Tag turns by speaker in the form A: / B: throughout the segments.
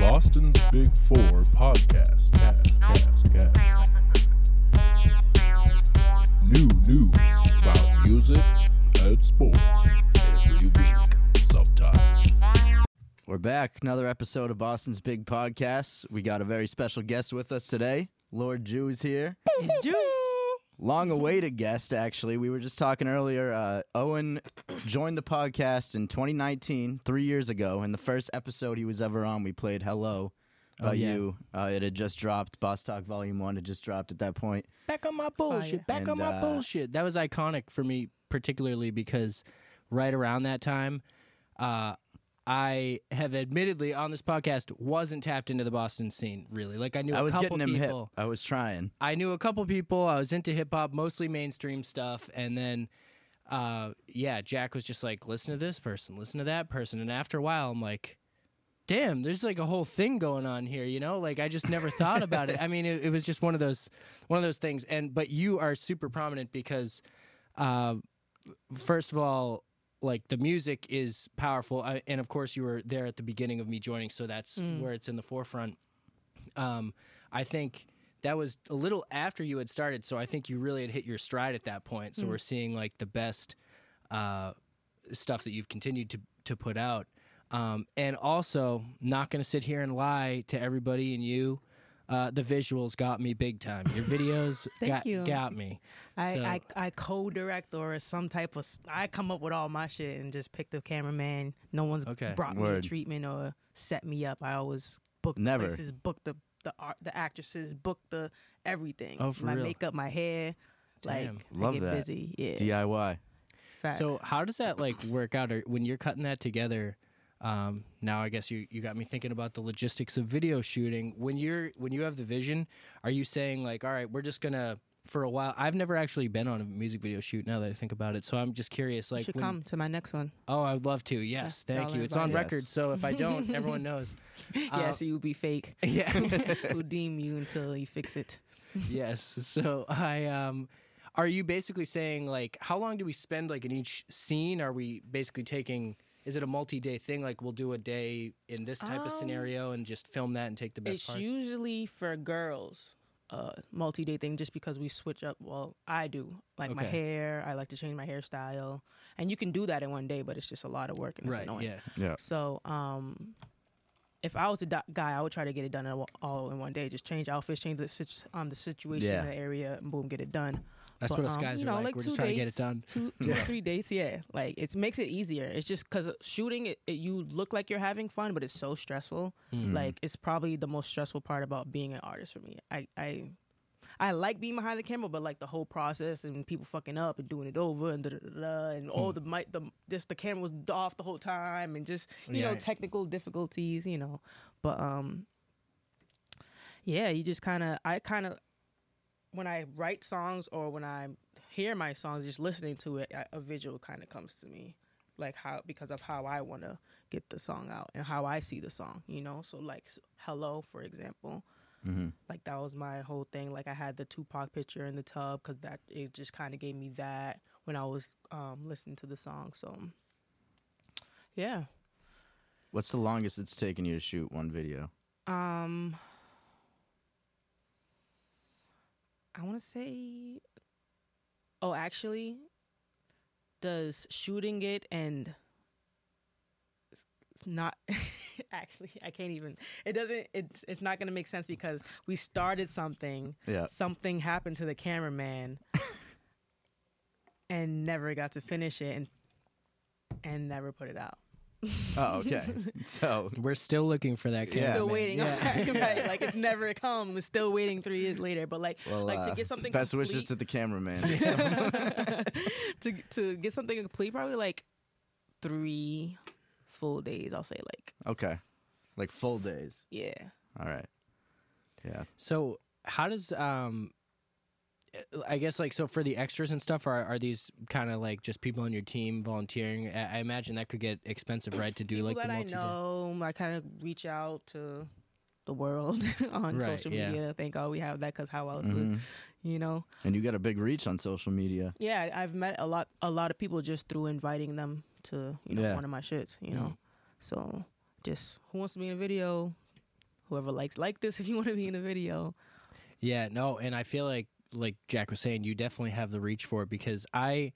A: Austin's Big Four podcast. Cast, cast, cast. New news about music and sports every week, sometimes.
B: We're back. Another episode of Boston's Big Podcast. We got a very special guest with us today. Lord Jew is here. Long awaited guest, actually. We were just talking earlier. Uh, Owen joined the podcast in 2019, three years ago. And the first episode he was ever on, we played Hello by
C: Oh, yeah.
B: you. Uh, it had just dropped. Boss Talk Volume 1 had just dropped at that point.
C: Back on my bullshit. Back
B: And,
C: on my
B: uh,
C: bullshit. That was iconic for me, particularly because right around that time, uh, I have admittedly on this podcast wasn't tapped into the Boston scene really. Like I knew a
B: I was
C: couple
B: getting him hip.
C: people.
B: I was trying.
C: I knew a couple people. I was into hip hop, mostly mainstream stuff, and then. Uh, yeah, Jack was just like, listen to this person, listen to that person, and after a while, I'm like, damn, there's like a whole thing going on here, you know? Like I just never thought about it. I mean, it, it was just one of those one of those things. And but you are super prominent because, uh, first of all, like the music is powerful, I, and of course you were there at the beginning of me joining, so that's
D: Mm.
C: where it's in the forefront. Um, I think that was a little after you had started, so I think you really had hit your stride at that point.
D: Mm.
C: So we're seeing like the best uh, stuff that you've continued to to put out. Um, and also, not going to sit here and lie to everybody and you. Uh, the visuals got me big time. Your videos
D: Thank
C: got,
D: you.
C: got me.
D: I,
C: So-
D: I, I co-direct or some type of. s- I come up with all my shit and just pick the cameraman. No one's
C: Okay.
D: brought me a
B: Word.
D: treatment or set me up. I always book
B: Never.
D: the places, book the the art, the actresses, book the everything.
C: Oh, for
D: my
C: real?
D: makeup, my hair.
C: Damn.
D: Like
B: Love
D: I get
B: that.
D: busy. Yeah.
B: DIY.
D: facts.
C: So how does that like work out? Or when you're cutting that together, um, now I guess you, you got me thinking about the logistics of video shooting. When you're when you have the vision, are you saying like, all right, we're just gonna for a while? I've never actually been on a music video shoot. Now that I think about it, so I'm just curious.
D: you
C: Like,
D: should
C: when-
D: come to my next one.
C: oh, I'd love to. Yes,
D: Yeah,
C: thank
D: y'all
C: you. It's on
B: invited.
C: record,
B: Yes.
C: so if I don't, everyone knows.
D: yeah,
C: Uh,
D: so you'll be fake.
C: yeah.
D: we'll deem you until you fix it.
C: yes. So I um are you basically saying like how long do we spend like in each scene? Are we basically taking is it a multi-day thing? Like we'll do a day in this type
D: Um,
C: of scenario and just film that and take the best
D: it's
C: parts.
D: usually for girls uh multi-day thing just because we switch up well i do like my
C: Okay.
D: hair i like to change my hairstyle and you can do that in one day but it's just a lot of work and it's
C: right.
D: annoying
C: Yeah.
B: Yeah.
D: so um if i was a do- guy i would try to get it done all- all in one day just change outfits change the, sit- um, the situation
B: Yeah.
D: in the area and boom get it done
C: That's
D: but,
C: what us
D: um,
C: guys
D: you
C: are
D: know,
C: like. We're
D: two
C: just trying to get it
D: dates,
C: done.
D: Two, two or three dates, yeah. Like it makes it easier. It's just because shooting, it, it, you look like you're having fun, but it's so stressful.
C: Mm-hmm.
D: Like it's probably the most stressful part about being an artist for me. I, I, I like being behind the camera, but like the whole process and people fucking up and doing it over and da da da, da and all
C: Hmm.
D: the mic, the just the camera was off the whole time and just you
C: Yeah.
D: know technical difficulties, you know. But um, yeah, you just kind of I kind of when I write songs or when I hear my songs, just listening to it, I- a visual kind of comes to me, like how because of how I want to get the song out and how I see the song, you know. So like s- "Hello," for example, like that was my whole thing. Like I had the Tupac picture in the tub because that it just kind of gave me that when I was um, listening to the song. So yeah,
B: What's the longest it's taken you to shoot one video?
D: um, I want to say, oh, actually, does shooting it and it's not actually I can't even it doesn't it's it's not gonna make sense because we started something
B: Yeah.
D: something happened to the cameraman and never got to finish it and and never put it out.
B: Oh, okay. so
C: We're still looking for that
B: Yeah,
C: cameraman.
D: still waiting.
C: Yeah.
D: right. Like it's never come. We're still waiting three years later. But like
B: Well,
D: like
B: uh,
D: to get something
B: best
D: complete,
B: wishes to the cameraman.
D: to to get something complete probably like three full days. I'll say like
B: okay, like full days.
D: yeah.
B: All right. Yeah.
C: So how does um I guess like so for the extras and stuff are are these kind of like just people on your team volunteering? I, I imagine that could get expensive, right? To do
D: People
C: like
D: that
C: the
D: I
C: multi.
D: know, I kind of reach out to the world on
C: Right,
D: social
C: yeah.
D: media. Thank God we have that because how else would
B: Mhm.
D: you know?
B: And you got a big reach on social media.
D: Yeah, I- I've met a lot a lot of people just through inviting them to you know
B: Yeah.
C: Mm-hmm.
D: one of my shits. You know, so just who wants to be in a video? whoever likes like this if you want to be in the video.
C: Yeah, no, and I feel like like Jack was saying, you definitely have the reach for it because I.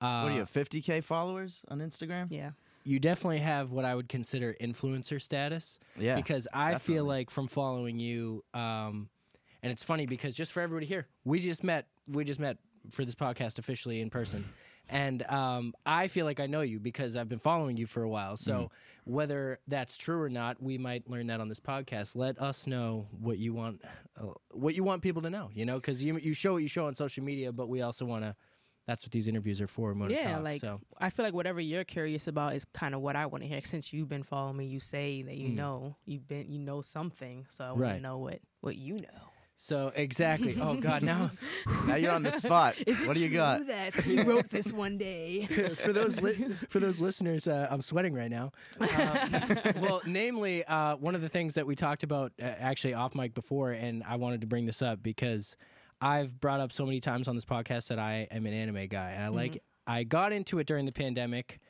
C: Uh,
B: what do you have? 50k followers on Instagram?
D: Yeah.
C: you definitely have what I would consider influencer status
B: Yeah.
C: because I feel
B: definitely.
C: like from following you, um, and it's funny because just for everybody here, we just met, we just met for this podcast officially in person, and um, I feel like I know you because I've been following you for a while. So whether that's true or not, we might learn that on this podcast. Let us know what you want, uh, what you want people to know. You know, because you you show what you show on social media, but we also want to. That's what these interviews are for. and wanna
D: Yeah,
C: talk,
D: like
C: so.
D: I feel like whatever you're curious about is kind of what I want to hear. Since you've been following me, you say that you know you've been you know something, so I want
C: Mm. Right.
D: to know what what you know.
C: So exactly. Oh God, now
B: Now you're on the spot. what do you got?
D: That he wrote this one day.
C: for those li- for those listeners, uh, I'm sweating right now. Um, well, namely, uh, one of the things that we talked about uh, actually off mic before, and I wanted to bring this up because I've brought up so many times on this podcast that I am an anime guy,
D: Mm-hmm.
C: and I like I got into it during the pandemic.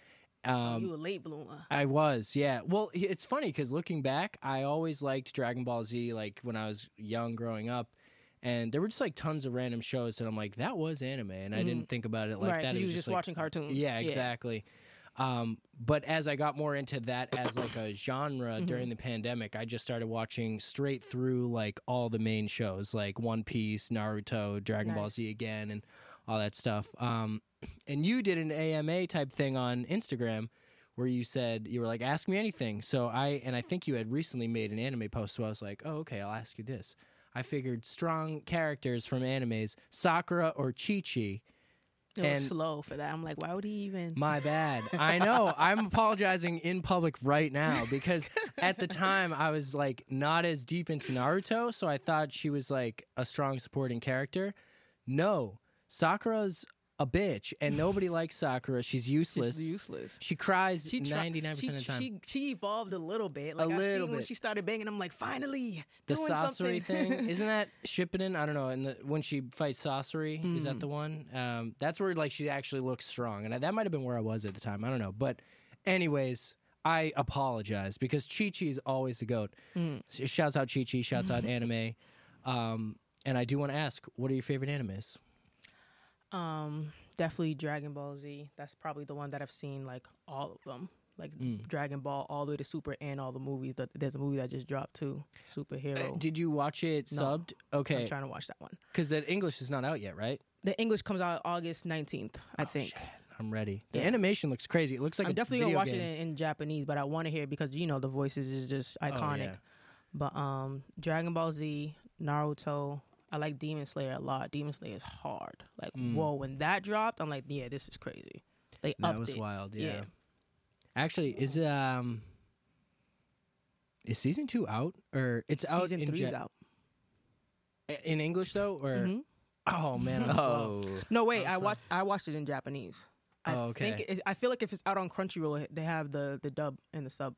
C: Um,
D: you a late bloomer.
C: I was, yeah. Well, i- it's funny because looking back, I always liked Dragon Ball Z, like when I was young growing up, and there were just like tons of random shows that I'm like, that was anime, and I didn't think about it like
D: Mm. right,
C: that.
D: 'cause
C: It
D: you
C: was
D: were just
C: like-
D: watching cartoons.
C: Yeah, exactly. Um, but as I got more into that as like a genre
D: Mm-hmm.
C: during the pandemic, I just started watching straight through like all the main shows, like One Piece, Naruto, Dragon Ball
D: Nice.
C: Z again, and all that stuff. Um, and you did an AMA type thing on Instagram where you said you were like, "Ask me anything." So I and I think you had recently made an anime post, so I was like, "Oh, okay, I'll ask you this." I figured strong characters from animes, Sakura or Chi Chi.
D: It was
C: And-
D: slow for that. I'm like, why would he even?
C: My bad. I know. I'm apologizing in public right now because at the time I was like not as deep into Naruto, so I thought she was like a strong supporting character. No, Sakura's a bitch, and nobody likes Sakura. She's useless.
D: She's useless.
C: she cries
D: She tri-
C: 99%
D: she,
C: of the time.
D: She, she evolved a little bit. Like I
C: little
D: seen when
C: bit.
D: she started banging. I'm like, finally,
C: the
D: doing
C: Sasori
D: something.
C: thing isn't that Shippuden? I don't know. And the, when she fights Sasori, is
D: Mm.
C: that the one? Um, that's where like she actually looks strong, and I, that might have been where I was at the time. I don't know, but anyways, I apologize because Chi Chi is always the goat.
D: Mm.
C: Sh- Shouts out Chi Chi. Shouts out anime. Um, and I do want to ask, what are your favorite animes?
D: Um, definitely Dragon Ball Z. That's probably the one that I've seen like all of them. Like Dragon Ball all the way to Super and all the movies. That there's a movie that just dropped too. Superhero.
C: Did you watch it
D: No.
C: subbed?
D: I'm
C: Okay,
D: trying to watch that one.
C: because that English is not out yet, right?
D: The English comes out August 19th, I think.
C: I'm ready. The
D: Yeah.
C: animation looks crazy. It looks like
D: I'm
C: a
D: definitely
C: video
D: gonna watch
C: game. Oh,
D: it in, in Japanese, but I want to hear it because you know the voices is just iconic.
C: yeah.
D: But um, Dragon Ball Z, Naruto. I like Demon Slayer a lot. Demon Slayer is hard. Like whoa, when that dropped, I'm like, yeah, this is crazy. They
C: Mm. That
D: upped
C: was
D: it.
C: wild. Yeah.
D: Yeah.
C: Actually, is um is season two out or it's out
D: Season
C: in
D: three's
C: Ja-
D: out.
C: i- in English though or
D: Mhm.
C: oh man I'm slow.
B: Oh,
D: No, wait.
C: Oh,
D: I
C: so-
D: watched. I watched it in Japanese. I
C: Oh, okay.
D: Think it, I feel like if it's out on Crunchyroll, they have the the dub and the sub.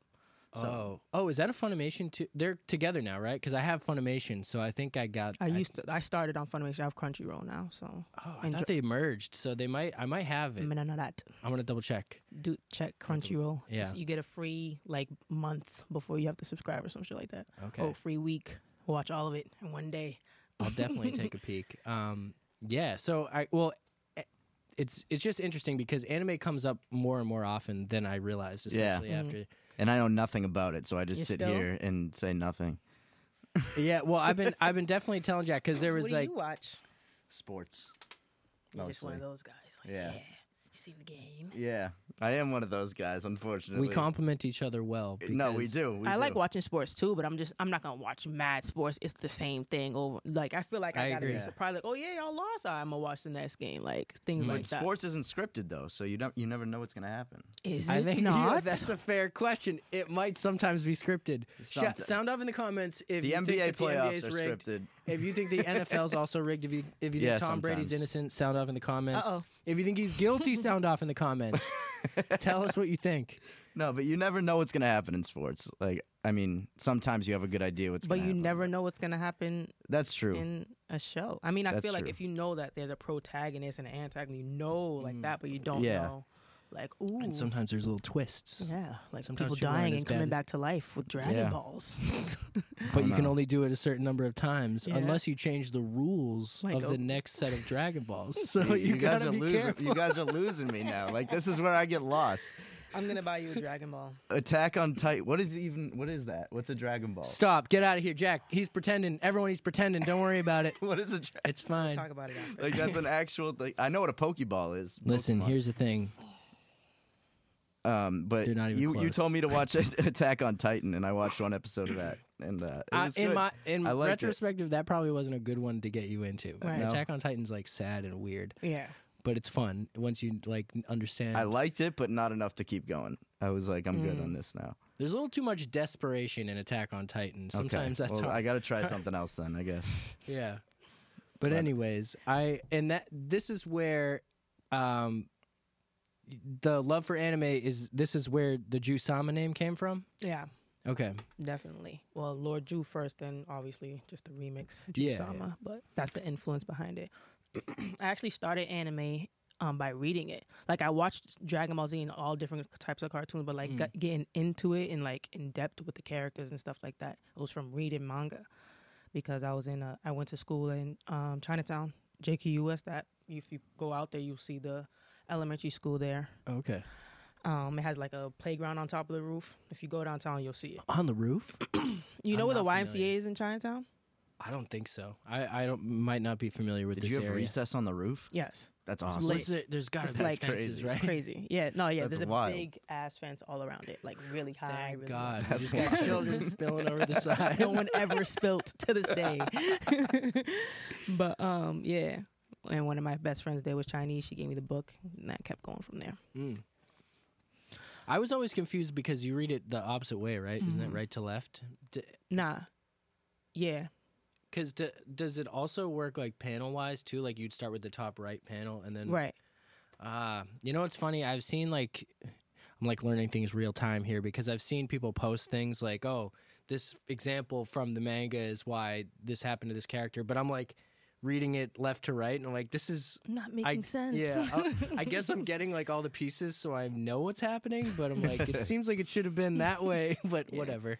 D: So
C: oh oh is that a Funimation too? They're together now, right? Because I have Funimation, so I think I got.
D: I used to. I started on Funimation. I have Crunchyroll now. So
C: oh, I
D: enjoy-
C: thought they merged, so they might. I might have it.
D: I'm gonna know that.
C: I'm gonna double check.
D: Do check Crunchyroll.
C: Yeah.
D: you get a free like month before you have to subscribe or some shit like that.
C: Okay,
D: Oh, free week. Watch all of it in one day.
C: I'll definitely take a peek. Um, yeah. So I well. eh, It's it's just interesting because anime comes up more and more often than I realized,
B: Yeah.
C: especially after
D: Mm-hmm.
B: and I know nothing about it, so I just
D: You
B: sit
D: still?
B: here and say nothing.
C: Yeah, well, I've been I've been definitely telling Jack because there was
D: what
C: like
D: do you watch?
B: Sports.
D: You're just one
B: Mostly.
D: of those guys. Like,
B: Yeah.
D: yeah. You seen the game?
B: Yeah, I am one of those guys, unfortunately.
C: we compliment each other well.
B: Eh, No, we
C: because-
B: do. We
D: I like
B: do.
D: watching sports too, but I'm just I'm not gonna watch mad sports. It's the same thing over. Like I feel like I,
C: I
D: gotta
C: agree.
D: be surprised. Like oh yeah, y'all lost. I'm gonna watch the next game. Like things like that.
B: Sports isn't scripted though, so you don't you never know what's gonna happen.
D: Is
C: I
D: it
C: think yeah,
D: not?
C: that's a fair question. It might sometimes be scripted. Sh-
B: Someti-
C: sound off in the comments if
B: The
C: you think
B: NBA
C: that the NBA
B: playoffs
C: is
B: are
C: rigged.
B: scripted.
C: If you think the NFL's also rigged, if you if you
B: Yeah,
C: think Tom Brady's
B: sometimes.
C: innocent, sound off in the comments.
D: Uh-oh.
C: If you think he's guilty, sound off in the comments. Tell us what you think.
B: No, but you never know what's gonna happen in sports. Like, I mean, sometimes you have a good idea what's.
D: but
B: gonna
D: you
B: happen.
D: never know what's gonna happen
B: That's true.
D: in a show. I mean, I
B: That's
D: feel like
B: true.
D: if you know that there's a protagonist and an antagonist, you know like that, but you don't
B: Mm. Yeah.
D: know Like ooh,
C: And sometimes there's little twists.
D: yeah, like
C: sometimes
D: people
C: people aren't
D: dying
C: as
D: and
C: bad
D: coming
C: as-
D: back to life with Dragon
B: Yeah.
D: Balls.
C: But
B: Oh,
C: you can
B: no.
C: only do it a certain number of times
D: Yeah.
C: unless you change the rules
D: Like,
C: of
D: oh.
C: the next set of Dragon Balls.
B: You-
C: So you,
B: you guys
C: gotta
B: are
C: be
B: losing.
C: careful.
B: You guys are losing me now. Like this is where I get lost.
D: I'm gonna buy you a Dragon Ball.
B: Attack on Titan. What is even? What is that? What's a Dragon Ball?
C: Stop. Get out of here, Jack. He's pretending. Everyone, he's pretending. Don't worry about it.
B: What is a dra-
C: It's fine.
D: Talk about it after.
B: like? That's an actual. Like I know what a Pokeball is.
C: Listen,
B: Pokemon.
C: here's the thing.
B: Um, but
C: They're not even
B: you you
C: close.
B: told me to watch Attack on Titan, and I watched one episode of that, and uh, it
C: I,
B: was
C: in
B: good.
C: my in
B: I liked it.
C: retrospective, that probably wasn't a good one to get you into.
D: Right. No.
C: Attack on Titan's like sad and weird,
D: yeah,
C: but it's fun once you like understand.
B: I liked it, but not enough to keep going. I was like, I'm
C: Mm.
B: good on this now.
C: There's a little too much desperation in Attack on Titan. Sometimes
B: okay.
C: that's
B: well,
C: all.
B: I got to try something else then. I guess.
C: Yeah. But, anyways, I and that this is where um the love for anime is this is where the Jusama name came from.
D: yeah,
C: Okay.
D: definitely. Well, Lord Jew first, then obviously just the remix
C: Yeah,
D: Jew Sama, but that's the influence behind it. I actually started anime um, by reading it. Like I watched Dragon Ball Z and all different types of cartoons, but like
C: Mm.
D: got- getting into it and like in depth with the characters and stuff like that, it was from reading manga because I was in a, I went to school in um, Chinatown, JQUS. That if you go out there, you'll see the elementary school there.
C: Okay.
D: Um, it has like a playground on top of the roof. If you go downtown, you'll see it.
C: On the roof?
D: You know
C: I'm
D: where the
C: not
D: YMCA
C: familiar.
D: is in Chinatown?
C: I don't think so. I I don't might not be familiar with
B: Did
C: this
B: you have
C: area.
B: recess on the roof?
D: Yes.
B: That's
C: Unless
B: awesome.
D: lit.
C: there- there's got to
D: It's
C: be
D: like-
C: fences,
D: It's
C: right?
D: crazy. Yeah. No, yeah.
B: That's
D: there's a
B: wild.
D: big ass fence all around it, like really high.
C: Thank
D: really
C: God.
B: That's
C: You just got
B: wild.
C: children spilling over the
D: low.
C: side.
D: no one ever spilt to this day. but um, yeah. And one of my best friends there was Chinese. She gave me the book, and that kept going from there.
C: Mm. I was always confused because you read it the opposite way, right? Isn't it
D: Mhm.
C: right to left? D-
D: Nah. Yeah.
C: Because d- does it also work like panel wise too? Like you'd start with the top right panel and then.
D: Right.
C: Ah, you know what's funny? I've seen like, I'm like learning things real time here because I've seen people post things like, oh, this example from the manga is why this happened to this character. But I'm like reading it left to right and I'm like, this is.
D: Not making
C: I,
D: sense.
C: Yeah, I, I guess I'm getting like all the pieces so I know what's happening, but I'm like, it seems like it should have been that way, but
D: Yeah.
C: whatever.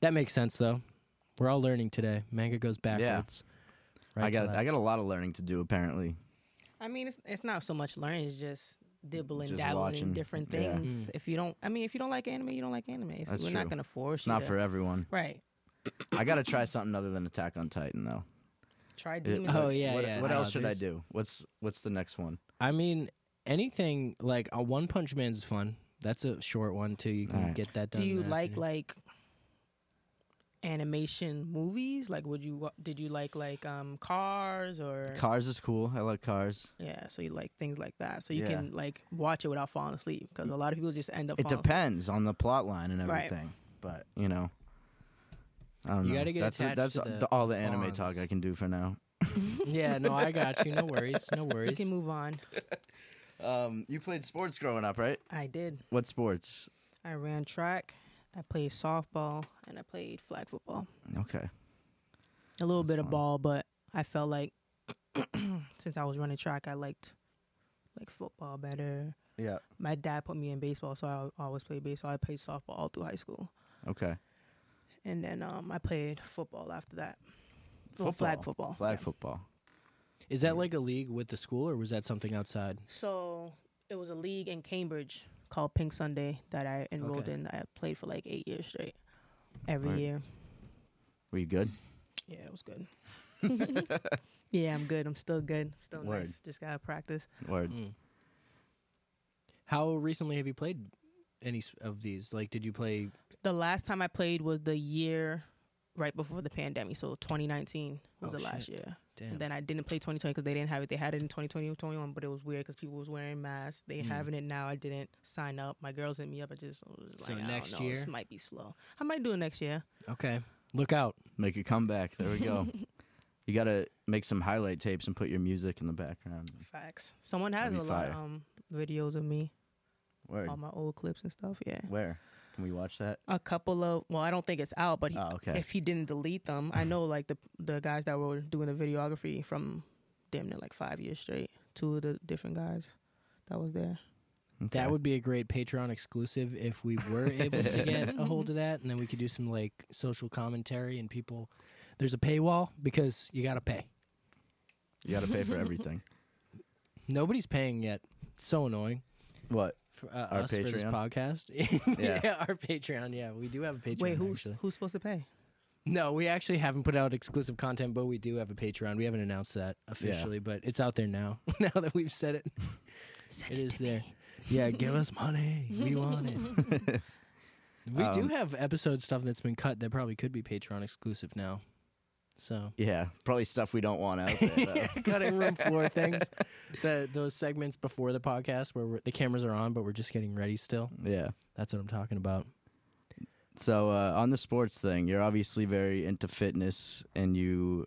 C: That makes sense though. We're all learning today. Manga goes backwards.
B: I
C: Right to
B: got
C: left.
B: I got a lot of learning to do apparently.
D: I mean, it's it's not so much learning; it's just dibbling,
B: Just
D: dabbling in
B: watching.
D: different
B: Yeah.
C: Hmm.
D: things. If you don't, I mean, if you don't like anime, you don't like anime. It's-
B: That's
D: we're
B: true.
D: not gonna force
B: It's
D: you.
B: not
D: to-
B: for everyone.
D: right.
B: I got to try something other than Attack on Titan though.
D: Try
B: It-
D: demons.
C: Oh, yeah,
B: What,
C: yeah,
B: what
C: no,
B: else should I
C: there's-
B: do? What's What's the next one?
C: I mean, anything like a One Punch Man's fun. That's a short one too. You can
B: Alright.
C: get that done.
D: Do you
C: in the
D: like
C: afternoon.
D: like animation movies? Like, would you wa- did you like like um Cars or
B: Cars is cool. I like cars.
D: yeah? So you like things like that, so you
B: Yeah.
D: can like watch it without falling asleep because a lot of people just end up.
B: It
D: falling
B: depends on the plot line and
D: Right.
B: everything, but you know, I don't
C: You
B: know.
C: gotta get
B: that's the-
C: attached
B: that's
C: to
B: the-
C: the
B: all the anime
C: bonds.
B: talk I can do for now.
C: Yeah, no, I got you. No worries, no
D: asleep.
C: worries.
D: You can move on.
B: Um, you played sports growing up, right?
D: I did.
B: What sports?
D: I ran track. I played softball and I played flag football.
B: Okay.
D: a little
B: That's
D: bit of
B: fine.
D: ball, but I felt like since I was running track, I liked like football better.
B: Yeah.
D: My dad put me in baseball, so I always played baseball. I played softball all through high school,
B: Okay.
D: and then um, I played football after that. Well, flag football.
B: Flag
D: yeah.
B: football.
C: Is that like a league with the school, or was that something outside?
D: So it was a league in Cambridge called Pink Sunday that I enrolled
C: Okay.
D: in. I played for like eight years straight, every
B: Right.
D: year.
B: Were you good?
D: Yeah, it was good. yeah, I'm good. I'm still good. Still
B: Word.
D: nice. Just gotta practice.
B: Word.
C: Mm. How recently have you played any s- of these? Like, did you play?
D: The last time I played was the year right before the pandemic, so 2019 was
C: Oh,
D: the last
C: shit.
D: year.
C: Damn.
D: And then I didn't play 2020 because they didn't have it. They had it in 2020 and 21, but it was weird because people was wearing masks. They
C: Mm.
D: having it now. I didn't sign up. My girls hit me up. I just was
C: So
D: like,
C: next
D: I don't know,
C: year?
D: this might be slow. I might do it next year.
C: okay, look out.
B: Make a comeback. There we go. you gotta make some highlight tapes and put your music in the background.
D: Facts. Someone has a
B: That'd be
D: lot of
B: fire.
D: um, videos of me,
B: Word.
D: all my old clips and stuff. Yeah,
B: Where can we watch that?
D: a couple of. Well, I don't think it's out, but he,
B: Oh, okay.
D: if he didn't delete them, I know like the the guys that were doing the videography from damn near like five years straight. Two of the different guys that was there.
C: That would be a great Patreon exclusive if we were able to get a hold of that, and then we could do some like social commentary and people. There's a paywall because you gotta pay.
B: You got to pay for everything.
C: Nobody's paying yet. so annoying
B: What?
C: for uh,
B: Our
C: us for this
B: Patreon?
C: podcast.
B: Yeah.
C: our Patreon. Yeah, we do have a Patreon.
D: Wait, who's
C: actually.
D: who's supposed to pay?
C: No, we actually haven't put out exclusive content, but we do have a Patreon. We haven't announced that officially, but it's out there now. now that we've said it, it is there. Yeah, give us money. We want it. we do
B: Um,
C: have episode stuff that's been cut that probably could be Patreon exclusive now. So
B: Yeah, probably stuff we don't want out there. though.
C: cutting room floor things, the, those segments before the podcast where we're, the cameras are on, but we're just getting ready still.
B: yeah.
C: That's what I'm talking about.
B: So uh, on the sports thing, you're obviously very into fitness, and you,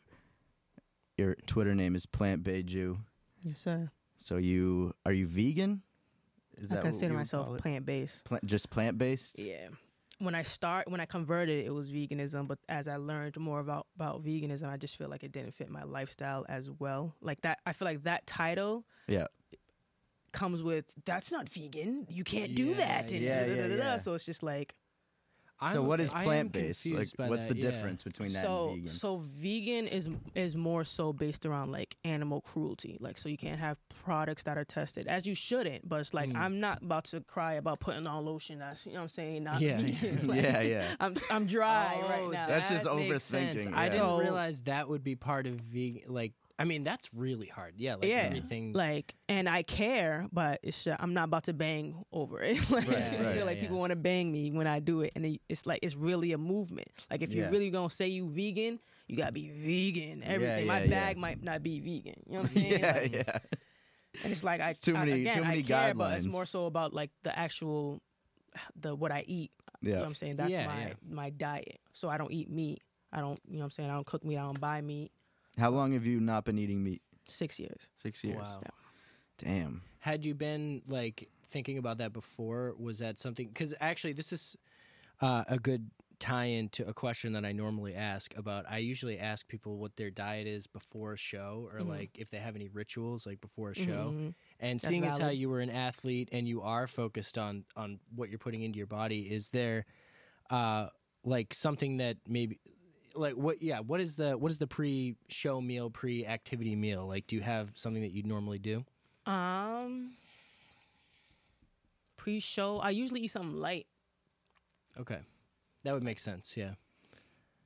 B: your Twitter name is Plant Beju.
D: Yes, sir.
B: So you are you vegan? Is
D: I
B: what
D: consider
B: we would
D: myself
B: call it?
D: plant based.
B: Plant- just plant based.
D: Yeah. When I start, when I converted, it was veganism. But as I learned more about about veganism, I just feel like it didn't fit my lifestyle as well. Like that, I feel like that title
B: Yeah.
D: comes with "That's not vegan. You can't do
C: Yeah,
D: that." And
B: yeah,
D: da- da-
B: yeah,
D: da- da- da.
B: yeah.
D: So it's just like
B: so
C: I'm-
B: what is
C: I am
B: plant based? Like
C: confused by
B: what's
C: that,
B: the
C: yeah.
B: difference between that
D: so
B: and vegan?
D: so vegan is is more so based around like animal cruelty. Like so you can't have products that are tested as you shouldn't. But it's
B: Hmm.
D: like
C: Mm.
D: I'm not about to cry about putting on lotion. That's you know what I'm saying. Not
C: Yeah.
D: vegan. Like,
B: yeah, yeah.
D: I'm I'm dry
C: Oh,
D: right now.
B: That's just
C: that makes
B: overthinking,
C: sense. I
D: yeah.
C: didn't
D: So-
C: realize that would be part of vegan. Like, I mean, that's really hard. Yeah, like
D: Yeah.
C: everything.
D: like and I care, but it's ju- I'm not about to bang over it. like
C: Right,
D: I
B: right,
D: feel like
C: yeah.
D: people want to bang me when I do it, and it- it's like it's really a movement. Like if
B: Yeah.
D: you're really gonna say you vegan, you gotta be vegan.
B: yeah,
D: Everything. My
B: yeah.
D: bag might not be vegan. You know what I'm saying?
B: yeah,
D: Like,
B: yeah.
D: And it's like I
B: It's too
D: I-
B: many-
D: again,
B: too many
D: I care, but it's
B: guidelines.
D: more so about like the actual the what I eat. You know
B: Yeah.
D: what I'm saying? That's
C: Yeah,
D: my
C: yeah.
D: my diet. So I don't eat meat. I don't. You know what I'm saying? I don't cook meat. I don't buy meat.
B: How long have you not been eating meat?
D: Six years.
B: Six years.
C: Wow.
B: Damn.
C: Had you been like thinking about that before? Was that something? Because actually, this is uh, a good tie-in to a question that I normally ask about. I usually ask people what their diet is before a show, or like if they have any rituals like before a show.
D: Mhm.
C: And
D: Mm-hmm. That's
C: seeing as how
D: valid.
C: you were an athlete and you are focused on on what you're putting into your body, is there uh like something that maybe like what yeah, what is the what is the pre show meal, pre activity meal? Like do you have something that you normally do?
D: Um, pre-show, I usually eat something light.
C: Okay. That would make sense, yeah.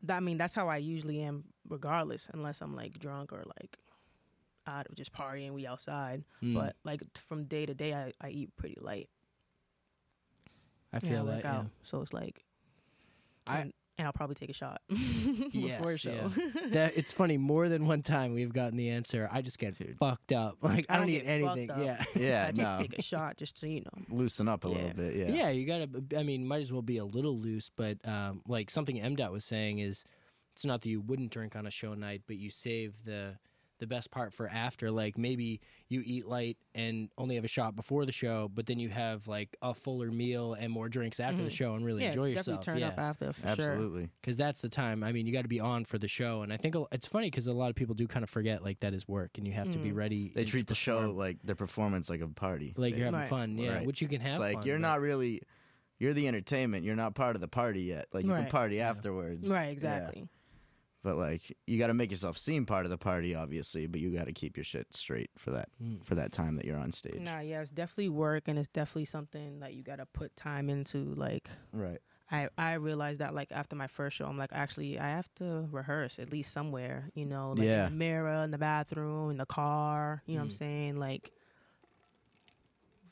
D: That- I mean, that's how I usually am, regardless, unless I'm like drunk or like out of just partying, we outside.
C: Mm,
D: But like t- from day to day, I, I eat pretty light.
C: I
D: and
C: feel that
D: I work
C: yeah.
D: out, so it's like,
C: I-
D: and, and I'll probably take a shot before a
C: Yes,
D: show.
C: yeah. that it's funny, more than one time we've gotten the answer, I just get fucked up. Like I
D: I
C: don't,
D: don't
C: eat
D: get fucked
C: anything.
D: up.
C: Yeah.
B: Yeah.
D: I just
B: no.
D: take a shot just so you know.
B: Loosen up a little
D: Yeah.
B: bit. Yeah.
C: Yeah. you gotta. b- I mean, might as well be a little loose, but um, like something M dot was saying is, it's not that you wouldn't drink on a show night, but you save the the best part for after. Like maybe you eat light and only have a shot before the show, but then you have like a fuller meal and more drinks after the
D: Mhm.
C: show and really
D: yeah,
C: enjoy
D: definitely
C: yourself.
D: turn
C: yeah,
D: up after for sure.
B: Absolutely.
C: because that's the time. I mean, you got to be on for the show, and I think a- it's funny because a lot of people do kind of forget like that is work, and you have to be
D: Mhm.
C: ready.
B: They
C: and to
B: treat the show
C: perform
B: like their performance like a party.
C: like
B: They-
C: you're having
D: Right.
C: fun, yeah,
B: Right.
C: which you can have.
B: It's like
C: fun,
B: you're
C: but-
B: not really, you're the entertainment. You're not part of the party yet. Like you can
D: Right.
B: party afterwards,
D: Right,
B: Yeah.
D: exactly.
B: But like you got to make yourself seem part of the party, obviously. But you got to keep your shit straight for that
C: Mm.
B: for that time that you're on stage.
D: Nah, yeah, it's definitely work, and it's definitely something that you gotta put time into. Like,
B: Right.
D: I I realized that like after my first show, I'm like, actually, I have to rehearse at least somewhere, you know, like
B: Yeah.
D: in the mirror, in the bathroom, in the car. You know what I'm
C: Mm.
D: saying? Like,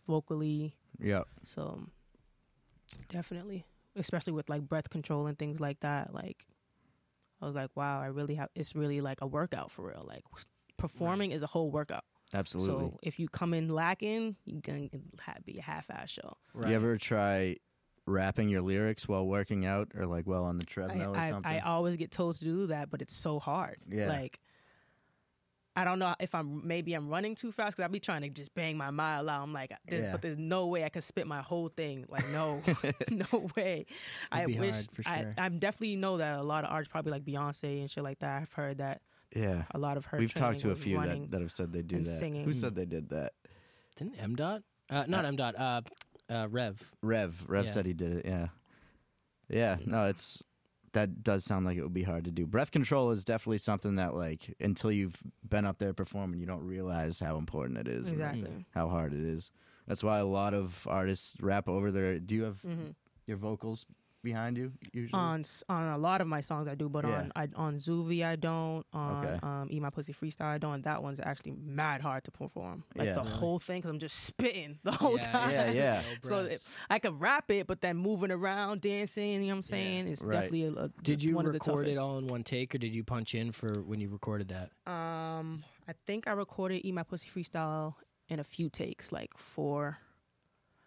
D: vocally,
B: Yep.
D: so definitely, especially with like breath control and things like that. Like, I was like, wow, I really have. It's really like a workout for real. Like, performing is a whole workout.
B: Absolutely.
D: So if you come in lacking, you gonna ha- be a half ass show.
B: You ever try rapping your lyrics while working out or like while on the
D: I,
B: treadmill or
D: I,
B: something?
D: I always get told to do that, but it's so hard.
B: Yeah.
D: Like I don't know if I'm maybe I'm running too fast because I be trying to just bang my mile out. I'm like, there's,
B: Yeah.
D: but there's no way I could spit my whole thing. Like no, no way. I
C: be
D: wish
C: hard, for sure.
D: I, I definitely know that a lot of artists, probably like Beyonce and shit like that. I've heard that
B: yeah.
D: a lot of her.
B: We've
D: training
B: talked to a
D: was
B: few
D: running.
B: that, that have said they do
D: and
B: that. Who
D: singing.
B: said they did that?
C: Didn't M dot? Uh, not M dot. Uh, uh, Rev.
B: Rev. Rev
C: Yeah.
B: said he did it. Yeah. Yeah. No, it's that does sound like it would be hard to do. Breath control is definitely something that like until you've been up there performing, you don't realize how important it is. and
D: Exactly.
B: How hard it is. That's why a lot of artists rap over their. Do you have
D: Mm-hmm.
B: your vocals behind you usually?
D: On s- on a lot of my songs I do, but
B: Yeah.
D: on I, on Zuvi I don't. On
B: Okay.
D: um, Eat My Pussy Freestyle I don't. That one's actually mad hard to perform. Like
B: Yeah.
D: the
B: Really?
D: whole thing, because I'm just spitting the whole
C: Yeah,
D: time.
B: yeah, yeah.
C: No
D: So it,
C: breaths.
D: I could rap it, but then moving around, dancing, you know what I'm saying? It's
B: Right.
D: definitely a, a
C: Did you
D: one of the
C: record it
D: toughest.
C: all in one take, or did you punch in for when you recorded that?
D: Um, I think I recorded "Eat My Pussy" freestyle in a few takes, like four,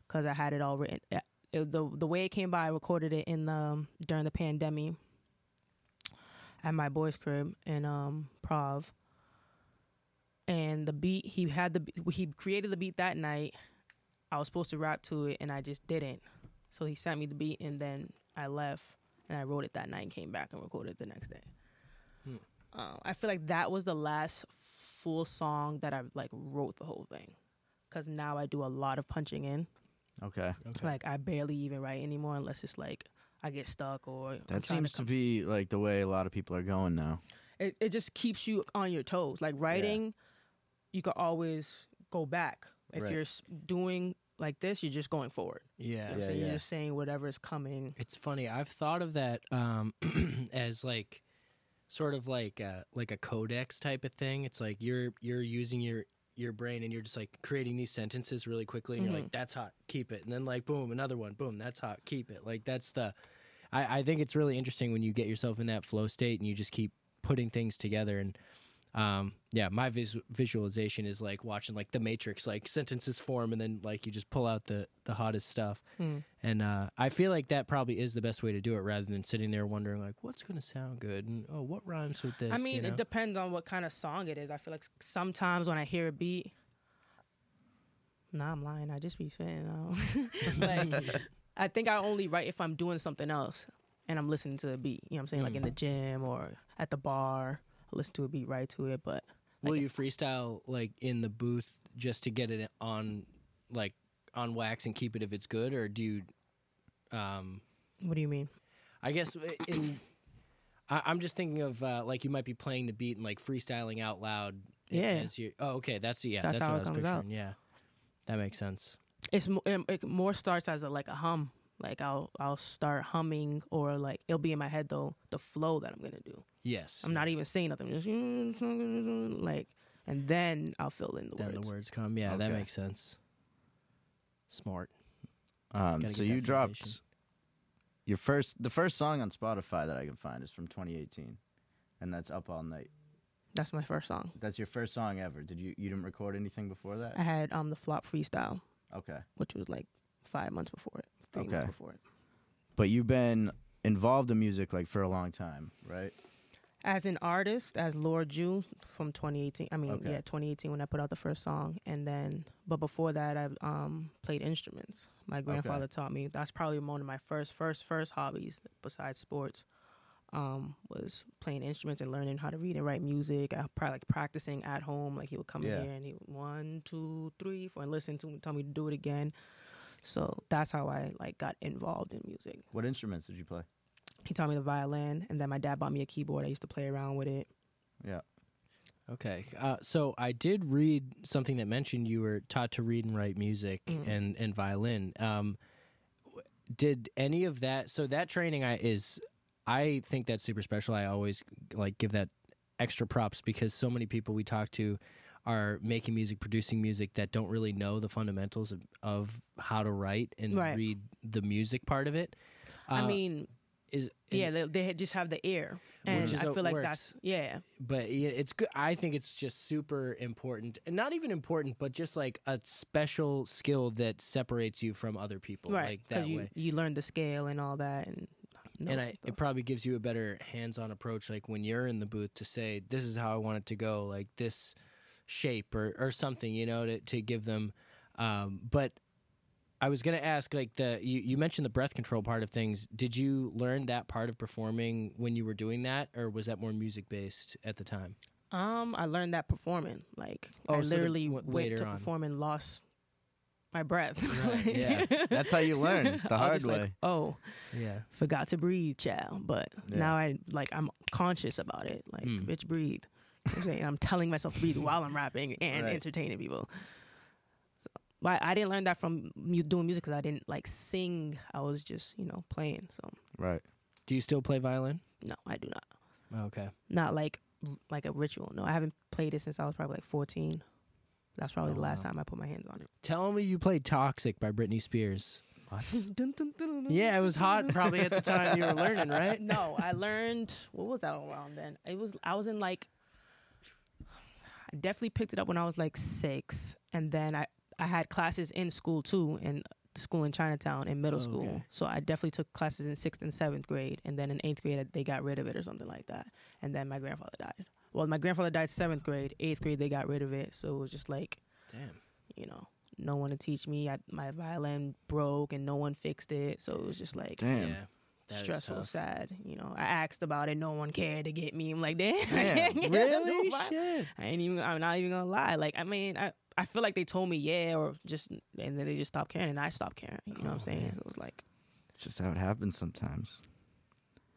D: because I had it all written. yeah, it- the The way it came by, I recorded it in the um, during the pandemic at my boy's crib in um Prov. And the beat he had the be- he created the beat that night. I was supposed to rap to it, and I just didn't. So he sent me the beat, and then I left, and I wrote it that night, and came back and recorded it the next day. Um, I feel like that was the last full song that I like wrote the whole thing, because now I do a lot of punching in.
B: Okay.
C: Okay.
D: Like I barely even write anymore unless it's like I get stuck or I'm
B: That
D: trying
B: seems
D: to,
B: to be like the way a lot of people are going now.
D: come- It, it just keeps you on your toes. Like writing, you can always go back. If
B: Right.
D: you're s- doing like this, you're just going forward. You
C: Yeah.
D: know what I'm
B: Yeah,
D: saying?
B: yeah.
D: You're just saying whatever's coming.
C: It's funny. I've thought of that um, as like sort of like a, like a codex type of thing. It's like you're you're using your your brain and you're just like creating these sentences really quickly and you're like that's hot keep it and then like boom another one boom that's hot keep it like that's the I, I think it's really interesting when you get yourself in that flow state and you just keep putting things together and um yeah my vis- visualization is like watching like the matrix like sentences form and then like you just pull out the the hottest stuff
D: Hmm.
C: and uh i feel like that probably is the best way to do it rather than sitting there wondering like what's gonna sound good and oh what rhymes with this
D: I
C: you
D: mean,
C: know?
D: it depends on what kind of song it is. I feel like s- sometimes when I hear a beat, nah, I'm lying. I just be spitting. out. like, I think I only write if I'm doing something else and I'm listening to a beat. You know what I'm saying? Like in
C: Mm.
D: the gym or at the bar, I listen to a beat, write to it. But
C: Will
D: like
C: you freestyle like in the booth just to get it on like on wax and keep it if it's good, or do you? Um,
D: what do you mean?
C: I guess i- in I, I'm just thinking of uh, like you might be playing the beat and like freestyling out loud.
D: Yeah.
C: As you, oh, okay. That's yeah.
D: That's
C: That's,
D: how
C: what
D: it
C: I was
D: comes
C: picturing.
D: out.
C: Yeah, that makes sense.
D: It's mo- it, it more starts as a, like a hum. Like I'll I'll start humming or like it'll be in my head though the flow that I'm gonna do.
C: Yes.
D: I'm not even saying nothing. Just like, and then I'll fill in the
C: then
D: words.
C: the words come. Yeah, that
B: Okay.
C: makes sense. Smart.
B: Um, so
C: Gotta get that
B: you dropped
C: foundation.
B: your first, the first song on Spotify that I can find is from 2018, and that's Up All Night.
D: That's my first song.
B: That's your first song ever. Did you you didn't record anything before that?
D: I had um the flop freestyle,
B: Okay,
D: which was like five months before it, three months
B: Okay.
D: before it.
B: but you've been involved in music like for a long time, right?
D: As an artist, as Lord Jew from 2018. I mean,
B: Okay.
D: yeah, 2018 when I put out the first song, and then but before that, I've um played instruments. My grandfather taught me. That's probably one of my first, first, first hobbies besides sports. Um, was playing instruments and learning how to read and write music. I probably like practicing at home. Like he would come
B: Yeah.
D: in here and he would, one, two, three, four, and listen to me, tell me to do it again. So that's how I like got involved in music.
B: What instruments did you play?
D: He taught me the violin, and then my dad bought me a keyboard. I used to play around with it.
B: Yeah.
C: Okay. Uh, so I did read something that mentioned you were taught to read and write music
D: Mm.
C: and, and violin. Um, w- did any of that? So that training I is, I think that's super special. I always like give that extra props because so many people we talk to are making music, producing music that don't really know the fundamentals of, of how to write and
D: Right.
C: read the music part of it.
D: I
C: Uh,
D: mean,
C: is
D: yeah, they, they had- just have the ear, and
C: is
D: I
C: how it
D: feel like
C: works.
D: that's yeah,
C: but yeah, it's good. I think it's just super important, and not even important, but just like a special skill that separates you from other people,
D: right.
C: Like
D: Because
C: that
D: you
C: way.
D: you learn the scale and all that, and notes
C: And I,
D: stuff.
C: it probably gives you a better hands-on approach, like when you're in the booth, to say this is how I want it to go, like this shape or or something, you know, to to give them. Um, but I was gonna ask, like the you, you mentioned the breath control part of things. Did you learn that part of performing when you were doing that, or was that more music based at the time?
D: um, I learned that performing. Like
C: Oh,
D: I
C: so the-
D: literally
C: what-
D: went
C: later
D: to
C: on.
D: perform and lost my breath.
C: Right,
B: yeah. That's how you learn the
D: I was
B: hard
D: just
B: way.
D: Like, oh,
C: Yeah.
D: forgot to breathe, child. But
B: Yeah.
D: now I like I'm conscious about it. Like,
C: Mm.
D: bitch, breathe. You know what I'm saying I'm telling myself to breathe while I'm rapping and
B: Right.
D: entertaining people. So, but I didn't learn that from mu- doing music because I didn't like sing. I was just you know playing. So
B: right.
C: Do you still play violin?
D: no, I do not.
C: Okay.
D: Not like r- like a ritual. No, I haven't played it since I was probably like 14. That's probably
C: Oh,
D: the last
C: wow.
D: time I put my hands on it.
C: Tell me you played Toxic by Britney Spears. Yeah, it was hot probably at the time you were learning, right?
D: No, I learned what was that around then? It was I was in like I definitely picked it up when I was like six, and then I I had classes in school too, in school in Chinatown in middle
C: Oh,
D: school.
C: okay.
D: So I definitely took classes in sixth and seventh grade, and then in eighth grade I- they got rid of it or something like that. And then my grandfather died. Well, my grandfather died seventh grade, eighth grade they got rid of it, so it was just like
C: Damn.
D: you know. No one to teach me. I, my violin broke and no one fixed it. So it was just like,
B: Damn.
C: Yeah. That is
D: stressful,
C: tough.
D: sad. You know, I asked about it. No one cared to get me. I'm like, damn, I
B: Damn,
D: can't get
C: Really?
D: nobody.
C: Shit.
D: I ain't even. I'm not even gonna lie. Like, I mean, I I feel like they told me yeah, or just and then they just stopped caring, and I stopped caring. You know what
C: Oh,
D: I'm saying?
C: man.
D: So it was like,
B: It's just how it happens sometimes.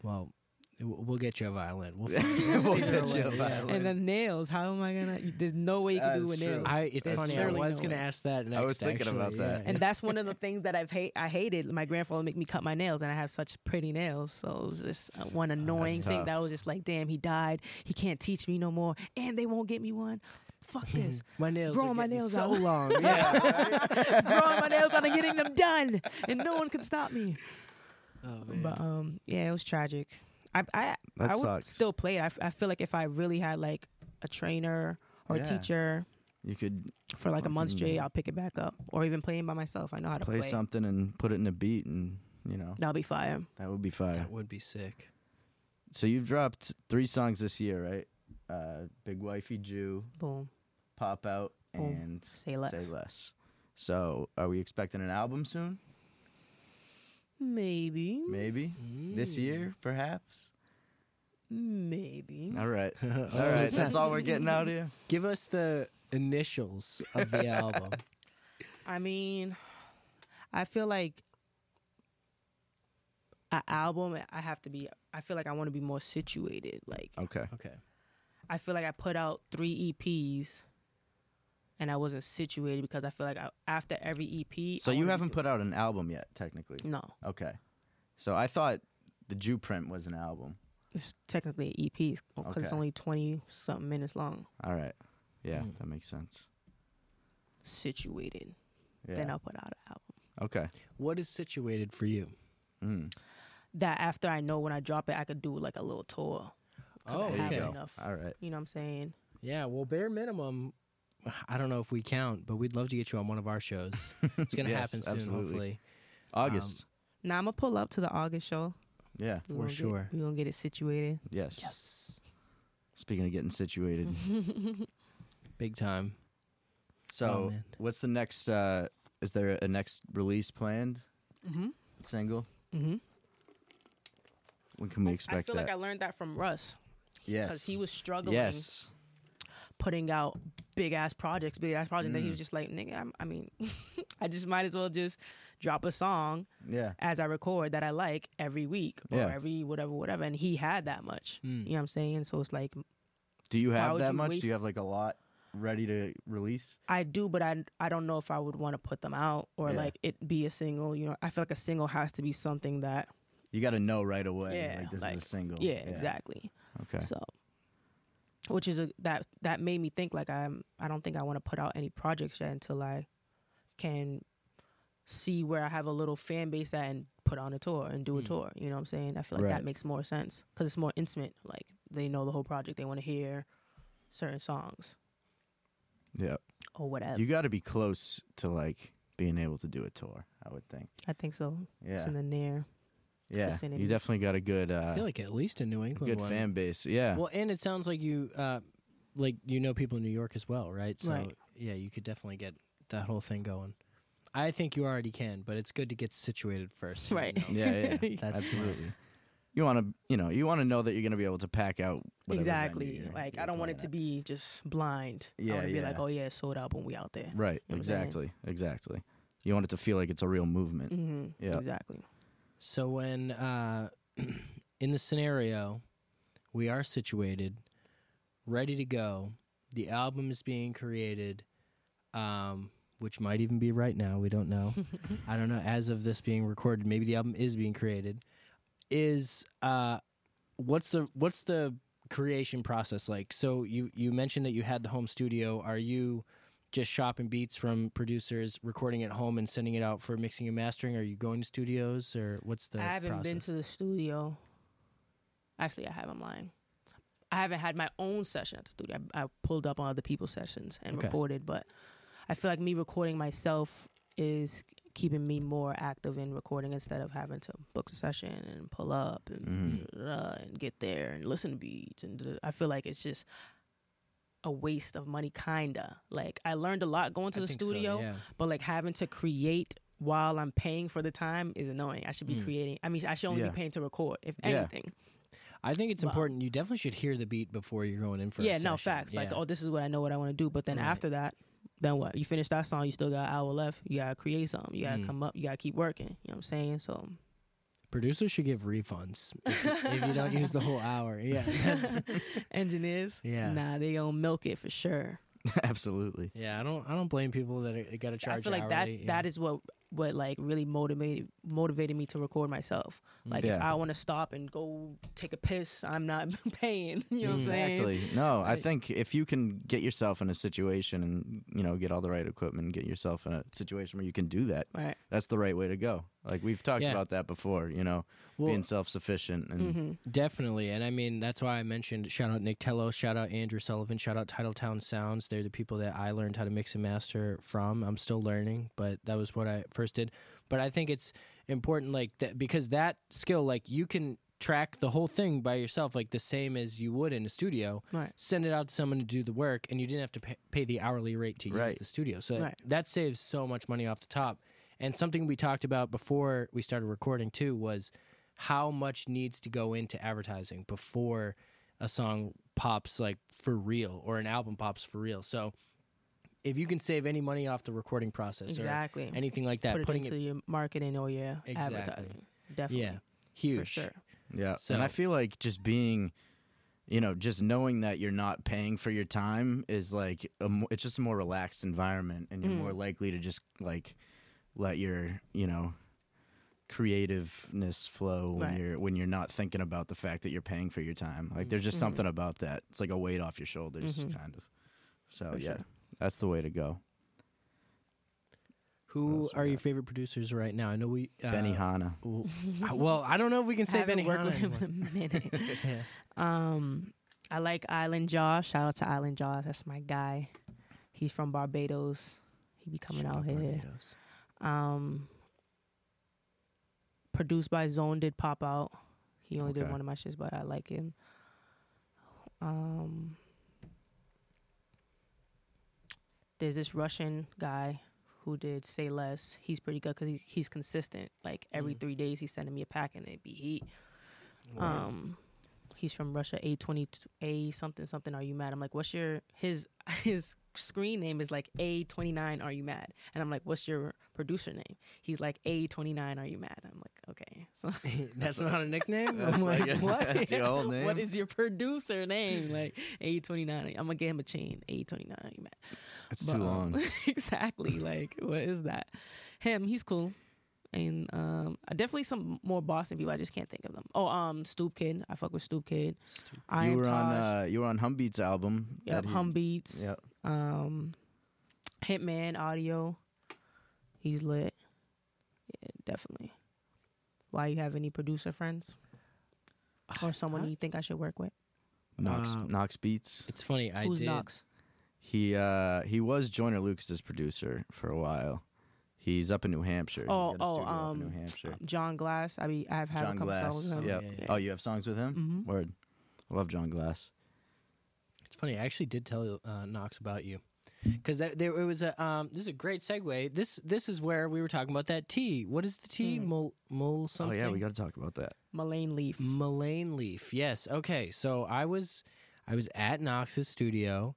C: Well, w- we'll get you a violin. We'll
B: We'll
C: figure- we'll figure
B: get
C: a
B: you a
C: way.
B: violin.
D: and the nails. How am I gonna? you- There's no way you can do
B: That's
D: with
B: true.
D: nails.
C: I, it's
B: That's
C: funny. I
D: surely
C: was
D: no
C: gonna
D: way.
C: ask that next.
B: was thinking
C: actually,
B: about that.
C: yeah.
D: and that's one of the things that I've hate. I hated. My grandfather make me cut my nails, and I have such pretty nails. So it was just uh, one annoying thing
B: tough.
D: that was just like, damn, he died. He can't teach me no more, and they won't get me one. Fuck this.
C: my nails.
D: Growing
C: are
D: my
C: getting
D: nails
C: so
D: out.
C: long.
D: growing my nails out and getting them done, and no one could stop me.
C: Oh, man.
D: But um, yeah, it was tragic. I I
B: That
D: I would
B: sucks.
D: still play it. I, f- I feel like if I really had like a trainer or
B: Yeah.
D: a teacher
B: you could
D: for like a month
B: Fucking-
D: straight, I'll pick it back up. Or even playing by myself, I know how to
B: play
D: play.
B: something and put it in a beat, and you know
D: That'll be fire.
B: that would be fire.
C: that would be sick.
B: So you've dropped three songs this year, right? Uh, Big Wifey Jew,
D: Boom.
B: Pop Out,
D: Boom.
B: and
D: Say less.
B: Say Less. So are we expecting an album soon?
D: Maybe.
B: Maybe this
C: Mm.
B: year, perhaps.
D: Maybe.
B: All right, all
C: Oh,
B: right.
C: is
B: That's all we're getting out here.
C: Give us the initials of the album.
D: I mean, I feel like an album. I have to be. I feel like I want to be more situated. Like
B: Okay.
C: Okay.
D: I feel like I put out three EPs, and I wasn't situated because I feel like I, after every EP.
B: So
D: I
B: you
D: wanna
B: haven't
D: do- Mm.
B: put out an album yet, technically.
D: No,
B: Okay. So I thought the Jew print was an album.
D: it's technically an EP because it's
B: Okay.
D: only twenty something minutes long.
B: All right. Yeah,
C: Mm.
B: that makes sense.
D: Situated,
B: Yeah.
D: then I'll put out an album.
B: okay.
C: What is situated for you?
B: Mm.
D: That after I know when I drop it, I could do like a little tour. 'cause
C: Oh,
D: I
B: There you
D: have
C: okay.
B: go.
D: enough.
B: All right.
D: You know what I'm saying?
C: Yeah, well, bare minimum. I don't know if we count, but we'd love to get you on one of our shows. It's going to
B: Yes,
C: happen soon,
B: absolutely.
C: hopefully.
B: August.
D: Now I'm gonna pull up to the August show.
B: yeah.
C: For
D: We gonna get-
C: sure.
D: we gonna get it situated.
B: Yes. Yes. Speaking of getting situated,
C: Big time.
B: so
C: man.
B: what's the next? uh Is there a next release planned?
D: Mhm.
B: Single.
D: Mm-hmm.
B: When can we expect
D: I feel
B: that?
D: like I learned that from Russ because
B: yes.
D: he was struggling.
B: yes.
D: putting out big ass projects, big ass projects. And then he
B: Mm.
D: was just like, nigga, I'm, I mean, I just might as well just drop a song
B: Yeah.
D: as I record that I like every week or
B: Yeah.
D: every whatever, whatever. And he had that much.
C: Mm.
D: You know what I'm saying? So it's like,
B: Do you have
D: would
B: that
D: you
B: much? Do
D: waste-
B: you have like a lot ready to release?
D: I do, but I, I don't know if I would want to put them out or
B: Yeah.
D: like it be a single. You know, I feel like a single has to be something that,
B: You got to know right away.
D: Yeah,
B: like this
D: like-
B: is a single.
D: yeah, exactly.
B: Okay.
D: So. Which is a, that that made me think like I'm I don't think I want to put out any projects yet until I can see where I have a little fan base at and put on a tour and do a
C: Mm.
D: tour. You know what I'm saying? I feel like
B: Hmm. Right.
D: that makes more sense because it's more intimate. Like they know the whole project. They want to hear certain songs
B: yeah.
D: or whatever.
B: You got to be close to like being able to do a tour. I would think.
D: I think so.
B: Yeah.
D: It's in the near.
B: Yeah.
D: vicinity.
B: You definitely got a good.
C: I
B: Uh,
C: feel like at least in New England.
B: good
C: one.
B: fan base. Yeah.
C: Well, and it sounds like you, uh, like you know people in New York as well, right? So
D: Right.
C: yeah, you could definitely get that whole thing going. I think you already can, but it's good to get situated first. so you
D: Right.
C: know.
B: yeah, yeah, yeah.
C: That's-
B: absolutely. You want to, you know, you want to know that you're going to be able to pack out. whatever venue
D: Exactly.
B: you're-
D: Like
B: you're
D: I don't want it
B: playing
D: to be just blind.
B: Yeah,
D: I want to be like,
B: yeah.
D: oh yeah, it's sold out when we out there.
B: at. Right.
D: know what I'm saying?
B: exactly. Exactly. You want it to feel like it's a real movement.
D: hmm
B: Yeah.
D: Exactly.
C: So when uh, in the scenario we are situated, ready to go, the album is being created, um, which might even be right now. We don't know. I don't know. As of this being recorded, maybe the album is being created. Is uh, what's the what's the creation process like? So you you mentioned that you had the home studio. Are you just shopping beats from producers, recording at home, and sending it out for mixing and mastering? Are you going to studios or what's the?
D: I haven't
C: process?
D: been to the studio. Actually, I have. I'm lying. I haven't had my own session at the studio. I, I pulled up on other people's sessions and
C: Okay.
D: recorded, but I feel like me recording myself is keeping me more active in recording instead of having to book a session and pull up and
B: Mhm.
C: Mm-hmm.
D: blah, and get there and listen to beats and da- I feel like it's just a waste of money kinda. Like I learned a lot going
C: I
D: to the
C: think so,
D: studio
C: yeah.
D: but like having to create while I'm paying for the time is annoying. I should be
C: Mm.
D: creating. I mean, I should only
B: Yeah.
D: be paying to record, if
B: Yeah.
D: anything.
C: I think it's
D: Wow.
C: important. You definitely should hear the beat before you're going in for. a
D: Yeah,
C: session.
D: no facts. Like,
C: Yeah.
D: oh, this is what I know what I want to do. But then
C: Right.
D: after that, then what? You finish that song, you still got an hour left. You gotta create something. You gotta
C: Mm.
D: come up. You gotta keep working. You know what I'm saying? So
C: producers should give refunds if you, if you don't use the whole hour. Yeah, that's,
D: engineers,
C: Yeah.
D: nah, they gonna milk it for sure.
B: Absolutely.
C: yeah. I don't. I don't blame people that are, got to charge.
D: I feel like that
C: hourly, yeah.
D: that is what what like really motivated motivated me to record myself. Like if
B: Yeah.
D: I want to stop and go take a piss, I'm not paying. You
C: Mm.
D: know what I'm saying?
B: Exactly. No, I
D: Right.
B: think if you can get yourself in a situation and you know get all the right equipment, get yourself in a situation where you can do that,
D: Right.
B: that's the right way to go. Like we've talked
C: Yeah.
B: about that before. You know,
C: Well,
B: being self sufficient and
D: Mm-hmm.
C: Definitely. And I mean, that's why I mentioned shout out Nick Tello, shout out Andrew Sullivan, shout out Titletown Sounds. They're the people that I learned how to mix and master from. I'm still learning, but that was what I first did. But I think it's important, like, that because that skill, like, you can track the whole thing by yourself, like, the same as you would in a studio.
D: Right.
C: Send it out to someone to do the work, and you didn't have to pay, pay the hourly rate to use
B: Right.
C: the studio. So
D: Right.
C: that saves so much money off the top. And something we talked about before we started recording, too, was how much needs to go into advertising before a song pops like for real or an album pops for real. So if you can save any money off the recording process
D: Exactly.
C: or anything like that,
D: Put it
C: putting
D: into
C: it
D: your marketing or your
C: Exactly.
D: advertising. Definitely.
C: yeah, huge.
D: For sure.
B: Yeah. and I
C: So-
B: feel like just being, you know, just knowing that you're not paying for your time is like, a, mo- it's just a more relaxed environment and you're
D: Mm.
B: more likely to just like let your, you know, creativeness flow when
D: Right.
B: you're when you're not thinking about the fact that you're paying for your time like there's just
D: Mhm.
B: something about that it's like a weight off your shoulders
D: Mhm.
B: kind of so
D: For
B: yeah
D: sure.
B: that's the way to go What
C: Who
B: else we
C: are your
B: got?
C: favorite producers right now? I know we uh,
B: benny hanna
C: w- I- Well, I don't know if we can say
D: Haven't
C: Benny
D: worked
C: Hanna.
D: with him
C: anymore.
D: in a minute.
C: Yeah.
D: um, I like Island Jaw. Shout out to Island Jaw. That's my guy. He's from Barbados. He be coming
C: Shout
D: out
C: out
D: here.
C: Barbados.
D: Um, produced by Zone did pop out. He only
B: Okay.
D: did one of my shits, but I like him. Um, there's this Russian guy who did Say Less. He's pretty good because he, he's consistent. Like every
C: Mm.
D: three days, he's sending me a pack and it be heat.
C: Wow.
D: Um, he's from Russia. A twenty A something something. Are you mad? I'm like, what's your his his screen name is like A twenty nine. Are you mad? And I'm like, what's your producer name? He's like A twenty nine. Are you mad? I'm like, okay. So
C: that's not a nickname. I'm like, what?
B: that's the old name
D: what is your producer name? Like A twenty nine. I'm gonna get him a chain. A twenty nine. Are you mad?
B: it's
D: But,
B: too
D: um,
B: long
D: exactly. Like, what is that? Him, he's cool. And um, definitely some more Boston people. I just can't think of them. Oh, um, Stoop Kid. I fuck with Stoop Kid.
C: Stupid.
D: I
B: you
D: am
B: were
D: Taj.
B: on uh you were on humbeat's album
D: yep,
B: that he-
D: Hum Beats.
B: yep
D: Um, Hitman Audio. He's lit. Yeah, definitely. Why you have any producer friends or someone you think I should work with?
B: Knox
D: Um,
C: Uh,
B: Knox Beats.
C: It's funny. I
D: Who's
C: did.
D: Knox?
B: He uh he was Joyner Lucas's producer for a while. He's up in New Hampshire. He's got
D: Oh,
B: a
D: oh,
B: studio up in
D: um,
B: New Hampshire.
D: Um, John Glass. I be I've had
B: John
D: a couple
B: Glass.
D: songs with him.
B: Yeah.
C: Yeah, yeah,
B: Oh, you have songs with him?
D: Mhm.
B: Word. I love John Glass.
C: It's funny. I actually did tell uh, Knox about you because there it was a. Um, this is a great segue. This this is where we were talking about that tea. What is the tea?
D: Mm.
C: Mul mul something.
B: Hmm. Oh yeah, we got to talk about that.
D: Mullane Leaf.
C: Mullane Leaf. Yes. Okay. So I was I was at Knox's studio.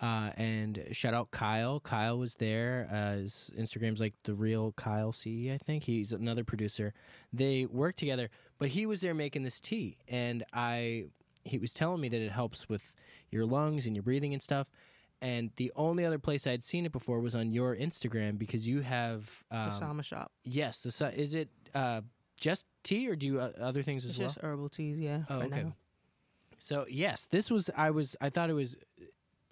C: Uh, and shout out Kyle. Kyle was there. Uh, his Instagram's like the real Kyle C. I think he's another producer. They work together, but he was there making this tea, and I he was telling me that it helps with your lungs and your breathing and stuff. And the only other place I'd seen it before was on your Instagram because you have
D: The
C: um,
D: Sama shop.
C: yes, the sa- is it uh, just tea or do you uh, other things as
D: It's
C: well?
D: just herbal teas, yeah.
C: Oh,
D: for
C: okay.
D: now.
C: So yes, this was I was I thought it was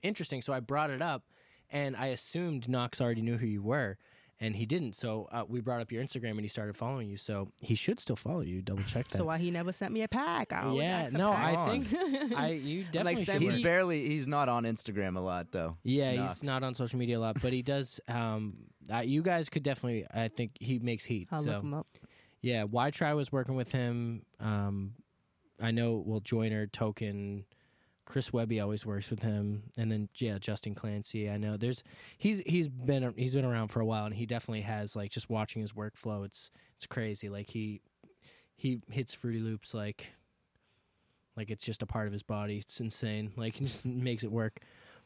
C: interesting, so I brought it up, and I assumed Knox already knew who you were, and he didn't. So uh, we brought up your Instagram, and he started following you. So he should still follow you. Double check that.
D: So why he never sent me a pack?
B: Oh,
D: I always
C: yeah,
D: ask for
C: no,
D: packs.
C: I
B: on.
C: think I you definitely should.
D: send
B: He's
D: He's-
B: barely. He's not on Instagram a lot though.
C: yeah,
B: Knox.
C: he's not on social media a lot, but he does. Um, uh, you guys could definitely. I think he makes heat.
D: I'll
C: so
D: look him up.
C: Yeah, Why Try was working with him. Um, I know well Joyner, Token, Chris Webby always works with him, and then yeah, Justin Clancy. I know there's he's he's been he's been around for a while, and he definitely has like just watching his workflow. It's it's crazy. Like he he hits Fruity Loops like like it's just a part of his body. It's insane. Like he just makes it work.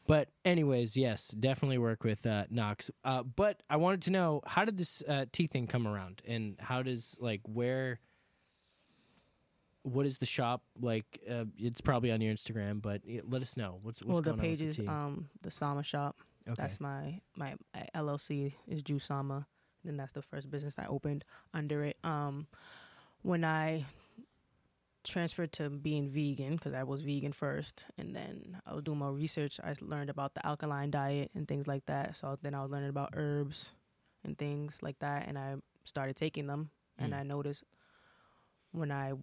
C: But anyways, yes, definitely work with uh, Knox. Uh, but I wanted to know how did this uh, tea thing come around, and how does like where, what is the shop like? Uh, it's probably on your Instagram, but y- let us know what's what's
D: well, the
C: going
D: page
C: on
D: is
C: with the tea.
D: um the Sama shop.
C: okay.
D: That's my my uh, LLC is Jusama. Then that's the first business I opened under it. Um, when I transferred to being vegan because I was vegan first, and then I was doing my research. I learned about the alkaline diet and things like that. So then I was learning about herbs and things like that, and I started taking them. And
C: Mm.
D: I noticed when I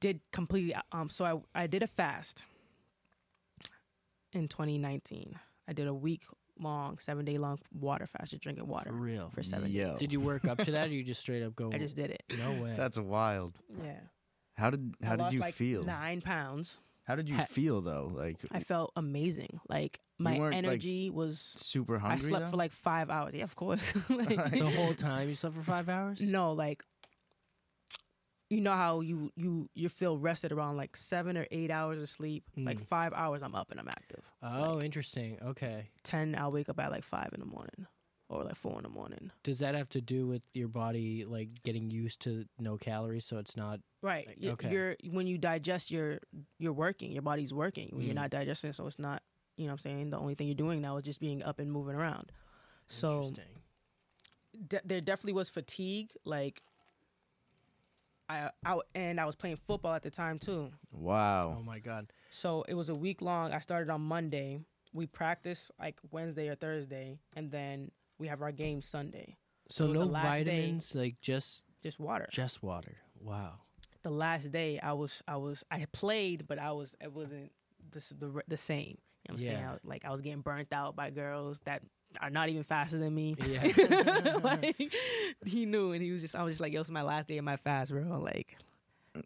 D: did completely um, so I I did a fast in 2019. I did a week long, seven day long water fast, just drinking
C: for
D: water
C: real.
D: for seven days.
B: Yo,
C: Did you work up to that, or you just straight up go?
D: I just did it.
C: no way.
B: that's wild.
D: Yeah.
B: How did
D: I
B: how did
D: lost,
B: you
D: like,
B: feel?
D: Nine pounds.
B: How did you
C: Ha-
B: feel though? Like
D: I felt amazing. Like
B: You
D: my
B: weren't, like,
D: energy was.
B: super
D: I
B: hungry.
D: slept
B: though?
D: for like five hours. Yeah, of course. like,
C: the whole time you slept for five hours.
D: no, like you know how you you you feel rested around like seven or eight hours of sleep. Like
C: Mm.
D: five hours, I'm up and I'm active.
C: Oh,
D: Like,
C: interesting. Okay.
D: ten, I'll wake up at like five in the morning or like four in the morning.
C: Does that have to do with your body like getting used to no calories, so it's not
D: Right.
C: Like,
D: you
C: okay.
D: You're when you digest, you're you're working. Your body's working. When
C: Mm.
D: you're not digesting, so it's not. You know what I'm saying? The only thing you're doing now is just being up and moving around. So
C: interesting?
D: de- there definitely was fatigue. Like I out and I was playing football at the time too.
B: Wow.
C: Oh my god.
D: So it was a week long. I started on Monday. We practice like Wednesday or Thursday, and then we have our game Sunday.
C: So
D: So the
C: no
D: last day-
C: vitamins, like just
D: Just water.
C: just water. Wow.
D: the last day I was I was I had played, but I was it wasn't just the the same. You know what I'm saying?
C: Yeah.
D: I, was- like I was getting burnt out by girls that are not even faster than me.
C: Yeah.
D: like he knew, and he was just I was just like, "Yo, it's my last day of my fast, bro." Like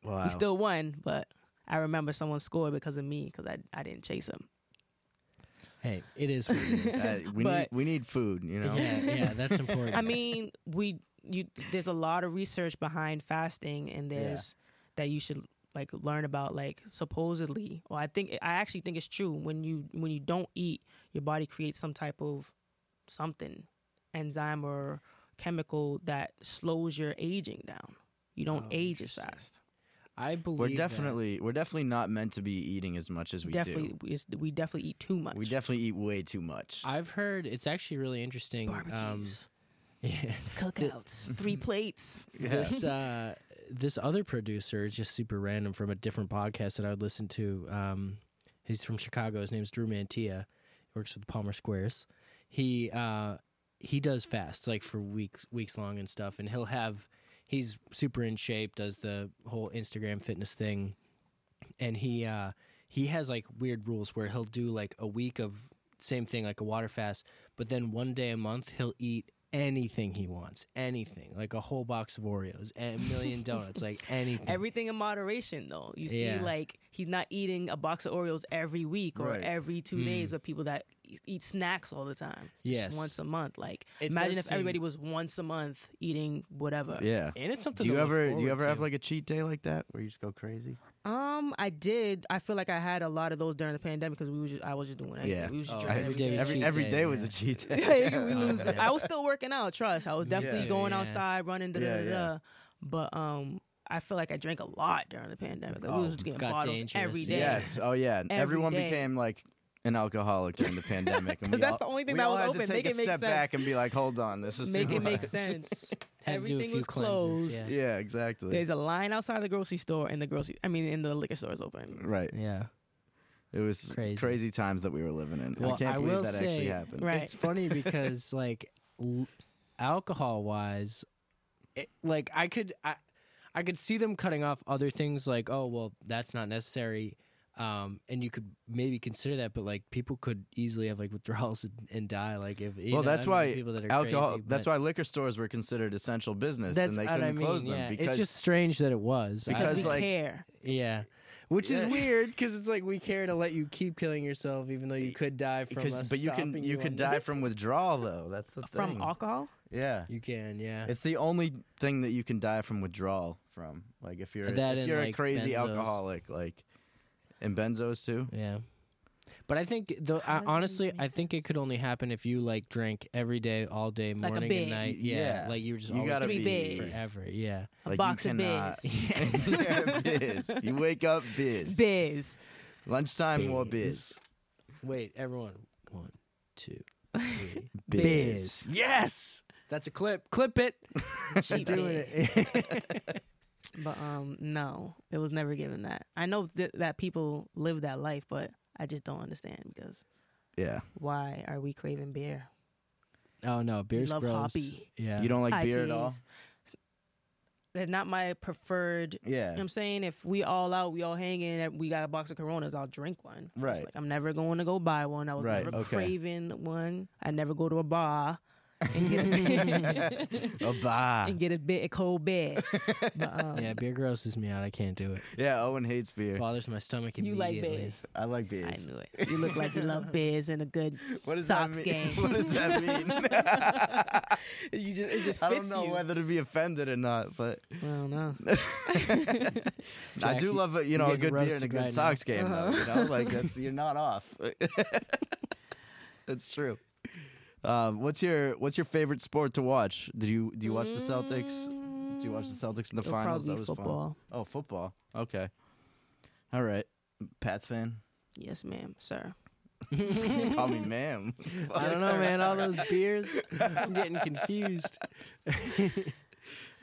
B: Wow.
D: we still won, but I remember someone scored because of me because I I didn't chase him.
C: Hey, it is. What it is.
B: That- we need
D: But-
B: we need food, you know.
C: Yeah, yeah, that's important.
D: I mean, we you there's a lot of research behind fasting, and there's that you should like learn about like supposedly. Well, I think I actually think it's true when you when you don't eat, your body creates some type of something, enzyme or chemical that slows your aging down. You don't
C: Oh,
D: age as
C: interesting.
D: fast.
C: I believe
B: We're
C: that.
B: definitely we're definitely not meant to be eating as much as we
D: definitely,
B: do.
D: We, just- we definitely eat too much.
B: We definitely eat way too much.
C: I've heard it's actually really interesting. Um,
D: barbecues,
C: yeah.
D: cookouts, three plates.
C: this uh, this other producer is just super random from a different podcast that I would listen to. Um, he's from Chicago. His name's Drew Mantia. He works with Palmer Squares. He uh, he does fasts like for weeks weeks long and stuff, and he'll have he's super in shape. Does the whole Instagram fitness thing, and he uh, he has like weird rules where he'll do like a week of same thing like a water fast, but then one day a month he'll eat anything he wants, anything like a whole box of Oreos, a million donuts, like anything.
D: everything in moderation though you see
C: Yeah.
D: like he's not eating a box of oreos every week or
B: Right.
D: every two
C: Mm.
D: days with people that e- eat snacks all the time just
C: Yes.
D: once a month like
C: It
D: imagine
C: does
D: if everybody was once a month eating whatever
B: yeah.
C: and it's something.
B: Do you
C: to look
B: ever do you
C: forward
B: ever have
C: to.
B: like a cheat day like that where you just go crazy?
D: um Um, I did. I feel like I had a lot of those during the pandemic because we was just, I was just doing it.
B: Yeah.
D: we was just
C: Oh, every day
D: drinking every day.
C: was
B: Every
C: cheat
B: every
C: day,
B: day was
C: yeah.
B: a cheat day.
D: Yeah, we was-
C: Yeah.
D: I was still working out. Trust, I was
B: Yeah.
D: definitely going
C: Yeah.
D: outside, running. Da,
B: Yeah,
D: da, da,
B: yeah.
D: da. But um, I feel like I drank a lot during the pandemic. Like,
B: Oh,
D: we was getting
C: got
D: bottles
C: dangerous,
D: every day.
B: Yes. Oh yeah.
D: Every
B: Everyone
D: day.
B: became like an alcoholic during the pandemic. and
D: 'Cause
B: we
D: that's
B: all-
D: the only thing
B: we
D: that
B: all
D: was
B: had
D: open.
B: To take
D: Make
B: a
D: it make
B: step
D: sense.
B: back and be like, hold on, this is
D: Make
B: too
D: it make
B: much.
D: sense.
C: Had to do a
D: Everything
C: few
D: was
C: cleanses,
D: closed.
C: yeah.
B: Yeah. Exactly.
D: There's a line outside the grocery store, and the grocery, I mean, and the liquor store is open.
B: right.
C: Yeah.
B: It was
C: Crazy.
B: crazy. times that we were living in.
C: Well,
B: I can't
C: I will
B: believe that
C: say-
B: actually happened.
D: Right.
C: It's funny because like l- alcohol wise, it, like I could I, I could see them cutting off other things like oh well that's not necessary, um, and you could maybe consider that, but like people could easily have like withdrawals and, and die like if you
B: Well,
C: know,
B: that's
C: I mean,
B: why
C: people that are
B: Alcohol.
C: crazy,
B: that's
C: but
B: why liquor stores were considered essential business,
C: that's
B: and they
C: what
B: couldn't
C: I mean,
B: close them
C: yeah.
B: because
C: it's just strange that it was I
B: Because,
D: we
C: don't-
B: like-
D: care.
C: yeah. Which
B: Yeah.
C: is weird because it's like we care to let you keep killing yourself, even though you could die from
B: because
C: us
B: but you can
C: stopping
B: you
C: on
B: could
C: the-
B: die from withdrawal though. That's the thing.
D: From alcohol?
B: yeah.
C: You can, yeah.
B: It's the only thing that you can die from withdrawal from. Like if you're
C: That
B: if
C: and,
B: you're a
C: like,
B: crazy
C: benzos.
B: alcoholic, like and benzos too.
C: Yeah. But I think the
D: How
C: I,
D: does that
C: honestly,
D: even
C: I
D: make
C: think it could only happen if you like drink every day, all day,
D: Like a
C: morning
D: big-
C: and night.
B: Y-
C: Yeah,
B: yeah.
C: like you were just
B: You
C: always
B: gotta
D: Three
B: be
D: days.
C: drinking forever. Yeah,
D: A
B: Like, you
D: box of
B: cannot-
D: biz.
B: Yeah, biz. You wake up biz.
D: Biz.
B: Lunchtime more biz.
C: Wait, everyone, one, two, three.
B: Biz.
C: Yes, that's a clip. Clip it. You're
D: Cheap
C: doing
D: biz.
C: it.
D: But um, no, it was never given that. I know th- that people live that life, but I just don't understand because
B: Yeah.
D: why are we craving beer?
C: oh no, beer's
D: Love
C: gross.
D: hoppy.
C: Yeah,
B: You don't like beer at all?
D: IPAs. They're not my preferred. You know what
B: Yeah.
D: I'm saying? If we all out, we all hanging, and we got a box of Coronas, I'll drink one. It's
B: Right.
D: like, I'm never going to go buy one. I was
B: Right,
D: never
B: okay.
D: craving one. I never go to a bar and get a,
B: A bah.
D: and get a bit a cold beer. But, um,
C: Yeah, beer grosses me out. I can't do it.
B: Yeah, Owen hates beer.
C: Bothers my stomach
D: You like
C: immediately.
D: beers.
B: I like
D: I
B: beers.
D: knew it. You look like you love beers and a good
B: What does
D: Sox
B: that mean?
D: game.
B: what does that mean?
D: you just it just
B: I don't know whether to be offended or not, but
D: Well, no.
B: I
C: Jack,
B: do
C: you-
B: love a, you
C: you're
B: know a
C: getting
B: good beer and a
C: roasted
B: good
C: right now.
B: Sox game though. You know, like that's you're not off. that's true. Um, what's your what's your favorite sport to watch? Did you do you watch the Celtics? Do you watch the Celtics in the
D: Mm, It'll
B: finals?
D: probably
B: That
D: be
B: was fun.
D: football.
B: Oh, football. Okay. All right. Pats fan.
D: Yes, ma'am, sir.
B: Just call me ma'am.
C: I don't know, man. All those beers, I'm getting confused.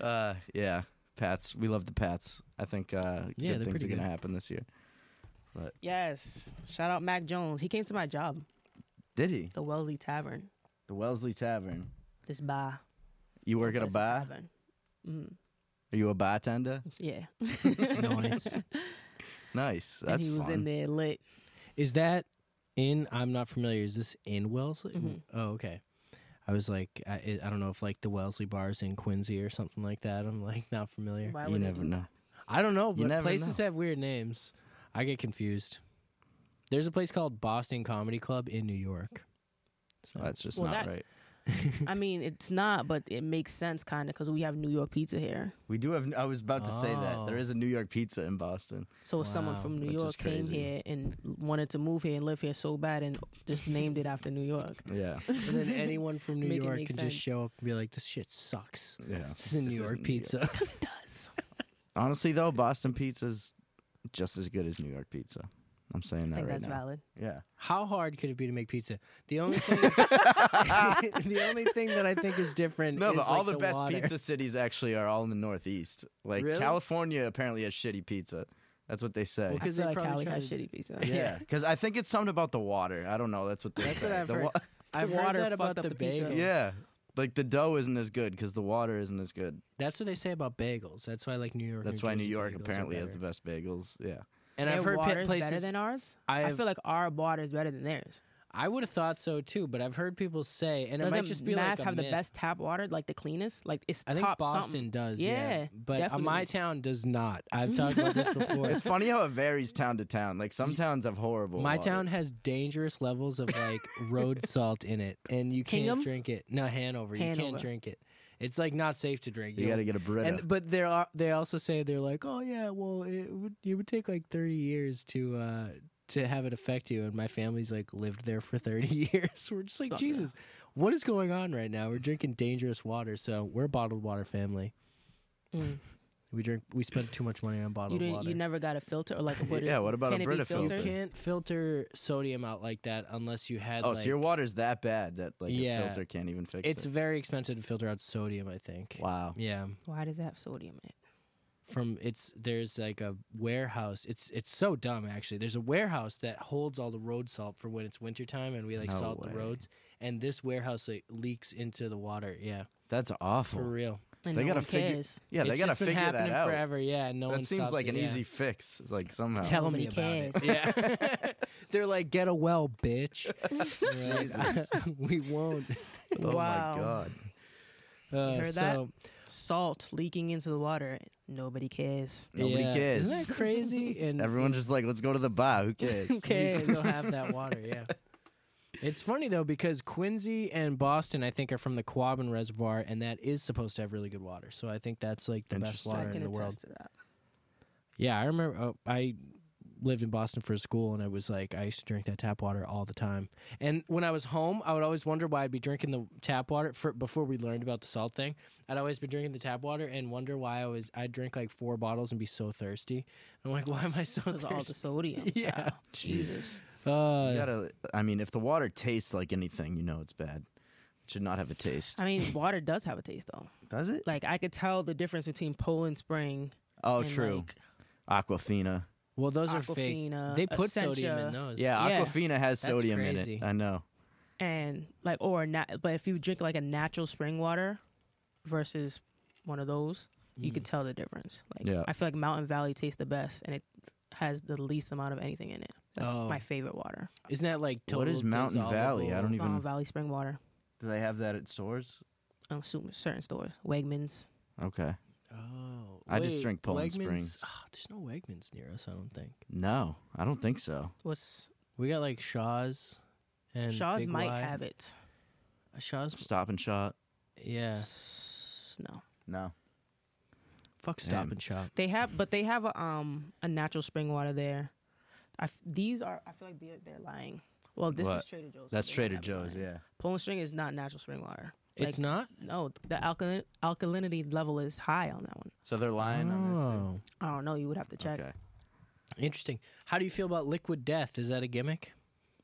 B: Uh, yeah. Pats. We love the Pats. I think uh,
C: Yeah,
B: good
C: they're
B: things
C: pretty
B: are gonna
C: good.
B: happen this year.
D: Yes. Shout out Mac Jones. He came to my job,
B: Did he?
D: the Wellesley Tavern.
B: The Wellesly Tavern.
D: This bar.
B: You work at a
D: Wellesley
B: bar?
D: Tavern. Mm,
B: Are you a bartender?
D: yeah.
C: Nice.
B: Nice. That's
D: and he was
B: fun.
D: in there lit.
C: Is that in? I'm not familiar. Is this in Wellesley?
D: Mhm.
C: Oh, okay. I was like, I, I- I don't know if like the Wellesley bars in Quincy or something like that. I'm like not familiar.
D: Why
B: you
D: would they
B: never
D: do
B: know.
C: I don't know,
B: You
C: but
B: never
C: places have weird names. I get confused. There's a place called Boston Comedy Club in New York. So
B: That's just
D: Well,
B: not
D: that-
B: right.
D: that? I mean, it's not, but it makes sense kind of because we have New York pizza here.
B: We do have. I was about to say that there
C: Oh.
B: is a New York pizza in Boston.
D: So if someone
C: Wow,
D: from New
B: which is
D: York came
B: crazy.
D: here and wanted to move here and live here so bad and just named it after New York.
B: Yeah,
C: and then anyone from New
D: Make it
C: York
D: make
C: can
D: sense.
C: just show up and be like, "This shit sucks."
B: yeah.
C: This is a New
B: This is
C: York
B: New York.
C: pizza.
D: It does.
B: Honestly, though, Boston pizza's just as good as New York pizza. I'm saying
D: I
B: that
D: think
B: right
D: that's
B: now.
D: valid.
B: Yeah,
C: How hard could it be to make pizza? The only thing, the only thing that I think is different.
B: no,
C: is
B: but all
C: like,
B: the, best
C: water.
B: pizza cities actually are all in the Northeast. Like
C: Really?
B: California apparently has shitty pizza. That's what they say.
C: Well,
D: Because
C: 'Cause
D: I
C: they
D: feel like
C: probably
D: Cali
C: try
D: has
C: to-
D: shitty pizza.
B: Yeah, because I think it's something about the water. I don't know. That's what they
C: That's
B: say.
C: what I've
B: The
C: heard.
B: wa-
C: I've heard
D: water
C: that
D: fucked
C: about
D: up
C: the
D: the pizza.
C: bagels.
B: yeah, like the dough isn't as good because the water isn't as good.
C: that's what they say about bagels. That's why like New York.
B: That's
C: New
B: why New
C: Jersey
B: York
C: bagels are
B: apparently has the
C: better.
B: best bagels. Yeah.
C: And
D: Their
C: I've heard
D: water
C: pe-
D: is better
C: places.
D: than ours. I
C: I've,
D: feel like our water is better than theirs.
C: I would have thought so too, but I've heard people say, and it
D: Doesn't
C: might just be
D: Mass
C: like a
D: have the
C: myth.
D: best tap water, like the cleanest? Like it's
C: I think
D: top
C: Boston
D: something.
C: does. Yeah,
D: Yeah,
C: but uh, my
D: definitely.
C: town does not. I've talked about this before.
B: It's funny how it varies town to town. Like some towns have horrible.
C: My
B: water.
C: town has dangerous levels of like road salt in it, and you can't
D: Hingham?
C: drink it. No, Hanover, you
D: Hanover.
C: can't drink it. It's like not safe to drink.
B: You
C: You'll-
B: got to get a Brita.
C: and but there are they also say they're like, oh yeah, well it would it would take like thirty years to uh to have it affect you. And my family's like lived there for thirty years. We're just like
D: not
C: Jesus, what is going on right now? We're drinking dangerous water, so we're a bottled water family.
D: Mm.
C: We drink we spend too much money on
D: You
C: bottled
D: didn't.
C: water.
D: You never got a filter or like. What
B: Yeah, what about
D: can
B: a
D: it be
B: Brita
D: filtered?
B: filter?
C: you can't filter sodium out like that unless you had.
B: oh,
C: like,
B: so your water's that bad that like
C: Yeah.
B: a filter can't even fix
C: It's
B: it.
C: very expensive to filter out sodium. I think.
B: Wow.
C: Yeah.
D: Why does it have sodium in it?
C: from it's there's like a warehouse. It's it's so dumb actually. There's a warehouse that holds all the road salt for when it's wintertime and we like
B: No
C: salt
B: way.
C: the roads. And this warehouse like leaks into the water. Yeah,
B: That's
C: for
B: awful.
C: real.
D: And
B: They
D: no
B: gotta
D: one
B: figure-
D: cares.
B: Yeah,
C: it's
B: they got to
C: just been
B: figure that
C: happening
B: out.
C: Forever. Yeah, and no one
B: that seems
C: stops
B: like
C: it,
B: an
C: yeah.
B: easy fix. It's like somehow.
C: Tell me
D: Nobody
C: about it. Yeah, they're like, get a well, bitch. We're like,
B: Jesus.
C: we won't.
B: oh
D: wow.
B: my god.
C: Uh,
D: heard that?
C: so
D: Salt leaking into the water. Nobody cares.
B: Nobody
C: yeah.
B: cares.
C: Isn't that crazy? And
B: Everyone's just like, let's go to the bar. Who cares?
D: Who
C: And you
D: cares?
C: still have that water, yeah. It's funny though because Quincy and Boston, I think, are from the Quabbin Reservoir, and that is supposed to have really good water. So I think that's like the best
B: Interesting.
C: water
D: I
C: in
D: can
C: the
D: attest
C: world.
D: to that.
C: Yeah, I remember. Oh, I lived in Boston for school, and it was like I used to drink that tap water all the time. And when I was home, I would always wonder why I'd be drinking the tap water. For, before we learned about the salt thing, I'd always be drinking the tap water and wonder why I was. I'd drink like four bottles and be so thirsty. I'm like, why am I so
D: Because of all the
C: thirsty?
D: sodium.
C: Yeah.
D: child.
B: Jesus.
C: Uh,
B: You gotta. I mean, if the water tastes like anything, you know it's bad. It should not have a taste.
D: I mean, water does have a taste though.
B: Does it?
D: Like I could tell the difference between Poland Spring.
B: Oh,
D: and,
B: true.
D: like,
B: Aquafina.
C: Well, those are fake.
D: Aquafina,
C: They put sodium
D: Essentia.
C: in those.
B: Yeah,
D: Yeah.
B: Aquafina has
C: That's
B: sodium
C: crazy.
B: in it. I know.
D: and like or not. But if you drink like a natural spring water versus one of those, you
C: Mm.
D: can tell the difference. Like
B: Yeah.
D: I feel like Mountain Valley tastes the best, and it has the least amount of anything in it. That's
C: Oh.
D: my favorite water.
C: Isn't that like total
B: What is Mountain Valley? I don't
C: dissolvable-
B: Even-
D: Mountain Valley spring water.
B: Do they have that at stores?
D: I'm assuming certain stores, Wegmans.
B: Okay.
C: Oh,
B: I just
C: wait,
B: drink Poland
C: Wegmans?
B: Springs.
C: Ah, there's no Wegmans near us. I don't think
B: No, I don't think so.
D: What's
C: we got like Shaw's and
D: Shaw's
C: Big
D: might
C: Y.
D: have it.
C: Uh, Shaw's.
B: Stop and shot.
C: Yeah,
D: S- No,
B: No.
C: fuck
B: Damn.
C: Stop and Shop.
D: they have, but they have a um a natural spring water there. I f- these are I feel like they're, they're lying. Well, this is
B: What?
D: Trader Joe's. so
B: That's
D: they might
B: Trader
D: have it
B: Joe's.
D: lying.
B: Yeah.
D: Poland string is not natural spring water.
C: it's not.
D: No, the alkali- alkalinity level is high on that one.
B: So they're lying on
C: Oh.
D: I don't know. You would have to
B: this too.
D: check.
B: Okay.
C: interesting. How do you feel about Liquid Death? Is that a gimmick?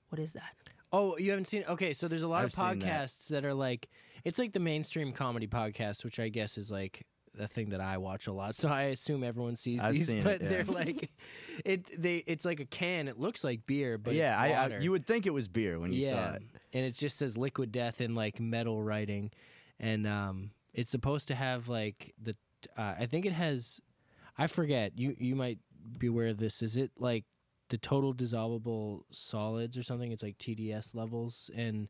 D: What is that?
C: Oh, you haven't seen? Okay, so there's a lot
B: I've
C: of
B: seen that.
C: podcasts that. are like, it's like the mainstream comedy podcast, which I guess is like the thing that I watch a lot. So I assume everyone sees
B: I've
C: these,
B: seen it,
C: but
B: yeah.
C: they're like, it they it's like a can. It looks like beer, but
B: But yeah,
C: it's
B: I, I,
C: water.
B: you would think it was beer when you
C: yeah,
B: saw it.
C: and it just says liquid death in like metal writing, and um, it's supposed to have like the uh, I think it has, I forget. You you might be aware of this. Is it like the total dissolvable solids or something? It's like TDS levels and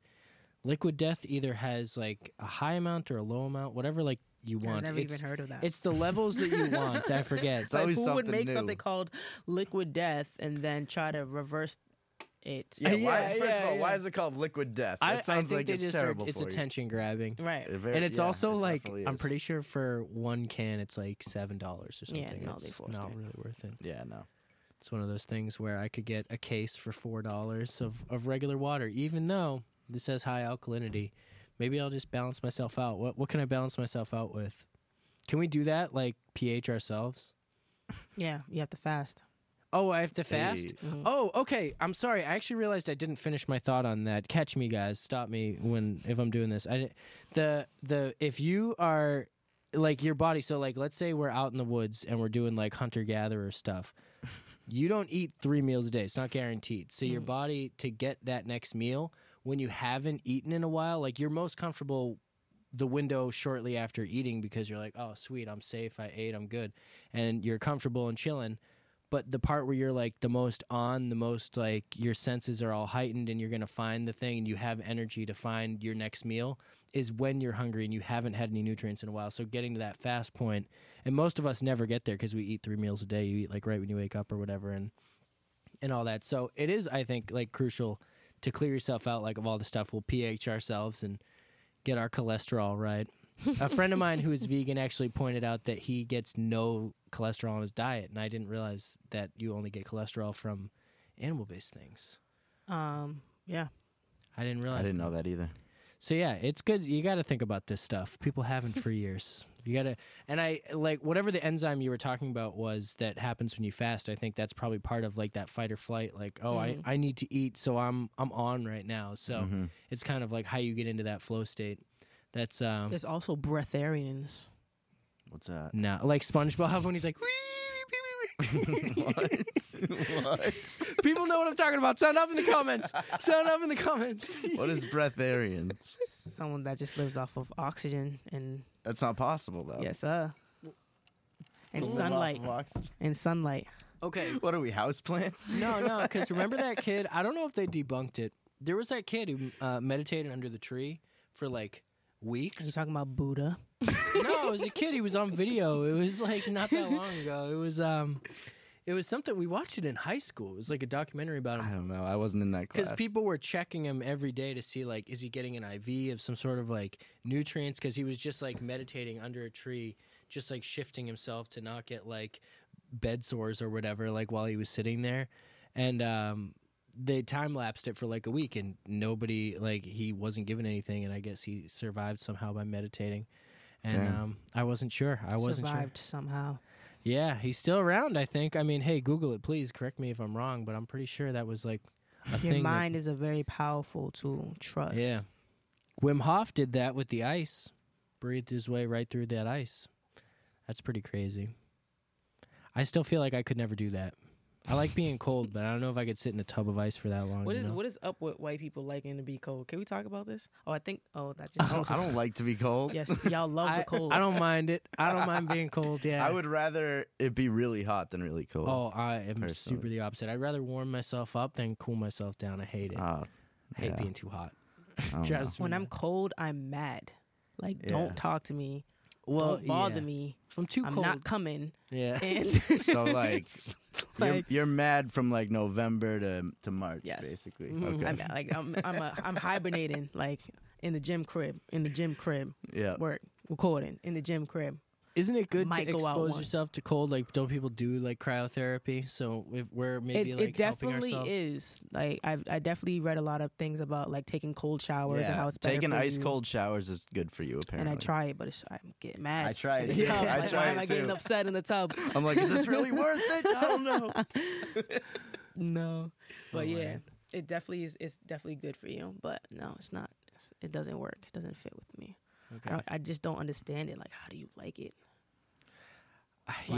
C: liquid death either has like a high amount or a low amount, whatever like you want.
D: I never
C: it's,
D: even heard of that.
C: it's the levels that you want. I forget.
B: It's
D: like
B: always
D: who would
B: something
D: make
B: new.
D: something called liquid death and then try to reverse it?
B: Yeah, why,
C: yeah,
B: first of
C: yeah,
B: all, why
C: yeah.
B: is it called liquid death?
C: I, I
B: That sounds
C: think
B: like
C: they
B: it's
C: just
B: terrible
C: are, it's
B: for you.
C: attention grabbing.
D: Right.
B: It very-
C: and it's
B: yeah,
C: also
B: it
C: like
B: definitely
C: I'm
B: is.
C: pretty sure for one can it's like seven dollars or
D: Yeah,
C: something.
D: no, they
C: it's
D: forced
C: not
D: it.
C: really worth it.
B: Yeah, no.
C: It's one of those things where I could get a case for four dollars of, of regular water, even though this has high alkalinity. Maybe I'll just balance myself out. What what can I balance myself out with? Can we do that? Like pH ourselves?
D: Yeah, you have to fast.
C: Oh, I have to fast?
B: Hey.
D: Mhm.
C: Oh, okay. I'm sorry. I actually realized I didn't finish my thought on that. Catch me, guys. Stop me when if I'm doing this. I di- the the if you are like your body. So like, let's say we're out in the woods and we're doing like hunter gatherer stuff. You don't eat three meals a day. It's not guaranteed. So your body to get that next meal when you haven't eaten in a while, like you're most comfortable the window shortly after eating because you're like, oh, sweet, I'm safe. I ate. I'm good. And you're comfortable and chilling. But the part where you're like the most on, the most like your senses are all heightened and you're going to find the thing and you have energy to find your next meal is when you're hungry and you haven't had any nutrients in a while. So getting to that fast point, and most of us never get there because we eat three meals a day. You eat like right when you wake up or whatever. And and all that. So it is, I think, like crucial to clear yourself out, like of all the stuff. We'll pH ourselves and get our cholesterol right. a friend of mine who is vegan actually pointed out that he gets no cholesterol in his diet, and I didn't realize that you only get cholesterol from animal-based things.
D: Um, yeah.
C: I didn't realize.
B: I didn't know that either.
C: So yeah, it's good. You got to think about this stuff. People haven't for years. You got to, and I like whatever the enzyme you were talking about was that happens when you fast. I think that's probably part of like that fight or flight. Like, oh,
B: Mm-hmm.
C: I, I need to eat, so I'm I'm on right now. So it's kind of like how you get into that flow state. That's um
D: There's also breatharians.
B: What's that?
C: no like SpongeBob when he's like.
B: what? what?
C: People know what I'm talking about. Sound up in the comments. Sound up in the comments.
B: What is breatharians?
D: Someone that just lives off of oxygen and
B: That's not possible though.
D: yes, uh, and
B: To live off
D: sunlight
B: of oxygen.
D: and sunlight.
C: Okay.
B: What are we houseplants?
C: No, no, because remember that kid? I don't know if they debunked it. There was that kid who uh, meditated under the tree for like
D: Are you
C: weeks.
D: talking about Buddha?
C: no, it was a kid. He was on video. It was like not that long ago. It was um, it was something we watched it in high school. It was like a documentary about
B: I
C: him
B: don't know. I wasn't in that class.
C: because people were checking him every day to see like is he getting an IV of some sort of like nutrients because he was just like meditating under a tree, just like shifting himself to not get like bed sores or whatever like while he was sitting there, and um, they time lapsed it for like a week and nobody like he wasn't given anything and I guess he survived somehow by meditating. And
B: Damn.
C: um, I wasn't sure. I wasn't sure.
D: Survived somehow.
C: Yeah, he's still around, I think. I mean, hey, Google it, please. Correct me if I'm wrong, but I'm pretty sure that was like a
D: Your
C: thing. that-
D: mind is a very powerful tool. Trust.
C: yeah. Wim Hof did that with the ice. Breathed his way right through that ice. That's pretty crazy. I still feel like I could never do that. I like being cold, but I don't know if I could sit in a tub of ice for that long.
D: What
C: you
D: is
C: know?
D: what is up with white people liking to be cold? Can we talk about this? Oh, I think. Oh, that
B: I don't,
D: just.
B: I don't like to be cold.
D: yes, y'all love
C: I,
D: the cold.
C: I don't mind it. I don't mind being cold. Yeah.
B: I would rather it be really hot than really cold.
C: Oh, I am super
B: personally.
C: the opposite. I'd rather warm myself up than cool myself down. I hate it.
B: Ah,
C: I hate
B: yeah.
C: being too hot.
B: I don't know.
C: Drives me
D: When I'm
C: nuts.
D: cold, I'm mad. Like,
B: Yeah.
D: don't talk to me.
C: well,
D: don't bother
C: yeah.
D: me.
C: If I'm too
D: I'm
C: cold,
D: not coming.
C: yeah.
D: And
B: So like,
D: like-
B: you're, you're mad from like November to to March,
D: Yes.
B: basically.
C: Mhm.
B: Okay.
D: I'm like I'm I'm a, I'm hibernating like in the gym crib in the gym crib
B: yeah.
D: work recording in the gym crib.
C: Isn't it good to
D: might go out
C: expose
D: once.
C: yourself to cold? Like, don't people do like cryotherapy? So if we're maybe
D: it,
C: like
D: it definitely
C: helping ourselves.
D: is. Like I've I definitely read a lot of things about like taking cold showers and how
B: yeah.
D: it's better
B: Taking
D: for
B: ice
D: you.
B: cold showers is good for you,
D: And
B: apparently.
D: I try it, but it's, I'm getting mad.
B: I try it. Too.
D: Yeah, I'm
B: I
D: like,
B: try
D: why
B: it
D: am I
B: too.
D: getting upset in the tub?
B: I'm like, is this really worth it? I don't know.
D: No, but
C: Oh,
D: yeah,
C: man.
D: it definitely is. It's definitely good for you, but no, it's not. It's, it doesn't work. It doesn't fit with me. I,
C: Okay.
D: don't, I just don't understand it. Like, how do you like it? Why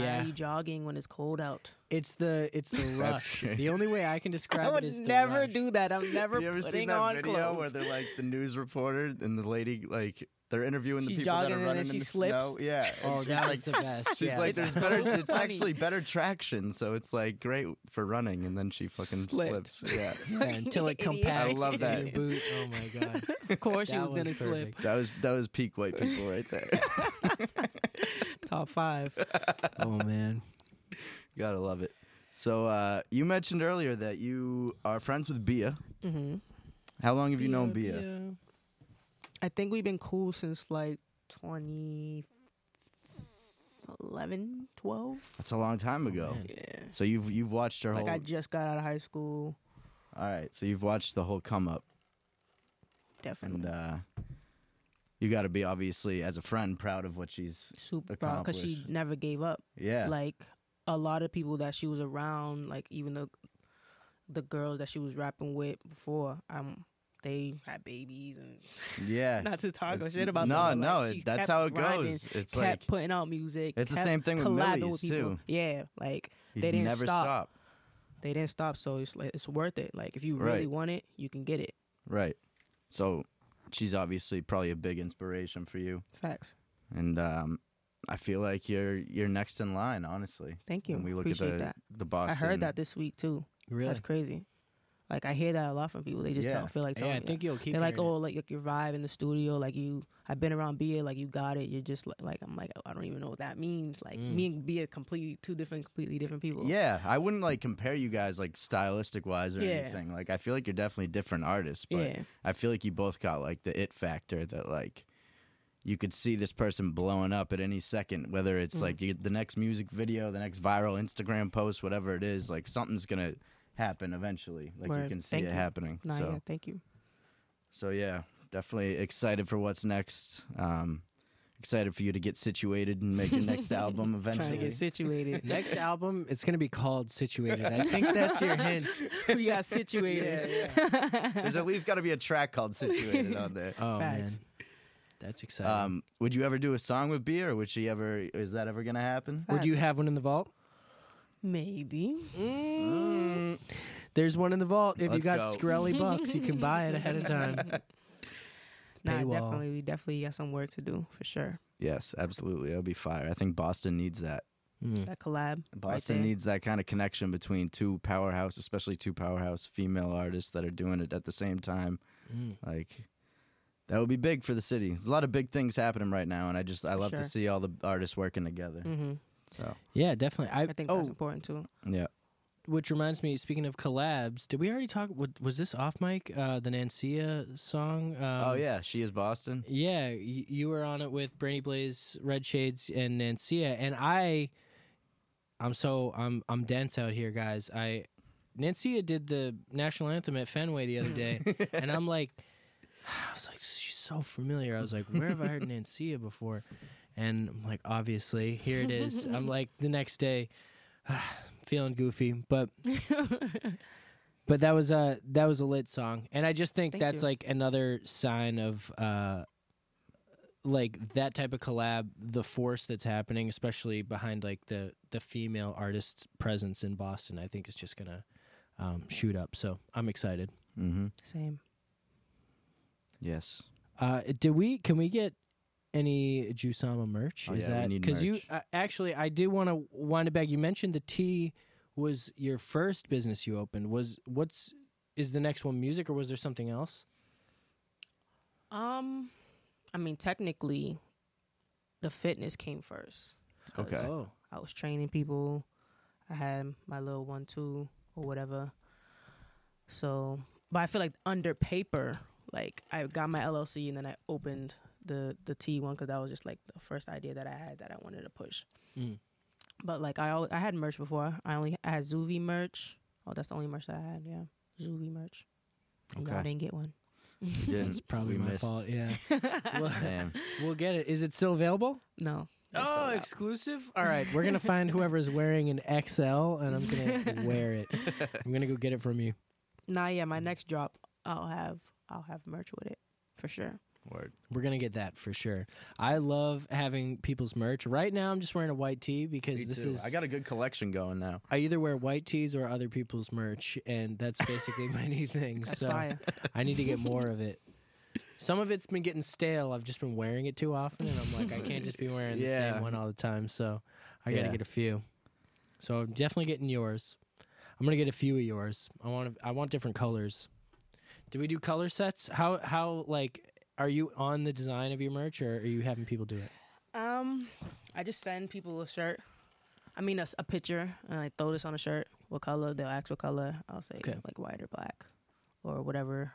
C: yeah,
D: are you jogging when it's cold out?
C: it's the it's the rush.
B: great.
C: The only way I can
D: I
C: describe it
D: would
C: is the
D: never
C: rush.
D: do that. I'm never
B: you ever seen
D: putting
B: that
D: on
B: video
D: clothes.
B: where they're like the news reporter and the lady like they're interviewing the
D: She
B: people that
D: jogging
B: are
D: and then
B: running in
D: she
B: the
D: slips.
B: snow? Yeah.
C: Oh,
B: And she's
C: that
B: like,
C: was the best.
B: She's
C: yeah.
B: like, there's better.
D: so
B: It's
D: funny.
B: actually better traction, so it's like great for running. And then she fucking
D: Slipped.
B: slips. Yeah,
C: yeah, until it
D: Idiot.
C: compacts.
B: I love
C: in
B: that.
C: Your boot. Oh my god.
D: of course, she
C: That
D: was, gonna
C: was
D: slip.
C: perfect.
B: that was that was peak white people right there.
D: Top five.
C: Oh man.
B: Gotta love it. So uh, you mentioned earlier that you are friends with Bia.
D: hmm
B: How long have you known Bia?
D: I think we've been cool since like 2011, 12.
B: That's a long time ago.
C: man.
D: Yeah.
B: So you've you've watched her
D: Like
B: whole.
D: I just got out of high school.
B: All right. So you've watched the whole come up,
D: Definitely.
B: and uh, you got to be obviously as a friend proud of what she's.
D: Super proud because she
B: accomplished.
D: never gave up.
B: Yeah.
D: Like a lot of people that she was around, like even the the girls that she was rapping with before, um, they had babies and
B: yeah.
D: not to talk or
B: It's-
D: shit about
B: no,
D: them, but,
B: no,
D: like,
B: it-
D: she
B: that's
D: kept
B: how it
D: grinding,
B: goes. It's
D: kept
B: like
D: putting out music.
B: it's the
D: kept
B: same thing with
D: collabing
B: Millie's,
D: with people.
B: too.
D: Yeah, like
B: you
D: they didn't
B: never
D: stop.
B: stop.
D: they didn't stop, so it's like it's worth it. Like if you really
B: Right.
D: want it, you can get it.
B: Right. So she's obviously probably a big inspiration for you.
D: Facts.
B: And um, I feel like you're you're next in line, honestly.
D: Thank you.
B: When we look
D: Appreciate
B: at the
D: that.
B: the Boston.
D: I heard that this week too.
C: Really?
D: That's crazy. Like I hear that a lot from people. They just
B: Yeah.
D: don't feel like telling
C: yeah, I
D: me that.
C: think you'll keep.
D: They're like,
C: hearing
D: oh,
C: it.
D: like, like your vibe in the studio, like you. I've been around Bia, like you got it. You're just like, like I'm like I don't even know what that means. Like
C: Mm.
D: me and Bia, completely two different, completely different people.
B: Yeah, I wouldn't like compare you guys like stylistic wise or
D: Yeah.
B: anything. Like I feel like you're definitely different artists, but
D: yeah,
B: I feel like you both got like the it factor that like you could see this person blowing up at any second, whether
D: Mm.
B: it's like you, the next music video, the next viral Instagram post, whatever it is, like something's gonna happen eventually. Like you
D: Word.
B: can see
D: Thank
B: it
D: you.
B: happening.
D: Nah,
B: so
D: yeah, thank you.
B: so yeah, definitely excited for what's next. Um, excited for you to get situated and make your next album
D: Trying to
B: eventually.
D: get situated.
C: Next album, it's gonna be called Situated. I think that's your hint.
D: we got situated.
B: There's at least got to be a track called "Situated" on there.
C: Oh
D: Facts.
C: man, that's exciting.
B: Um, would you ever do a song with Bea, or would she ever? Is that ever gonna happen?
C: Would you have one in the vault?
D: Maybe.
C: Mm. There's one in the vault. If
B: Mm. Let's
C: you
B: go.
C: got Skrelly bucks, you can buy it ahead of time.
D: Nah,
C: Paywall.
D: definitely. We definitely got some work to do for sure.
B: Yes, absolutely. That'll be fire. I think Boston needs that.
C: Mm.
D: That collab.
B: Boston
D: there.
B: needs that kind of connection between two powerhouse, especially two powerhouse female artists that are doing it at the same time.
C: Mm.
B: Like that would be big for the city. There's a lot of big things happening right now, and I just I
D: For
B: love to
D: sure.
B: see all the artists working together.
D: Mm-hmm.
B: So
C: Yeah, definitely. I,
D: I think
C: oh,
D: that's important too.
B: yeah,
C: which reminds me. Speaking of collabs, did we already talk? wa- Was this off mic? Uh, the Nancia song. Um,
B: oh yeah, she is Boston.
C: Yeah, you, you were on it with Brandy Blaze, Red Shades, and Nancia, and I. I'm so I'm I'm dense out here, guys. I Nancia did the national anthem at Fenway the other day, and I'm like, I was like, she's so familiar. I was like, where have I heard Nancia before? And I'm like, obviously, here it is. I'm like, the next day, feeling goofy, but but that was a that was a lit song, and I just think
D: Thank
C: that's
D: you.
C: like another sign of uh like that type of collab, the force that's happening, especially behind like the the female artist's presence in Boston. I think is just gonna um, shoot up. So I'm excited.
B: Mm-hmm.
D: Same.
B: Yes.
C: Uh, did we? Can we get any Jusama merch?
B: Oh,
C: Is
B: yeah, we
C: that
B: need
C: you
B: merch.
C: uh, actually? I do want to wind it back. You mentioned the tea was your first business you opened. Was what's is the next one music or was there something else?
D: Um, I mean, technically, the fitness came first. 'cause
B: Okay.
C: Oh,
D: I was training people. I had my little one two or whatever. So, but I feel like under paper, like I got my LLC and then I opened the the T one because that was just like the first idea that I had that I wanted to push.
C: Mm.
D: But like I always, I had merch before. I only I had Zuvi merch. Oh, that's the only merch that I had. Yeah, Zuvi merch. Okay.
B: Okay.
D: I didn't get one.
B: We didn't.
C: that's probably
B: We
C: my
B: missed.
C: fault. Yeah, we'll,
B: Damn.
C: we'll get it. Is it still available?
D: No. They sold
C: Oh,
D: out.
C: exclusive! All right, we're gonna find whoever is wearing an XL, and I'm gonna wear it. I'm gonna go get it from you.
D: Nah, yeah, my next drop, I'll have I'll have merch with it for sure.
B: Word.
C: We're gonna get that for sure. I love having people's merch. Right now, I'm just wearing a white tee because
B: Me
C: this
B: too.
C: is
B: I got a good collection going now.
C: I either wear white tees or other people's merch, and that's basically my new thing.
D: That's
C: so
D: fire.
C: I need to get more of it. Some of it's been getting stale. I've just been wearing it too often, and I'm like, I can't just be wearing the
B: Yeah.
C: same one all the time. So I got to
B: Yeah.
C: get a few. So I'm definitely getting yours. I'm gonna get a few of yours. I want I want different colors. Do we do color sets? How how like are you on the design of your merch, or are you having people do it?
D: Um, I just send people a shirt. I mean, a, s- a picture, and I throw this on a shirt. What color? They'll ask what color. I'll say
C: Okay.
D: like white or black, or whatever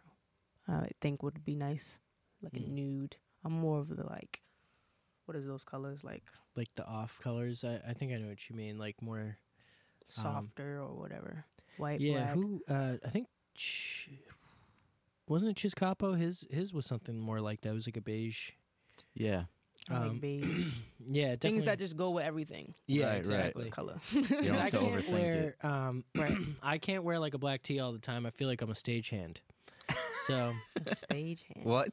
D: I think would be nice, like
C: Mm.
D: a nude. I'm more of the like, what is those colors like?
C: Like the off colors? I, I think I know what you mean. Like more Um,
D: Softer or whatever. White,
C: Yeah,
D: black.
C: who? Uh, I think Ch- wasn't it Chiscapo? His his was something more like that. It was like a beige.
B: Yeah.
D: I like
C: um,
D: beige.
C: Yeah, definitely.
D: Things that just go with everything.
C: yeah,
B: Right, right.
C: exactly.
D: With color.
B: You don't
C: Because I
B: have to
C: can't
B: overthink it.
C: wear, um, I can't wear like a black tee all the time. I feel like I'm a stagehand. So,
D: Stage hand.
B: What?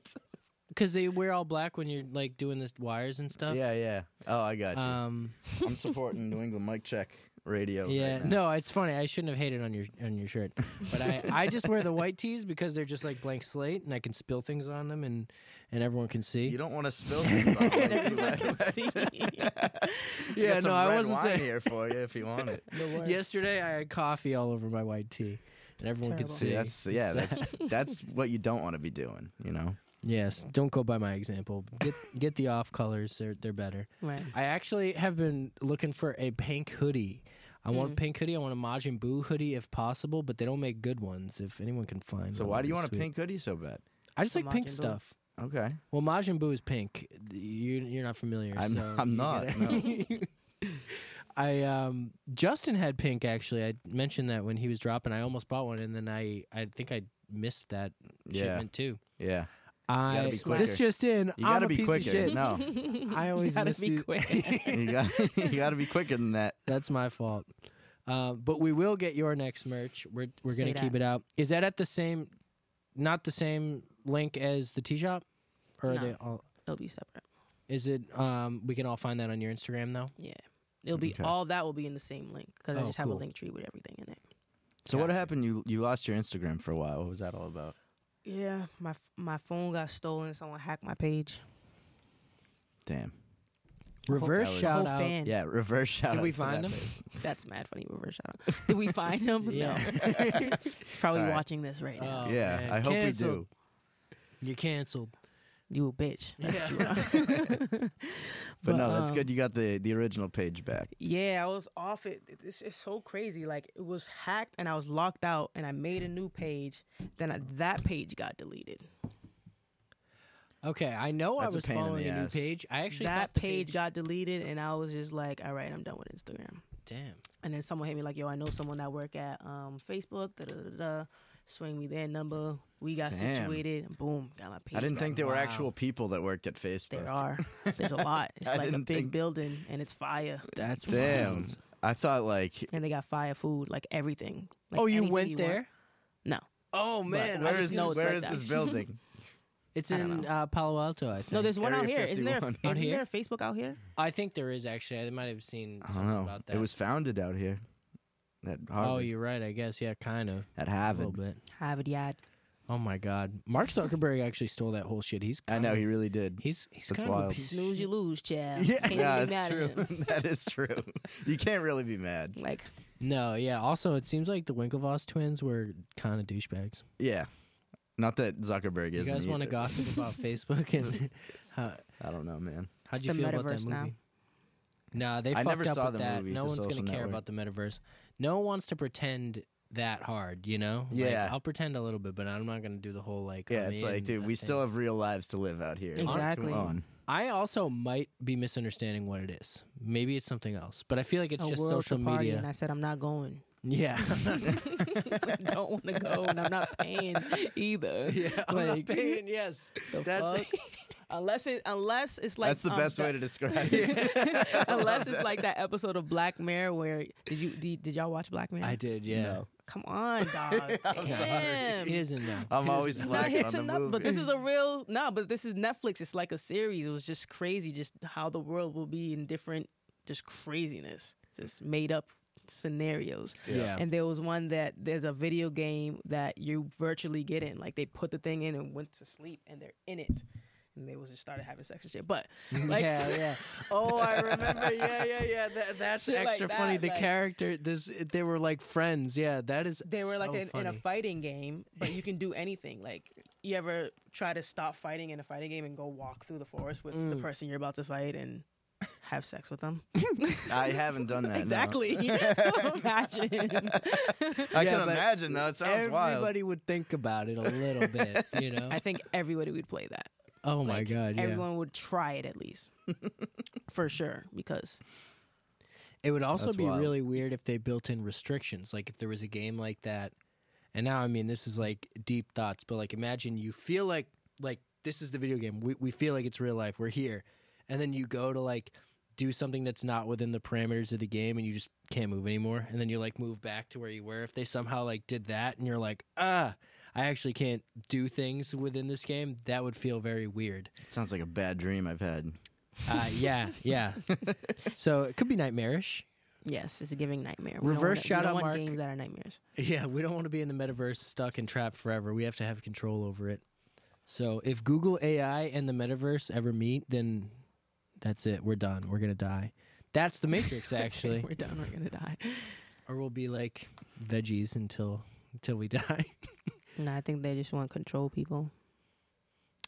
C: because they wear all black when you're like doing this wires and stuff.
B: Yeah, yeah. Oh, I got you.
C: Um.
B: I'm supporting New England Mic Check Radio. right
C: Yeah.
B: now.
C: no, it's funny. I shouldn't have hated on your on your shirt, but I, I just wear the white tees because they're just like blank slate, and I can spill things on them, and and everyone can see.
B: You don't want to spill things on
C: yeah. No, I wasn't saying.
B: here for you if you want it.
C: Yesterday, I had coffee all over my white tea, and everyone could
D: Terrible.
C: see.
B: See, that's yeah, that's that's what you don't want to be doing. You know.
C: yes. Don't go by my example. Get get the off colors; they're they're better.
D: Right.
C: I actually have been looking for a pink hoodie. I
B: Mm-hmm.
C: want a pink hoodie. I want a Majin Buu hoodie if possible, but they don't make good ones. If anyone can find.
B: So
C: one,
B: why
C: that'd
B: do you
C: be
B: want a
C: sweet.
B: pink hoodie so bad?
C: I just
D: A
C: like pink
D: Majin Buu?
C: stuff.
B: Okay.
C: Well, Majin Buu is pink. You, you're not familiar.
B: I'm-
C: so
B: I'm
C: you're
B: not,
C: gonna- I um, Justin had pink actually. I mentioned that when he was dropping. I almost bought one, and then I I think I missed that
B: Yeah.
C: shipment too.
B: Yeah. gotta
C: I
B: be quicker.
C: this just in.
B: You
C: I'm
B: gotta
C: a
B: be
C: piece
B: quicker.
C: Of shit.
B: No.
C: I always
D: gotta
C: miss
D: be
C: you.
D: quick.
B: You got you got to be quicker than that.
C: That's my fault. Uh, but we will get your next merch. We're we're
D: Say
C: gonna keep
D: that.
C: it out. Is that at the same, not the same link as the tea shop, or are
D: No.
C: they all?
D: It'll be separate.
C: Is it? Um, we can all find that on your Instagram though.
D: Yeah. It'll be
B: Okay.
D: all that will be in the same link because I
C: Oh,
D: just have a
C: cool.
D: link tree with everything in it.
B: So what
C: Gotcha.
B: happened? You you lost your Instagram for a while. What was that all about?
D: Yeah, my f- my phone got stolen. Someone hacked my page.
B: Damn.
C: Reverse
B: That was-
C: shout
D: Whole
C: out.
D: fan.
B: Yeah. Reverse shout.
C: Did
B: out
C: we
B: to
C: find
B: that
C: him?
B: face.
D: That's mad funny. Reverse shout out. Did we find him?
C: Yeah.
D: No. He's probably
B: All right.
D: watching this right now.
C: Oh,
B: yeah.
C: man.
B: I hope we
C: Canceled.
B: do.
C: You're canceled.
D: you a bitch.
C: Yeah.
B: But,
D: But,
B: no, that's
D: um,
B: good. You got the the original page back.
D: Yeah, I was off it. it- It's, it's so crazy. Like it was hacked and I was locked out and I made a new page. Then I, that page got deleted.
C: Okay, I know
B: That's a
C: I was
B: pain in
C: following
B: the
C: a new
B: ass.
C: page. I actually
D: that
C: thought the
D: page, got deleted and I was just like, all right, I'm done with Instagram.
C: damn.
D: And then someone hit me like, yo, I know someone that work at um, Facebook. Da, da, da, da, da. Swing me their number. We got
B: Damn.
D: situated. Boom, got my page.
B: I didn't
D: back.
B: think there were
C: Wow.
B: actual people that worked at Facebook.
D: There are. There's a lot. It's
B: I
D: like a
B: didn't
D: big
B: think-
D: building and it's fire.
C: That's
B: Damn.
C: wild.
B: I thought like
D: And they got fire food, like everything. Like,
C: oh, you
D: anything
C: went
D: want.
C: there?
D: No.
C: Oh man, I
D: where is
C: just
D: know
C: knew-
D: it's
B: where
D: like
B: is
D: that.
B: this building?
C: It's
D: I don't
C: in uh, Palo Alto. I think.
D: No, there's one out
B: Area
D: here. Isn't there,
B: 51.
D: isn't
C: Out
D: there a Facebook out here?
C: I think there is actually. I might have seen
B: I don't
C: something
B: know.
C: about that.
B: It was founded out here. At Harvard.
C: Oh, you're right. I guess yeah, kind of
B: at
C: a little
B: Harvard.
C: bit.
D: Harvard Yad.
C: Oh my God, Mark Zuckerberg actually stole that whole shit. He's
B: I know
C: kind
B: he
C: of-
B: really did.
C: he's he's
B: That's
C: kind of a
B: wild.
C: piece of
D: Snooze,
C: shit.
D: you lose, child.
B: Yeah,
D: Can't
B: yeah,
D: even
B: that's
D: be mad
B: true.
D: at
B: that is true. You can't really be mad.
D: him. Like,
C: No, yeah. Also, it seems like the Winklevoss twins were kind of douchebags.
B: Yeah. Not that Zuckerberg
C: You
B: isn't.
C: guys want to
B: either.
C: gossip about Facebook and how,
B: I don't know, man.
C: how'd
D: It's
C: you
D: the
C: feel about that
D: metaverse
C: movie?
D: now.
C: No, they
B: I
C: fucked
B: never
C: up
B: saw
C: with
B: the
C: that.
B: movie,
C: no
B: The
C: one's gonna
B: Social
C: care
B: Network.
C: about the metaverse. No one wants to pretend that hard, you know? Like,
B: Yeah.
C: I'll pretend a little bit, but I'm not gonna do the whole like.
B: Yeah,
C: I'm
B: it's like,
C: in
B: dude,
C: the
B: we still
C: thing.
B: have real lives to live out here. Come
D: Exactly.
B: on.
C: I also might be misunderstanding what it is. Maybe it's something else, but I feel like it's
D: a
C: just
D: world
C: social
D: to party,
C: media.
D: and I said I'm not going.
C: yeah.
D: I don't want to go, and I'm not paying either.
C: yeah. I'm not
D: Like,
C: paying, yes.
D: the
C: That's-
D: fuck? unless it unless it's like
B: That's the
D: um,
B: best
D: that-
B: way to describe it.
D: unless it's like that episode of Black Mirror where did you did, did y'all watch Black Mirror?
C: I did, yeah.
D: Come on, dog. Damn.
C: It isn't though.
B: I'm
C: It
B: always
C: isn't.
D: Not
B: slacking on
D: hits
B: the
D: enough,
B: movie.
D: but this is a real no. but this is Netflix. It's like a series. It was just crazy, just how the world will be in different, just craziness, just made up scenarios.
C: Yeah.
D: And there was one that there's a video game that you virtually get in. Like they put the thing in and went to sleep, and they're in it, and they was just started having sex and shit. But like,
C: yeah, yeah. Oh, I remember. Yeah, yeah, yeah. That, that's
D: Shit like
C: extra funny.
D: that,
C: the
D: like-
C: character, this, they were like friends. Yeah, that is.
D: they were like
C: so
D: in, in a
C: funny.
D: fighting game, but you can do anything. Like you ever try to stop fighting in a fighting game and go walk through the forest with the person you're about to fight and have sex with them?
B: I haven't done that. no.
D: exactly. Imagine.
B: I
C: Yeah,
B: can
C: but
B: imagine though. It sounds wild.
C: Everybody would think about it a little bit, you know.
D: I think everybody would play that.
C: oh my god, yeah.
D: Everyone would try it at least, for sure. Because
C: it would also
B: That's
C: be
B: wild.
C: really weird if they built in restrictions, like if there was a game like that. And now, I mean, this is like deep thoughts, but like imagine you feel like like this is the video game. We we feel like it's real life. We're here, and then you go to like do something that's not within the parameters of the game, and you just can't move anymore. And then you like move back to where you were. If they somehow like did that, and you're like, ah, I actually can't do things within this game. That would feel very weird.
B: It sounds like a bad dream I've had.
C: Uh, yeah, yeah. so it could be nightmarish.
D: yes, it's a giving nightmare. We don't
C: Reverse
D: wanna- we
C: shout
D: don't
C: out,
D: want
C: Mark.
D: Games that are nightmares.
C: Yeah, we don't want to be in the metaverse stuck and trapped forever. We have to have control over it. So if Google AI and the metaverse ever meet, then that's it. We're done. We're gonna die. That's the Matrix, actually.
D: we're done. We're gonna die.
C: or we'll be like veggies until until we die.
D: No, I think they just want to control people.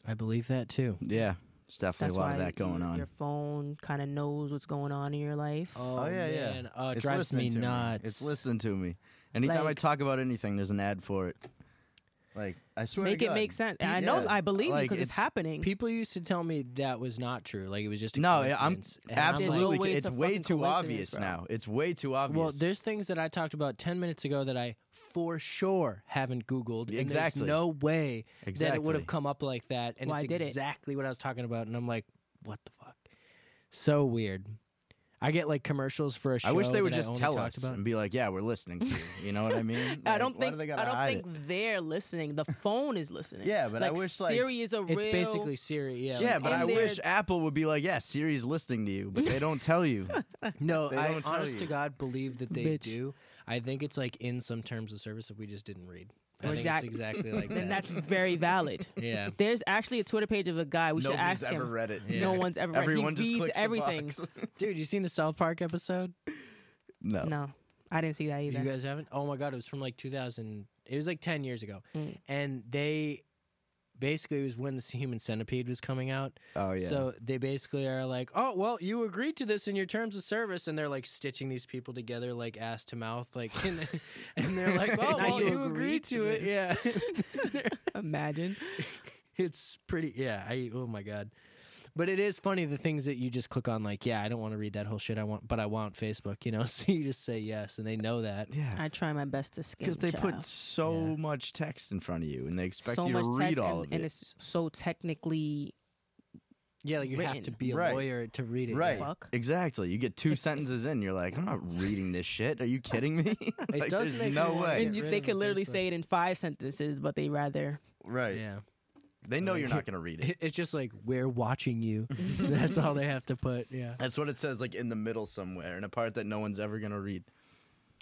C: I believe that too.
B: Yeah, there's definitely
D: That's
B: a lot of
D: why
B: that going
D: your,
B: on.
D: Your phone kind of knows what's going on in your life.
B: Oh, yeah, yeah.
C: man. Uh,
B: It's
C: drives
B: listening
C: me
B: to
C: nuts.
B: It's listening to me. Anytime I
D: Like-
B: talk about anything, there's an ad for it. Like I swear,
D: make
B: to
D: it
B: God,
D: make sense. And
B: pe-
D: I know,
B: yeah.
D: I believe you
B: Like,
D: because it's, happening.
C: People used to tell me that was not true. Like it was just a
B: No, yeah, I'm
C: coincidence. And I'm like-
B: absolutely.
D: way
B: it's
D: it's a
B: way
D: fucking
B: too
D: coincidence,
B: obvious
D: bro.
B: now. It's way too obvious.
C: Well, there's things that I talked about 10 minutes ago that I for sure haven't Googled. And
B: Exactly.
C: there's no way that it would
B: Exactly.
C: have come up like that. And
D: Why
C: it's
D: did it?
C: exactly what I was talking about. And I'm like, what the fuck? So weird. I get like commercials for a show.
B: I wish they would
C: that
B: just
C: only
B: tell
C: talked
B: us
C: About.
B: and be like, "Yeah, we're listening to you." You know what I mean?
D: I
B: Like,
D: don't
B: why
D: think
B: do they
D: I
B: gotta
D: don't
B: hide
D: think they're listening. The phone is listening.
B: Yeah, but I
D: like,
B: wish, like-
D: Siri is a
C: It's
D: real.
C: basically Siri. Yeah.
B: It. Yeah,
C: like,
B: but
D: in
B: I
D: there-
B: wish Apple would be like, "Yeah, Siri's listening to you," but they don't tell you.
C: No,
B: They
C: I
B: don't tell
C: honest to
B: you.
C: God believe that they
D: Bitch.
C: do. I think it's like in some terms of service that we just didn't read. I
D: Well,
C: think
D: exact-
C: it's exactly like
D: Then
C: that.
D: that's very valid.
C: yeah.
D: There's actually a Twitter page of a guy. We should
B: Nobody's
D: ask
B: ever
D: him.
B: read it.
C: Yeah.
D: No one's ever. read-
B: Everyone
D: he
B: just
D: reads
B: clicks the
D: everything.
B: box.
C: Dude, you seen the South Park episode?
B: No.
D: No, I didn't see that either.
C: You guys haven't? Oh my god, it was from like 2000. It was like 10 years ago,
D: Mm.
C: and they basically it was when the Human Centipede was coming out.
B: Oh yeah.
C: So they basically are like, oh well, you agreed to this in your terms of service, and they're like stitching these people together like ass to mouth, like, and, and they're like, oh
D: Now
C: well,
D: you
C: you,
D: agree
C: agreed
D: to
C: to it, yeah.
D: Imagine.
C: it's pretty, yeah. I oh my god. But it is funny the things that you just click on, like, yeah, I don't want to read that whole shit. I want, but I want Facebook, you know. So you just say yes, and they know that.
B: yeah.
D: I try my best to skim.
B: Because they put
D: child.
B: so
C: Yeah.
B: much text in front of you, and they expect
D: so
B: you
D: much
B: to read
D: text
B: all
D: and,
B: of it.
D: and it's so technically
C: Yeah, like you have to
D: written.
C: be a
B: Right.
C: lawyer to read it.
B: Right.
D: fuck.
B: Exactly. You get two sentences in, you're like, I'm not reading this shit. Are you kidding me? like,
C: does
B: there's
C: make me
B: no
C: wanna
B: way.
C: get
D: And you,
C: rid
D: they
C: of
D: could
C: the
D: literally
C: Facebook.
D: say it in five sentences, but they rather
B: Right.
C: Yeah.
B: They know
C: Like-
B: you're not going to read it.
C: It- It's just like we're watching you. That's all they have to put. Yeah.
B: That's what it says, like in the middle somewhere, in a part that no one's ever going to read.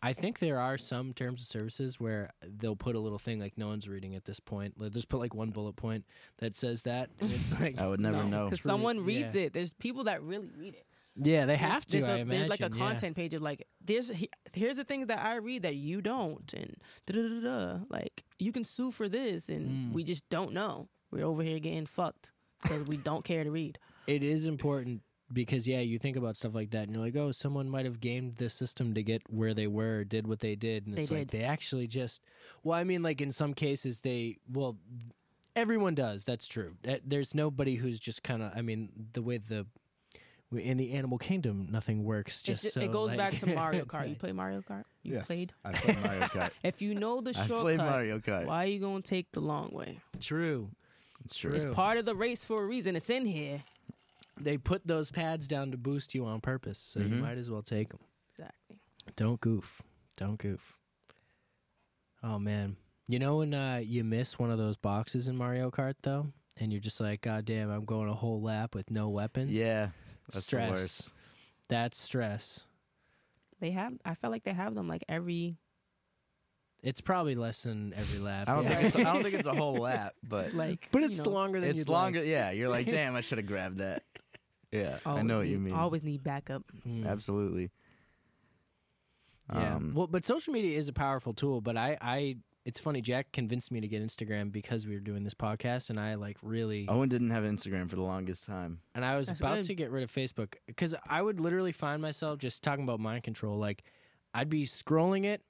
C: I think there are some terms of services where they'll put a little thing like no one's reading at this point. They'll just put like one bullet point that says that, and it's like
B: I would never know.
D: because
C: True,
D: someone reads
C: yeah.
D: it. There's people that really read it.
C: yeah, they
D: There's-
C: have to.
D: There's,
C: I
D: a-
C: imagine.
D: there's like a
C: yeah.
D: content page of like there's he- here's the things that I read that you don't, and da da da da. Like you can sue for this, and
C: Mm.
D: we just don't know. We're over here getting fucked because we don't care to read.
C: It is important because yeah, you think about stuff like that, and you're like, oh, someone might have gamed this system to get where they were, did what they did, and
D: They
C: it's like
D: did.
C: they actually just. Well, I mean, like in some cases, they well, everyone does. That's true. That- There's nobody who's just kind of. I mean, the way the in the animal kingdom, nothing works.
D: It's
C: Just,
D: ju-
C: so,
D: it goes
C: like-
D: back to Mario Kart. You
C: Nice.
D: play Mario Kart? You played.
B: I played Mario Kart.
D: If you know the
B: I played
D: shortcut,
B: Mario Kart.
D: why are you gonna take the long way?
C: True.
B: It's true.
C: True.
D: Part of the race for a reason. It's in here.
C: They put those pads down to boost you on purpose, so you
B: Mhm.
C: might as well take them.
D: Exactly.
C: Don't goof. Don't goof. Oh man. You know when uh, you miss one of those boxes in Mario Kart though, and you're just like, God damn, I'm going a whole lap with no weapons.
B: Yeah. That's
C: Stress.
B: the worst.
C: That's stress.
D: They have. I felt like they have them like every.
C: It's probably less than every lap.
B: I don't,
C: yeah.
B: think it's, I don't think it's a whole lap, but
D: It's like.
C: but
D: you
C: it's
D: know,
C: longer than
B: it's
C: you'd
B: longer. Yeah. You're like, damn, I should have grabbed that. Yeah. I
D: always
B: know what you
D: need-
B: mean.
D: Always need backup.
C: Like. Mm.
B: Absolutely.
C: Yeah.
B: Um,
C: well, but social media is a powerful tool. But I, I, it's funny. Jack convinced me to get Instagram because we were doing this podcast, and I like really,
B: Owen didn't have Instagram for the longest time.
C: and I was
D: That's
C: about
D: good.
C: to get rid of Facebook because I would literally find myself just talking about mind control. Like, I'd be scrolling it,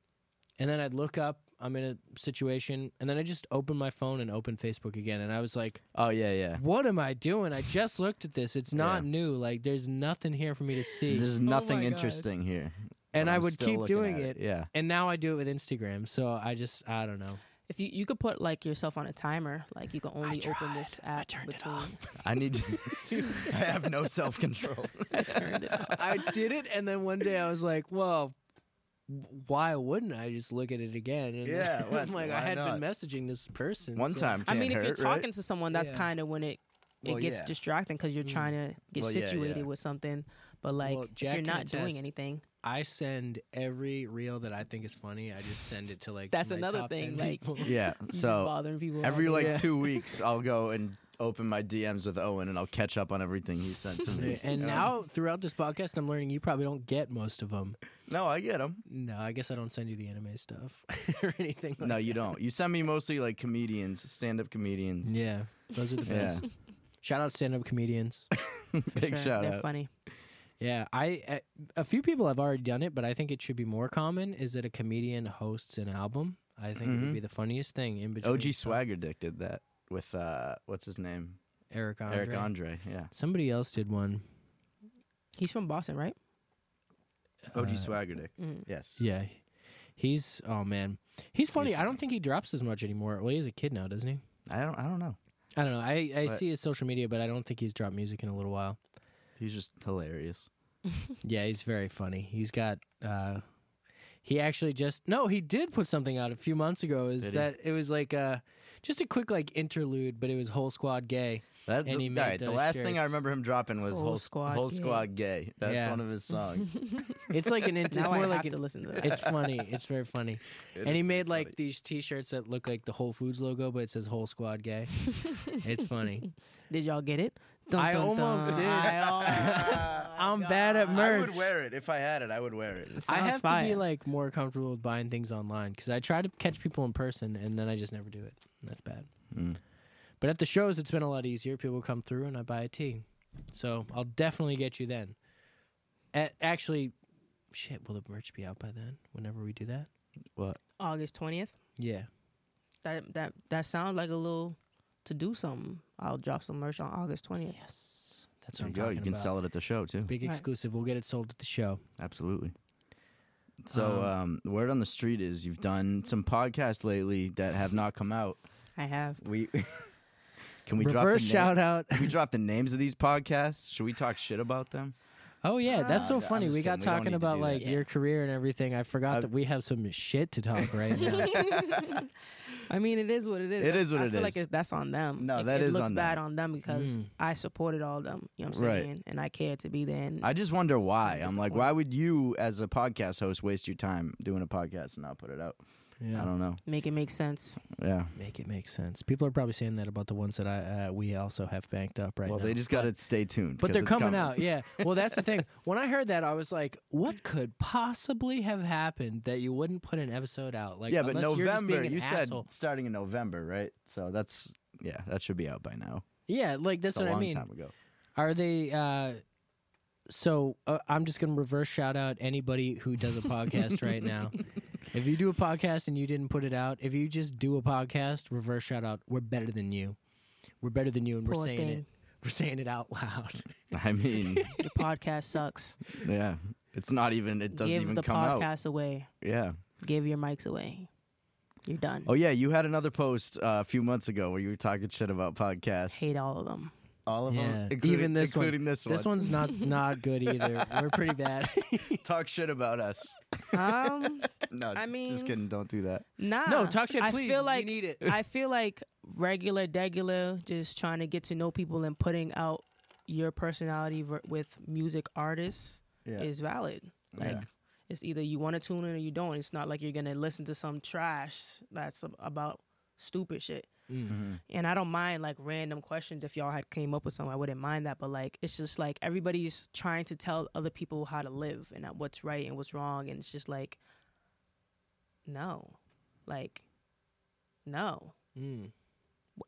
C: and then I'd look up. I'm in a situation, and then I just open my phone and open Facebook again, and I was like,
B: Oh yeah, yeah.
C: "What am I doing? I just looked at this. It's not new. Like, there's nothing here for me to see."
B: There's nothing
C: oh my God.
B: interesting here.
C: and
B: but
C: I
B: I'm
C: would
B: still
C: keep
B: looking
C: doing
B: at
C: it.
B: Yeah.
C: And now I do it with Instagram. So I just, I don't know.
D: If you you could put like yourself on a timer, like you can only open this
C: I
D: app
C: turned it
D: between.
C: off.
B: I need to I have no self control.
D: I turned it off.
C: I did it, and then one day I was like, well, why wouldn't I just look at it again? And
B: Yeah,
C: then
B: why-
C: I'm like,
B: why
C: I had
B: not?
C: been messaging this person
B: One
C: so-
B: time.
D: I
B: can't
D: mean, if you're
B: hurt, right?
D: talking to someone, that's
C: Yeah.
D: kind of when it it
B: Well,
D: gets
B: yeah.
D: distracting because you're
C: Mm.
D: trying to get
B: Well, yeah,
D: situated
B: yeah.
D: with something. But like,
C: Well,
D: if
C: Jack
D: you're
C: can
D: not doing
C: attest.
D: anything,
C: I send every reel that I think is funny. I just send it to like.
D: That's
C: my
D: another
C: top 10
D: thing, like-
C: people.
B: Yeah.
D: you're just
B: So
D: bothering people. all
B: every
D: day.
B: like
C: Yeah.
B: two weeks I'll go and open my DMs with Owen and I'll catch up on everything he sent to me.
C: and now throughout this podcast, I'm learning you probably don't get most of them.
B: No, I get them.
C: No, I guess I don't send you the anime stuff or anything. Like
B: No, you don't. You send me mostly like comedians, stand up comedians.
C: Yeah, those are the
B: Yeah.
C: best. Shout out stand up comedians.
D: For
B: Big
D: sure.
B: shout
D: They're
B: out.
D: funny.
C: Yeah, I a- a few people have already done it, but I think it should be more common. Is that a comedian hosts an album? I think it would
B: Mhm.
C: be the funniest thing in between.
B: OG Swagger Dick did that with uh, what's his name?
C: Eric Andre.
B: Eric Andre. Yeah.
C: Somebody else did one.
D: He's from Boston, right?
B: OG
C: Uh,
B: Swagger Dick.
D: Mm.
B: Yes.
C: Yeah. He's oh man. He's funny.
B: He's
C: I don't think he drops as much anymore. Well, he's a kid now, doesn't he?
B: I don't. I don't know.
C: I don't know. I, I
B: But-
C: see his social media, but I don't think he's dropped music in a little while.
B: He's just hilarious.
C: Yeah, he's very funny. He's got uh he actually just no, he did put something out a few months ago is
B: Did he?
C: that it was like uh just a quick like interlude, but it was whole squad gay.
B: That,
C: And
B: the,
C: he made
B: all right, the
C: those
B: last thing I
C: shirts.
B: remember him dropping was
D: Whole
B: whole squad,
D: Squad
B: whole
D: Gay.
B: squad gay. That's
C: Yeah.
B: one of his songs.
C: It's like an int- it's
D: now I
C: more
D: have
C: like
D: to
C: an,
D: listen to that.
C: it's funny. It's very funny.
B: It
C: and he
B: is
C: made like
B: funny.
C: these t-shirts that look like the Whole Foods logo, but it says whole squad gay. it's funny.
D: Did y'all get it?
C: I almost did.
D: I Oh
C: I'm bad at merch.
B: Ah, I would wear it if I had it. I would wear it.
D: Sounds
C: I have to be
D: fire.
C: like more comfortable with buying things online because I try to catch people in person and then I just never do it. And That's bad.
B: Mm.
C: But at the shows, it's been a lot easier. People come through and I buy a tee, so I'll definitely get you then. A actually, shit, will the merch be out by then? Whenever we do that,
D: August twentieth.
C: yeah,
D: That that that sounds like a little to do something. I'll drop some merch on August twentieth.
C: yes, that's
B: There you
C: what I'm
B: go.
C: talking
B: You can
C: about.
B: sell it at the show too.
C: Big
D: Right.
C: exclusive. We'll get it sold at the show.
B: Absolutely. So,
C: Um,
B: um, the word on the street is you've done some podcasts lately that have not come out.
D: I have.
B: We can we drop
C: Reverse
B: the na-
C: shout out.
B: Can we drop the names of these podcasts? Should we talk shit about them?
C: Oh yeah, that's
B: Uh,
C: so
B: I'm
C: funny.
B: just
C: We
B: kidding.
C: got
B: We don't need
C: talking
B: to
C: about
B: do that.
C: like
D: Yeah.
C: your career and everything. I forgot
B: I've-
C: that we have some shit to talk right now.
D: I mean, it is what it is.
B: It
D: That's-
B: is what
D: I
B: it
D: feel
B: is.
D: Like it, that's on them.
B: No,
D: it,
B: that
D: it
B: is
D: looks
B: on them.
D: bad on them because
C: Mm.
D: I supported all them. You know what I'm
B: Right.
D: saying? And I cared to be there. And
B: I just wonder
D: It's
B: why.
D: kinda
B: I'm like,
D: disappointing.
B: why would you, as a podcast host, waste your time doing a podcast and not put it out? I
C: yeah,
B: don't know.
D: make it make sense.
B: Yeah.
C: make it make sense. People are probably saying that about the ones that I uh, we also have banked up right
B: well,
C: now.
B: they just got to stay tuned.
C: But
B: 'cause
C: they're
B: it's
C: coming, out, yeah. Well, that's the thing. When I heard that, I was like, "What could possibly have happened that you wouldn't put an episode out?" Like,
B: yeah, but
C: unless you're just
B: November.
C: being an
B: You said
C: asshole.
B: starting in November, right? So that's yeah, that should be out by now.
C: yeah, like that's
B: It's a
C: what
B: long
C: I mean.
B: time ago.
C: Are they? uh So uh, I'm just gonna reverse shout out anybody who does a podcast right now. If you do a podcast and you didn't put it out, if you just do a podcast, reverse shout out. We're better than you. We're better than you, and we're
D: Poor
C: saying it.
D: thing.
C: We're saying it out loud.
B: I mean,
D: The podcast sucks.
B: yeah, it's not even. It doesn't
D: Give
B: even
D: the
B: come
D: podcast
B: out.
D: away.
B: Yeah.
D: Give your mics away. You're done.
B: Oh yeah, you had another post uh, a few months ago where you were talking shit about podcasts.
D: Hate all of them.
B: All of
C: Yeah.
B: them, including,
C: Even this one.
B: including this one.
C: This one's not not good either. We're pretty bad.
B: talk shit about us.
D: Um,
B: No,
D: I
B: just
D: mean-
B: kidding. Don't do that.
D: nah.
C: no, talk shit,
D: I
C: please.
D: feel like
C: we need it.
D: I feel like regular, degular, just trying to get to know people and putting out your personality ver- with music artists
B: Yeah.
D: is valid. Like
B: Yeah.
D: it's either you want to tune in or you don't. It's not like you're gonna listen to some trash that's ab- about stupid shit.
B: Mm-hmm.
D: And I don't mind like random questions if y'all had came up with some. I wouldn't mind that, but like it's just like everybody's trying to tell other people how to live and what's right and what's wrong, and it's just like, no, like, no.
C: Mm.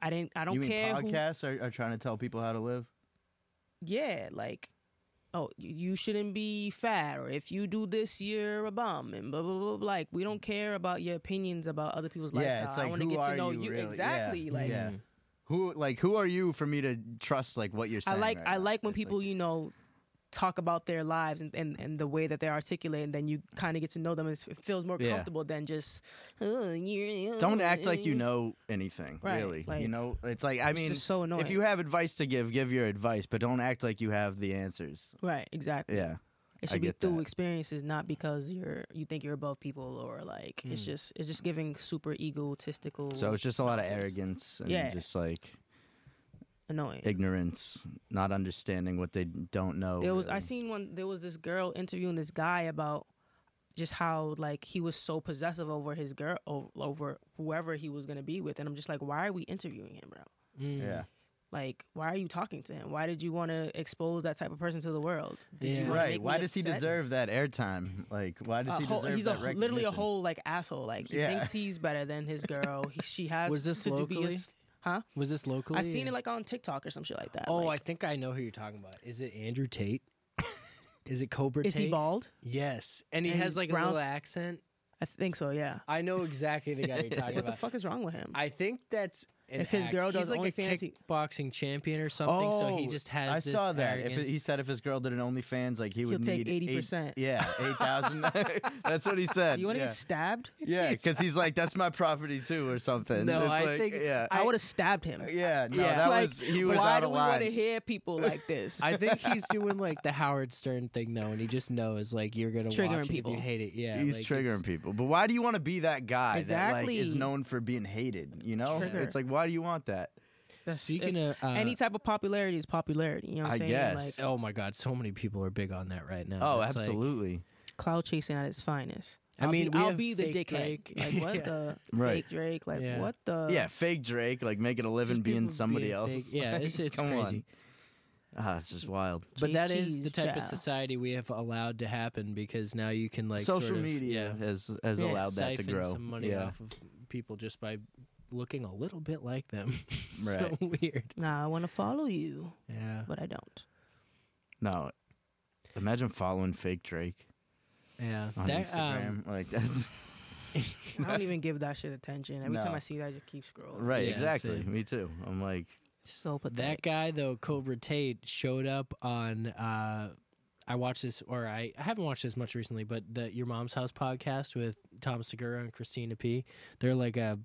D: I didn't. I don't
B: you mean
D: care. who-
B: podcasts are, are trying to tell people how to live?
D: yeah, like, oh, you you shouldn't be fat, or if you do this, you're a bum, and blah blah blah. blah. Like, we don't care about your opinions about other people's lifestyle. I want to get to know you
B: really?
D: exactly.
B: Yeah.
D: Like,
B: yeah. Mm-hmm. who like who are you for me to trust like what you're
D: I
B: saying?
D: like
B: right
D: I
B: now?
D: like when
B: It's
D: people you know talk about their lives and, and, and the way that they're articulating. Then you kind of get to know them. and it's- It feels more
B: Yeah.
D: comfortable than just "Uh, you're-
B: don't act like you
D: uh."
B: know anything.
D: Right,
B: really, you
D: like-
B: know, it's like I
D: It's
B: mean,
D: just so annoying.
B: if you have advice to give, give your advice, but don't act like you have the answers.
D: right exactly
B: Yeah,
D: it
B: I
D: should be
B: get
D: through
B: that.
D: experiences, not because you're you think you're above people or like it's
C: Mm.
D: just it's just giving super egotistical.
B: so it's just a lot of
D: nonsense.
B: arrogance and
D: Yeah.
B: just like
D: annoying.
B: ignorance, not understanding what they don't know.
D: there was I
B: really.
D: seen one. There was this girl interviewing this guy about just how like he was so possessive over his girl over, over whoever he was gonna be with, and I'm just like, why are we interviewing him, bro?
C: Mm.
B: Yeah,
D: Like, why are you talking to him? Why did you want to expose that type of person to the world? Did
C: Yeah.
D: you wanna
B: right.
D: make me
B: Why does he
D: upset?
B: deserve that airtime? Like, why does
D: A
B: he
D: whole-
B: deserve
D: he's
B: that
D: a, wh- literally a
B: recognition?
D: whole like asshole. Like he
B: Yeah.
D: thinks he's better than his girl. he, she has
C: Was this
D: to do- be a
C: locally?
D: s- huh?
C: Was this locally?
D: I seen it like on TikTok or some shit like that.
C: Oh,
D: like,
C: I think I know who you're talking about. Is it Andrew Tate? Is it Cobra
D: is
C: Tate?
D: he bald?
C: Yes, and he
D: And
C: has like a
D: brown-
C: little accent.
D: I think so. Yeah.
C: I know exactly the guy you're talking
D: What the
C: about.
D: fuck is wrong with him?
C: I think that's an
D: If his
C: act.
D: girl
C: He's
D: does
C: like a
D: OnlyFans, he-
C: kickboxing champion or something, so he
B: Oh,
C: just has.
B: I
C: this
B: saw that. If it,
C: arrogance.
B: he said if his girl did an OnlyFans, like he would
D: He'll
B: need
D: take 80%.
B: Eight, yeah, eight thousand. That's what he said.
D: Do you want to
B: yeah.
D: get stabbed?
B: Yeah, because he's like, that's my property too, or something.
C: No,
B: It's
C: I
B: like,
C: think-
B: yeah,
D: I, would have stabbed him.
B: yeah, no,
C: Yeah.
B: that
D: Like,
B: was he was
D: why
B: out
D: do
B: of
D: we want to
B: line.
D: hear people like this?
C: I think he's doing like the Howard Stern thing though, and he just knows like you're gonna
D: Triggering
C: watch it
D: people.
C: if you hate it. Yeah,
B: He's
C: like,
B: triggering
C: it's-
B: people, but why do you want to be that guy that like is
D: Exactly.
B: known for being hated? You know,
D: Trigger.
B: it's like why do you want that?
D: That's-
C: Speaking
D: if-
C: of uh,
D: any type of popularity is popularity. You know what I'm
B: I
D: saying?
B: guess.
D: Like
C: oh my god, so many people are big on that right now.
B: Oh,
C: It's like-
B: absolutely.
D: cloud chasing at its finest.
C: I
D: I'll
C: mean,
D: be,
C: we
D: I'll
C: have
D: be the
C: fake
D: dickhead.
C: Drake.
D: Like what
C: Yeah.
D: the
B: Right.
D: fake Drake? Like
C: Yeah.
D: what the
B: yeah, fake Drake, like making a living
C: Just
B: being
C: people
B: somebody
C: being
B: else.
C: fake. Yeah, it's-
B: Like,
C: it's
B: come
C: crazy.
B: On. Ah, it's just wild.
C: But
D: Cheese,
C: that is
D: cheese,
C: the type of
D: child.
C: society we have allowed to happen because now you can like
B: Social
C: sort of,
B: media
C: yeah,
B: has has
D: Yeah,
B: allowed that to
C: siphon
B: grow.
C: some money
B: yeah,
C: off of people just by looking a little bit like them. so
B: Right.
C: weird.
D: Nah, I want to follow you,
C: Yeah.
D: but I don't.
B: no. Imagine following fake Drake
C: Yeah.
B: on
C: That,
B: Instagram.
C: um,
B: like that's
D: I don't even give that shit attention. Every time
B: No.
D: I see that, I just keep scrolling.
B: right,
C: Yeah,
B: exactly.
C: same.
B: Me too. I'm like,
D: So
C: that
D: pathetic.
C: guy though, Cobra Tate, showed up on uh I watched this or I, I haven't watched this much recently, but the Your Mom's House podcast with Tom Segura and Christina P. They're like a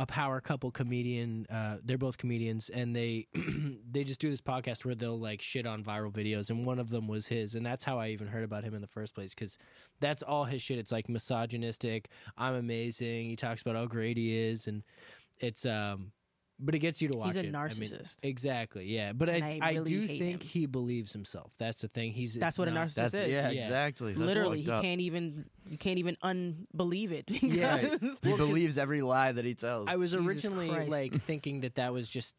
C: a power couple comedian uh, they're both comedians and they they just do this podcast where they'll like shit on viral videos and one of them was his and that's how i even heard about him in the first place because that's all his shit it's like misogynistic i'm amazing he talks about how great he is and it's um but it gets you to watch
D: He's a
C: it. I mean,
D: narcissist.
C: exactly yeah but
D: And
C: i,
D: I
C: I,
D: really
C: do
D: hate
C: think
D: him.
C: he believes himself that's the thing he's
D: That's
C: it's
D: what a
C: not-
D: narcissist
B: that's
D: is.
B: yeah,
C: Yeah.
B: exactly. That's
D: Literally,
B: fucked
D: he
B: up.
D: can't even. You can't even unbelieve it.
C: Yeah.
B: Right.
D: because-
B: He
C: Well, 'cause
B: believes every lie that he tells.
C: i was
D: Jesus
C: originally
D: Christ.
C: like thinking that that was just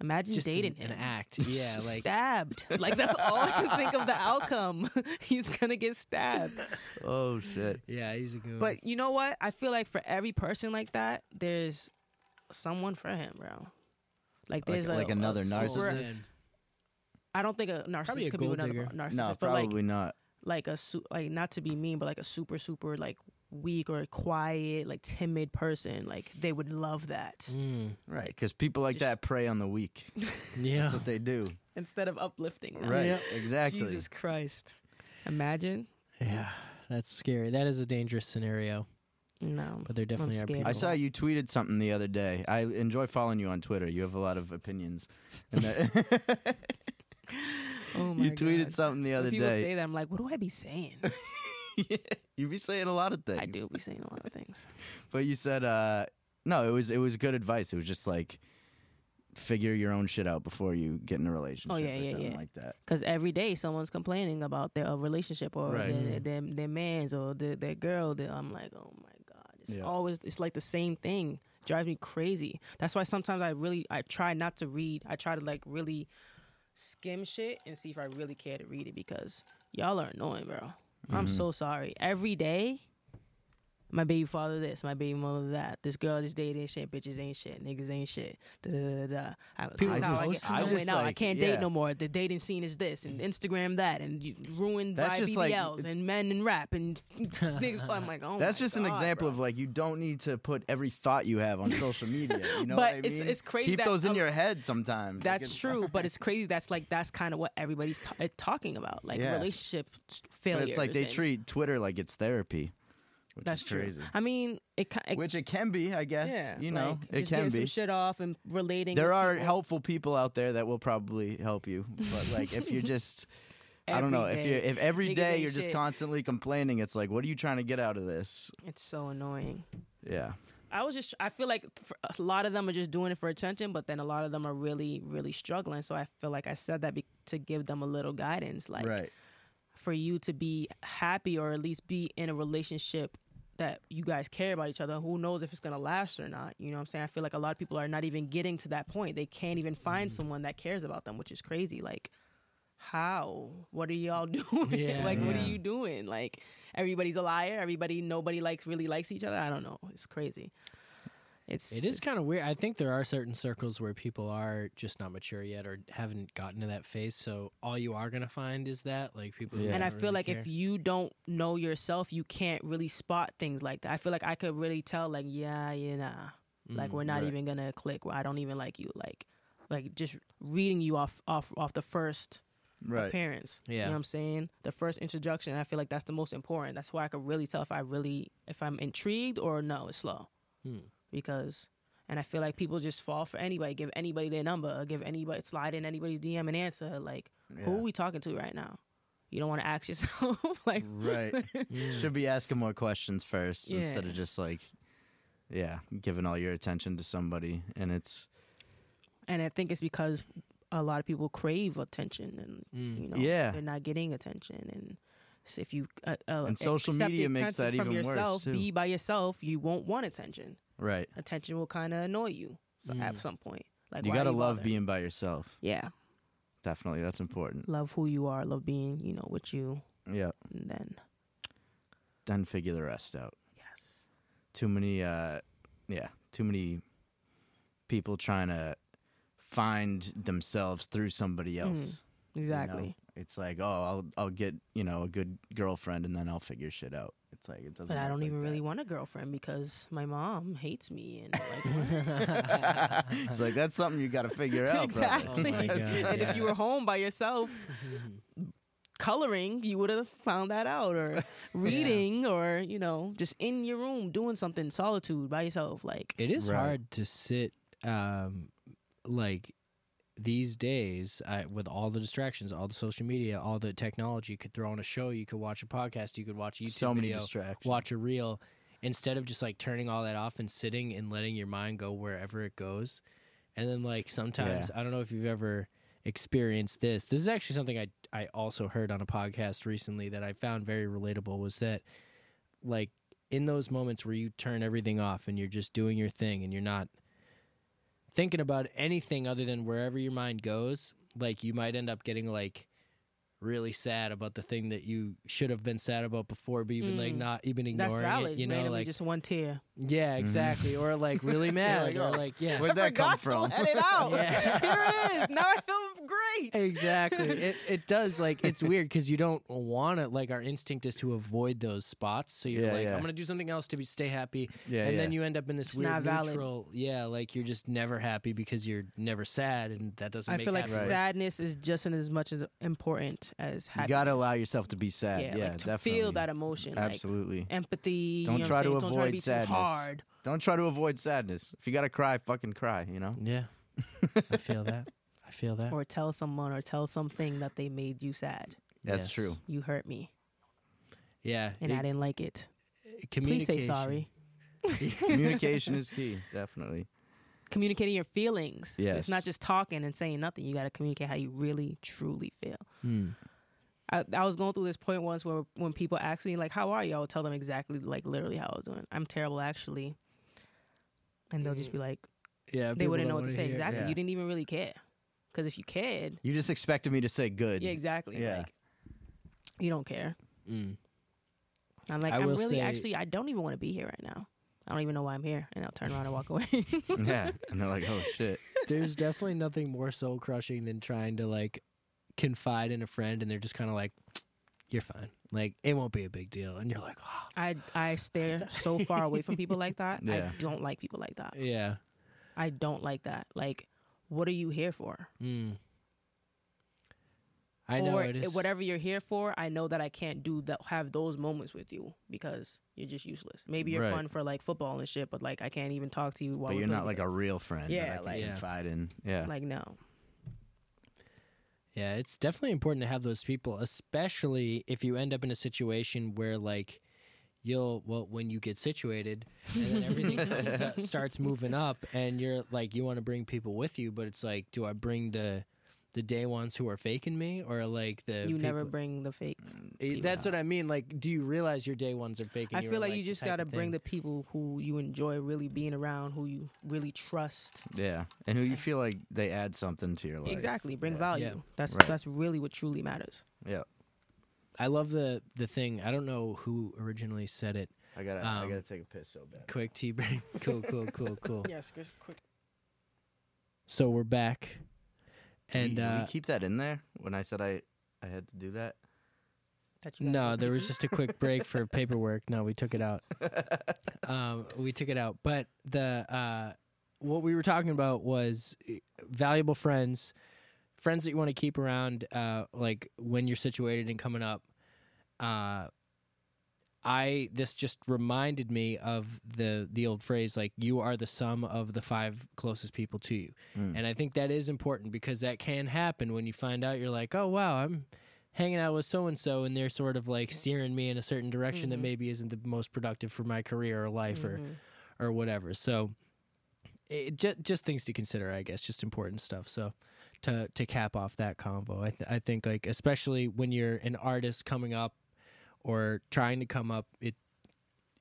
D: Imagine
C: just
D: dating
C: an,
D: him.
C: an act yeah like
D: stabbed. Like that's all I can think of the outcome. He's gonna get stabbed.
B: oh shit.
C: yeah he's a good
D: But you know what? I feel like for every person like that, there's someone for him, bro. Like
B: Like,
D: there's
B: like
D: a,
B: another
D: a
C: super-
B: narcissist.
D: I don't think a
C: Probably
D: narcissist
C: a
D: could be
C: gold
D: with another
C: digger.
D: narcissist,
B: No,
D: but
B: probably
D: like
B: not.
D: like a su- like not to be mean, but like a super super like weak or quiet, like timid person, like they would love that
C: Mm,
B: Right, because people like
D: Just-
B: that prey on the weak.
C: yeah
B: That's what they do.
D: instead of uplifting.
B: Mm.
D: them.
B: Right, exactly.
D: Jesus Christ. Imagine.
C: Yeah, that's scary. That is a dangerous scenario,
D: No.
C: but there definitely are
D: scared.
C: people.
B: I saw you tweeted something the other day. I enjoy following you on Twitter. You have a lot of opinions. And that-
D: Oh my
B: you tweeted
D: God.
B: something the
D: When
B: other
D: people
B: day.
D: say that, I'm like, what do I be saying?
B: you be saying a lot of things.
D: I do be saying a lot of things.
B: But you said, uh, no, it was it was good advice. It was just like figure your own shit out before you get in a relationship
D: Oh, yeah,
B: or
D: yeah,
B: something
D: yeah.
B: like that.
D: Because every day someone's complaining about their uh, relationship or
B: Right.
D: their, their, their man's or their, their girl. That I'm like, oh my god, it's
B: Yeah.
D: always it's like the same thing. Drives me crazy. That's why sometimes I really I try not to read. I try to like really skim shit and see if I really care to read it because y'all are annoying, bro. I'm so
B: Mm-hmm.
D: sorry. Every day. My baby father this, my baby mother that. This girl just dating shit, bitches ain't shit, niggas ain't shit. Da da da, da. da. I,
C: People
D: this is how I,
C: just-
D: get,
B: I
D: I,
B: just
D: went out. I
B: like-
D: can't
B: yeah.
D: date no more. The dating scene is this and Instagram that and you ruined
B: That's
D: by
B: just like-
D: BBLs and men and rap and niggas. I'm like, oh,
B: That's
D: my
B: just an
D: God,
B: example
D: bro.
B: of like you don't need to put every thought you have on social media. You know what
D: But
B: I
D: it's-
B: mean?
D: it's crazy
B: Keep
D: that
B: those in
D: a-
B: your head sometimes. Like,
D: That's
B: it's-
D: true, but it's crazy. That's like that's kind of what everybody's ta- talking about, like
B: Yeah.
D: relationship s-
B: But
D: failures.
B: it's like they
D: and-
B: treat Twitter like it's therapy, which
D: That's
B: is
D: true.
B: crazy.
D: I mean, it, ki- it
B: Which it can be, I guess.
D: yeah,
B: you know,
D: like,
B: it
D: just
B: can
D: getting
B: be.
D: some shit off and relating.
B: there
D: with
B: are
D: people
B: helpful people out there that will probably help you, but like if you're just, I don't know,
D: every
B: if you
D: day.
B: if every
D: Niggas
B: day
D: ain't
B: you're just
D: shit.
B: constantly complaining, it's like, what are you trying to get out of this?
D: it's so annoying.
B: Yeah,
D: I was just I feel like for, a lot of them are just doing it for attention, but then a lot of them are really really struggling. So I feel like I said that be, to give them a little guidance, like
B: right.
D: for you to be happy or at least be in a relationship that you guys care about each other. Who knows if it's gonna last or not? You know what I'm saying? I feel like a lot of people are not even getting to that point. They can't even find
C: Mm-hmm.
D: someone that cares about them, which is crazy. Like, how? What are y'all doing?
C: Yeah,
D: like, what
C: yeah.
D: are you doing? Like, everybody's a liar. Everybody, nobody likes really likes each other. I don't know. It's crazy. It's
C: It is kind of weird. I think there are certain circles where people are just not mature yet or haven't gotten to that phase. So all you are gonna find is that like people. who
B: Yeah.
D: And I
C: don't
D: feel
C: really
D: like
C: care.
D: if you don't know yourself, you can't really spot things like that. I feel like I could really tell, like, yeah, yeah, nah. Like
C: Mm.
D: we're not
B: Mm-hmm. right.
D: even gonna click. Well, I don't even like you. Like, like just reading you off off off the first
B: Right.
D: appearance. You
C: Yeah.
D: know what I'm saying? The first introduction. I feel like that's the most important. That's why I could really tell if I really if I'm intrigued or no, it's slow.
C: Hmm.
D: Because and I feel like people just fall for anybody, give anybody their number, give anybody slide in anybody's DM and answer. Like, who
B: Yeah.
D: are we talking to right now? You don't want to ask yourself like
B: Right.
C: Mm.
B: Should be asking more questions first instead of
D: Yeah.
B: just like, yeah, giving all your attention to somebody. And it's,
D: and I think it's because a lot of people crave attention and
C: Mm.
D: you know
B: Yeah.
D: they're not getting attention and so if you uh, uh,
B: And social
D: accept the
B: media makes
D: attention
B: that
D: from
B: even worse,
D: yourself,
B: too.
D: be by yourself you won't want attention
B: right.
D: attention will kind of annoy you so at
C: Mm.
D: some point like
B: you
D: why
B: got to
D: do
B: love
D: bother?
B: being by yourself.
D: yeah
B: Definitely. That's important.
D: love who you are love being you know with you
B: Yeah.
D: and then
B: Then figure the rest out.
D: yes
B: Too many, uh, yeah, too many people trying to find themselves through somebody else. you know?
D: Mm, exactly
B: It's like, oh, I'll I'll get you know a good girlfriend and then I'll figure shit out. It's like it doesn't.
D: but I
B: work
D: don't
B: like
D: even
B: that.
D: really want a girlfriend because my mom hates me and like
B: it's like that's something you got to figure out. brother.
D: exactly.
C: Oh my God,
D: and if you
C: yeah.
D: were home by yourself coloring, you would have found that out or reading or, you know, just in your room doing something solitude by yourself like
C: It is
B: Right.
C: hard to sit, um, like these days I, with all the distractions, all the social media, all the technology. You could throw on a show, you could watch a podcast, you could watch a YouTube
B: so many
C: video,
B: distractions.
C: watch a reel. Instead of just like turning all that off and sitting and letting your mind go wherever it goes, and then like sometimes I don't know if you've ever experienced this. This is actually something I I also heard on a podcast recently that I found very relatable was that like in those moments where you turn everything off and you're just doing your thing and you're not thinking about anything other than wherever your mind goes, like you might end up getting like really sad about the thing that you should have been sad about before, but even like
D: Mm.
C: not even ignoring
D: that's valid.
C: it. You know,
D: Randomly
C: like
D: just one tear.
B: Mm-hmm.
C: yeah, exactly, or like really mad,
B: like,
C: or
B: oh.
C: like yeah,
B: Where'd that come
D: Forgot
B: from?
D: To let it out.
C: Yeah.
D: Here it is. Now I feel great.
C: exactly. It it does like it's weird because you don't want to like our instinct is to avoid those spots. So you're
B: Yeah,
C: like,
B: yeah.
C: I'm gonna do something else to be stay happy,
B: Yeah,
C: and
B: yeah.
C: then you end up in this
D: It's
C: weird
D: not valid.
C: neutral. Yeah, like you're just never happy because you're never sad, and that doesn't.
D: I
C: make
D: feel like
C: happy work.
D: sadness is just as much as important as happiness.
B: You got to allow yourself to be sad. Yeah,
D: like, to
B: definitely.
D: feel that emotion. like,
B: Absolutely.
D: empathy.
B: Don't
D: you know
B: try
D: what
B: to
D: I'm saying? Don't try
B: avoid
D: to be
B: sadness.
D: too hard.
B: Don't try to avoid sadness. If you got to cry, fucking cry. You know.
C: Yeah, I feel that. I feel that.
D: or tell someone or tell something that they made you sad.
B: That's
C: Yes.
B: true.
D: You hurt me,
C: Yeah,
D: and I didn't like it. Please say
C: communication.
D: sorry.
B: Communication is key. Definitely.
D: Communicating your feelings. So
B: Yes.
D: it's not just talking and saying nothing. You got to communicate how you really, truly feel.
C: Hmm.
D: I, I was going through this point once where when people ask me like, "How are you?" I would tell them exactly like literally how I was doing. I'm terrible, actually. And they'll just be like,
C: Yeah,
D: they
C: people don't
D: wouldn't know what to
C: wanna
D: say.
C: hear-
D: Exactly.
B: yeah.
D: You didn't even really care, because if you cared,
B: You just expected me to say good.
D: yeah, exactly.
B: Yeah.
D: Like, you don't care.
C: Mm.
D: I'm like,
C: I
D: I'm
C: will
D: really
C: say-
D: actually, I don't even want to be here right now. I don't even know why I'm here. And I'll turn around and walk away.
B: yeah. And they're like, oh shit.
C: There's definitely nothing more soul crushing than trying to like confide in a friend and they're just kind of like, "You're fine. Like it won't be a big deal," and you're like, "Oh,
D: I, I stare so far away from people like that.
B: Yeah.
D: I don't like people like that.
C: yeah."
D: I don't like that. Like, what are you here for?
C: Mm. I know
D: or
C: it is.
D: whatever you're here for, I know that I can't do that, have those moments with you because you're just useless. Maybe you're
B: Right.
D: fun for like football and shit, but like I can't even talk to you while
B: But
D: we're
B: you're not like
D: playing
B: a real friend that I
D: Yeah,
B: can
D: like-
C: Yeah.
B: confide in. Yeah.
D: because- like no.
C: Yeah, it's definitely important to have those people, especially if you end up in a situation where like you'll well when you get situated and then everything comes up- starts moving up and you're like you want to bring people with you, but it's like do I bring the the day ones who are faking me or like the
D: You never
C: people-
D: bring the fake.
C: Eh, that's what I mean. Like, do you realize your day ones are faking?
D: I
C: you
D: feel
C: or,
D: like, you
C: the
D: just
C: type
D: got to
C: of
D: bring
C: thing?
D: the people who you enjoy really being around, who you really trust.
B: Yeah. And who you feel like they add something to your life.
D: exactly bring value
C: Yeah.
D: that's
B: Right.
D: that's really what truly matters
B: Yeah.
C: I love the the thing. I don't know who originally said it.
B: I gotta, I
C: Um,
B: gotta take a piss so bad.
C: Quick tea break. Cool, cool, cool, cool.
D: Yes, good, quick.
C: So we're back,
B: Did we-
C: and
B: did
C: uh,
B: we keep that in there when I said I, I had to do that.
D: That you
C: No,
D: got
C: there was just a quick break for paperwork. No, we took it out. um, we took it out. But the uh, what we were talking about was eh, valuable friends, friends that you want to keep around, uh, like when you're situated and coming up. Uh, I this just reminded me of the the old phrase like you are the sum of the five closest people to you.
B: Mm.
C: And I think that is important because that can happen when you find out you're like, "Oh wow, I'm hanging out with so and so and they're sort of like steering me in a certain direction
D: Mhm.
C: that maybe isn't the most productive for my career or life or or whatever." So it, just just things to consider, I guess, just important stuff. So to to cap off that convo, I th- I think like especially when you're an artist coming up or trying to come up, it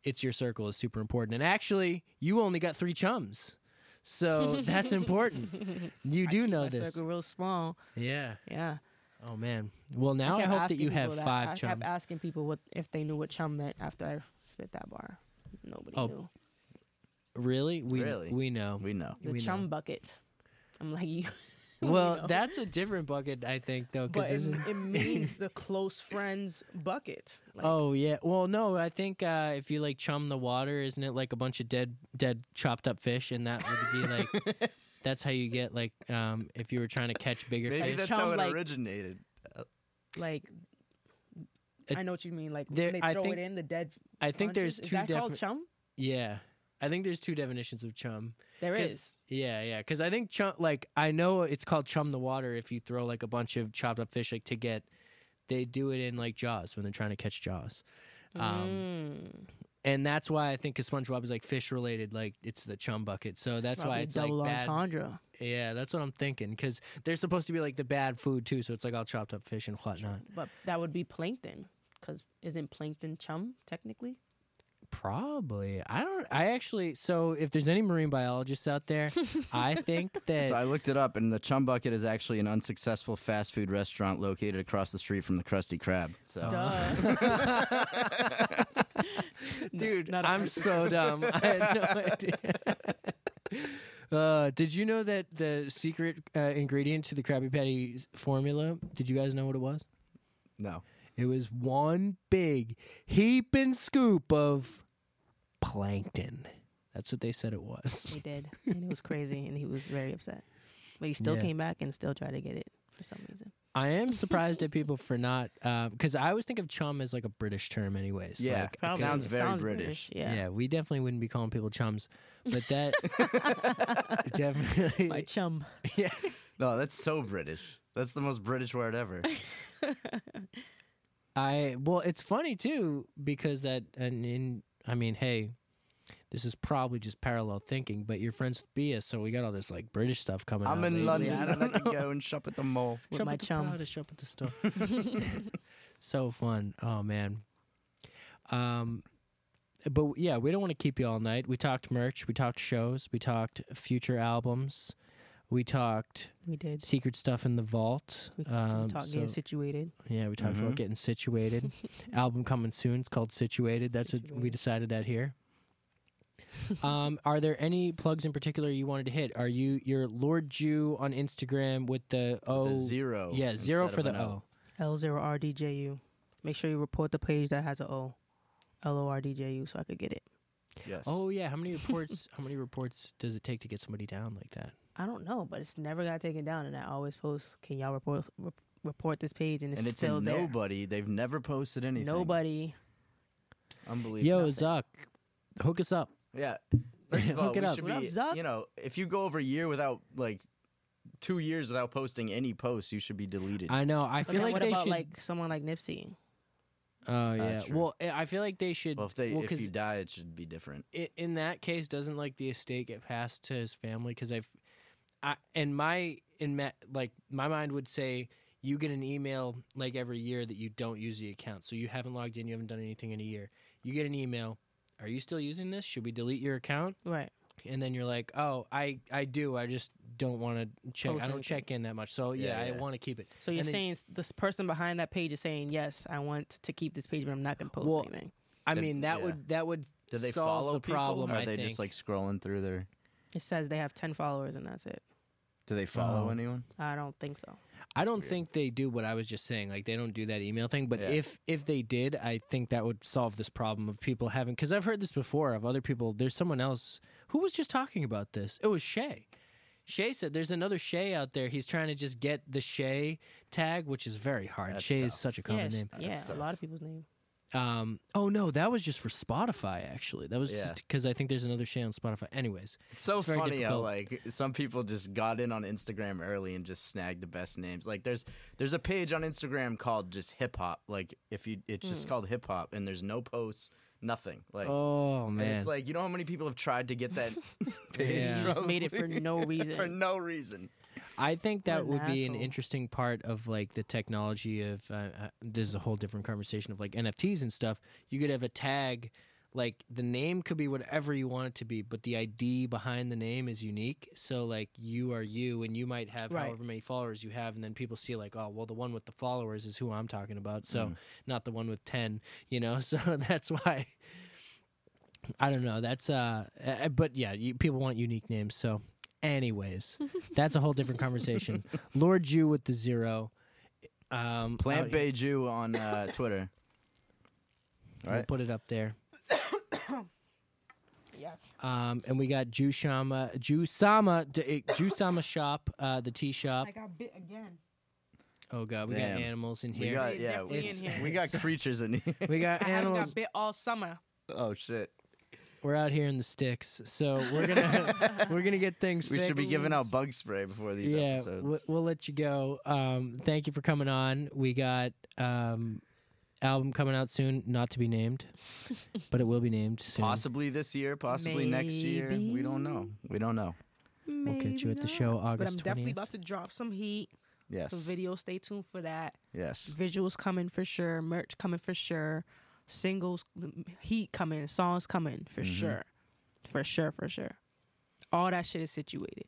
C: it's your circle is super important. And actually, you only got three chums. So that's important. You do know this.
D: Circle real small.
C: Yeah.
D: Yeah.
C: Oh man. Well, now I,
D: kept
C: hope that
D: asking
C: you
D: people
C: have
D: that-
C: five
D: I
C: chums.
D: kept asking people what if they knew what chum meant after I spit that bar. Nobody
C: Oh,
D: knew.
C: really? We
B: Really?
C: we know.
B: We know.
D: The
C: we
D: chum
C: know.
D: bucket. I'm like you. we
C: well,
D: know.
C: that's a different bucket, I think, though.
D: But
C: Because
D: it, it means the close friends bucket. Like,
C: oh yeah. Well, no, I think uh, if you like chum the water, isn't it like a bunch of dead dead chopped up fish, and that would be like. That's how you get like um, if you were trying to catch bigger
B: Maybe
C: fish.
B: that's
D: Chum,
B: how it
D: like-
B: originated.
D: like
C: It-
D: I know what you mean. Like
C: There-
D: they
C: I
D: throw
C: think-
D: it in the dead.
C: I think there's
D: bunches.
C: two
D: Is that called
C: different.
D: chum?
C: yeah, I think there's two definitions of chum.
D: There
C: 'Cause-
D: is.
C: Yeah, yeah. Because I think chum, like I know it's called chum the water if you throw like a bunch of chopped up fish like to get. They do it in like Jaws when they're trying to catch Jaws, um,
D: Mm.
C: and that's why I think 'cause SpongeBob is like fish related. Like it's the chum bucket, so that's why
D: probably
C: it's like
D: double
C: bad.
D: entendre.
C: Yeah, that's what I'm thinking. Because they're supposed to be like the bad food too, so it's like all chopped up fish and whatnot.
D: But that would be plankton, because isn't plankton chum technically?
C: Probably. I don't. I actually. So if there's any marine biologists out there, I think that
B: So I looked it up, and the Chum Bucket is actually an unsuccessful fast food restaurant located across the street from the Krusty Krab. So
C: Uh-huh.
D: Duh.
C: Dude,
D: not a
C: I'm
D: person.
C: so dumb. I had no idea. Uh, did you know that the secret uh, ingredient to the Krabby Patty formula? Did you guys know what it was?
B: no,
C: It was one big heaping scoop of plankton. That's what they said it was.
D: He did, and it was crazy, and he was very upset. But he still
C: Yeah.
D: came back and still tried to get it for some reason.
C: I am surprised at people for not, because I always think of chum as like a British term, anyways.
B: Yeah,
C: Like,
B: It probably. sounds very British.
C: yeah.
D: Yeah.
C: we definitely wouldn't be calling people chums, but that definitely.
D: My chum.
B: no, that's so British. That's the most British word ever.
C: I well, it's funny too because that and in I mean, hey, this is probably just parallel thinking, but you're friends with Bia, so we got all this like British stuff coming.
B: I'm
C: out
B: in
C: lately.
B: London.
C: I
B: I
C: don't
B: and I can go and shop at the mall.
D: With
C: shop
D: my
C: at the
D: chum.
C: Prada, shop at the store. so fun. Oh man. Um, but yeah, we don't want to keep you all night. We talked merch. We talked shows. We talked future albums. We talked
D: We did.
C: secret stuff in the vault.
D: We,
C: Um,
D: talked
C: so-
D: getting situated.
C: yeah, we talked
B: Mhm.
C: about getting situated. Album coming soon. It's called Situated. That's what we
D: Situated.
C: decided that here. um, are there any plugs in particular you wanted to hit? Are you your Lord Jew on Instagram with the O?
B: The zero.
C: Oh, yeah, zero
B: instead
C: for
B: of
C: the
B: an
C: O.
D: L0RDJU. Make sure you report the page that has a O. L O R D J U so I could get it.
B: Yes.
C: Oh yeah, how many reports? how many reports does it take to get somebody down like that?
D: I don't know, but it's never got taken down, and I always post, "Can y'all report rep- report this page?" And it's,
B: and it's
D: still
B: a
D: there.
B: nobody. They've never posted anything.
D: Nobody.
B: Unbelievable.
C: Yo,
D: nothing.
C: Zuck, hook us up.
B: Yeah. First of all,
C: Hook it
B: we
C: up.
B: should
D: What up,
B: be-
D: Zuck?
B: You know, if you go over a year without like two years without posting any posts, you should be deleted.
C: I know. I feel
D: Okay,
C: like
D: what
C: they
D: about
C: should.
D: like someone like Nipsey?
C: oh yeah.
B: uh, true.
C: well, I I feel like they should.
B: well, if they if
C: 'cause-
B: you die, it should be different.
C: i in that case, doesn't like the estate get passed to his family? Because I've, I and my in ma- like my mind would say you get an email like every year that you don't use the account, so you haven't logged in, you haven't done anything in a year. You get an email. Are you still using this? Should we delete your account?
D: Right.
C: and then you're like, oh, I I do. I just don't want to check.
D: Post
C: I don't
D: anything.
C: check in that much. So yeah,
B: Oh, Yeah, yeah.
C: I want to keep it.
D: So you're
C: And then-
D: saying s- this person behind that page is saying, "Yes, I want to keep this page, but I'm not going to post
C: Well,
D: anything."
C: I
B: Did-
C: mean, that
B: yeah.
C: would that would
B: Do they
C: solve
B: follow
C: the
B: people,
C: problem?
B: Or are
C: I
B: they
C: think.
B: just like scrolling through their?
D: It says they have ten followers and that's it.
B: Do they follow
C: Oh.
B: anyone?
D: I don't think so.
C: I don't
B: weird.
C: think they do what I was just saying. Like they don't do that email thing. But
B: Yeah.
C: if if they did, I think that would solve this problem of people having. Because I've heard this before of other people. There's someone else who was just talking about this. It was Shay. Shay said there's another Shay out there. He's trying to just get the Shay tag, which is very hard.
B: That's
C: Shay is
B: tough.
C: such a common
D: yeah,
C: name.
D: s- yeah,
B: That's
D: a
B: tough.
D: lot of people's name.
C: Um, oh no, that was just for Spotify. Actually, that was
B: Yeah.
C: just because I think there's another Shay on Spotify. Anyways,
B: It's so
C: It's very
B: funny how
C: difficult.
B: like some people just got in on Instagram early and just snagged the best names. Like there's there's a page on Instagram called just hip hop. Like if you it's just called hip hop and there's no posts, nothing. Like
C: oh
B: and
C: man,
B: it's like you know how many people have tried to get that page
C: Yeah.
D: Just made it for
B: probably?
D: no reason.
B: for no reason.
C: I think that
D: an
C: would be an
D: asshole.
C: interesting part of like the technology of uh, uh, this is a whole different conversation of like NFTs and stuff. You could have a tag, like the name could be whatever you want it to be, but the ID behind the name is unique. So like you are you, and you might have
D: Right.
C: however many followers you have, and then people see like, oh well, the one with the followers is who I'm talking about, so not the one with ten, you know. So that's why. I don't know. That's uh, uh, but yeah, you, people want unique names. So, anyways, that's a whole different conversation. Lord Jew with the zero, um,
B: Plant
C: oh,
B: Beju on uh, Twitter.
C: we'll
B: right.
C: put it up there.
D: Yes.
C: Um, and we got Jew Shama, Jew Sama, D- eh, Jew Sama shop, uh, the tea shop.
D: got bit again.
C: Oh god, we
B: Damn.
C: got animals in
B: We
C: here.
B: got yeah,
D: definitely
B: we-
D: in here.
B: we got creatures in here.
C: We got
D: I haven't
C: animals.
D: got bit all summer.
B: oh shit.
C: We're out here in the sticks, so we're gonna we're gonna get things.
B: We should be
C: fixed.
B: giving out bug spray before these
C: yeah,
B: episodes.
C: We'll, we'll let you go. Um, thank you for coming on. We got um, album coming out soon, not to be named, but it will be named soon.
B: Possibly this year, possibly next year. We don't know. We don't know.
D: We'll
C: catch you at the show
D: But I'm
C: August
D: definitely
C: 20th.
D: about to drop some heat.
B: Yes.
D: Some videos. Stay tuned for that.
B: Yes.
D: Visuals coming for sure. Merch coming for sure. Singles, m- heat coming. Songs coming for
B: Mhm.
D: sure. For sure. For sure. All that shit is situated.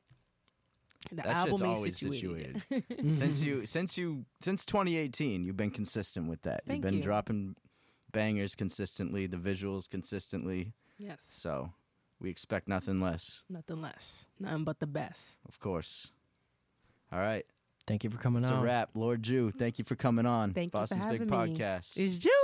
D: The
B: That
D: album
B: shit's
D: is
B: always situated.
C: Mm-hmm.
B: since
D: Mm-hmm.
B: you since you since 2018, you've been consistent with that.
D: Thank
B: you've been
D: you.
B: dropping bangers consistently, the visuals consistently.
D: Yes.
B: So, we expect nothing less,
D: Nothing less. Nothing but the best.
B: of course. All right.
C: Thank you for coming
B: It's
C: on.
B: a wrap. Lord Jew, thank you for coming on.
D: Thank you for
B: Boston's Big
D: having me.
B: Podcast.
D: It's you.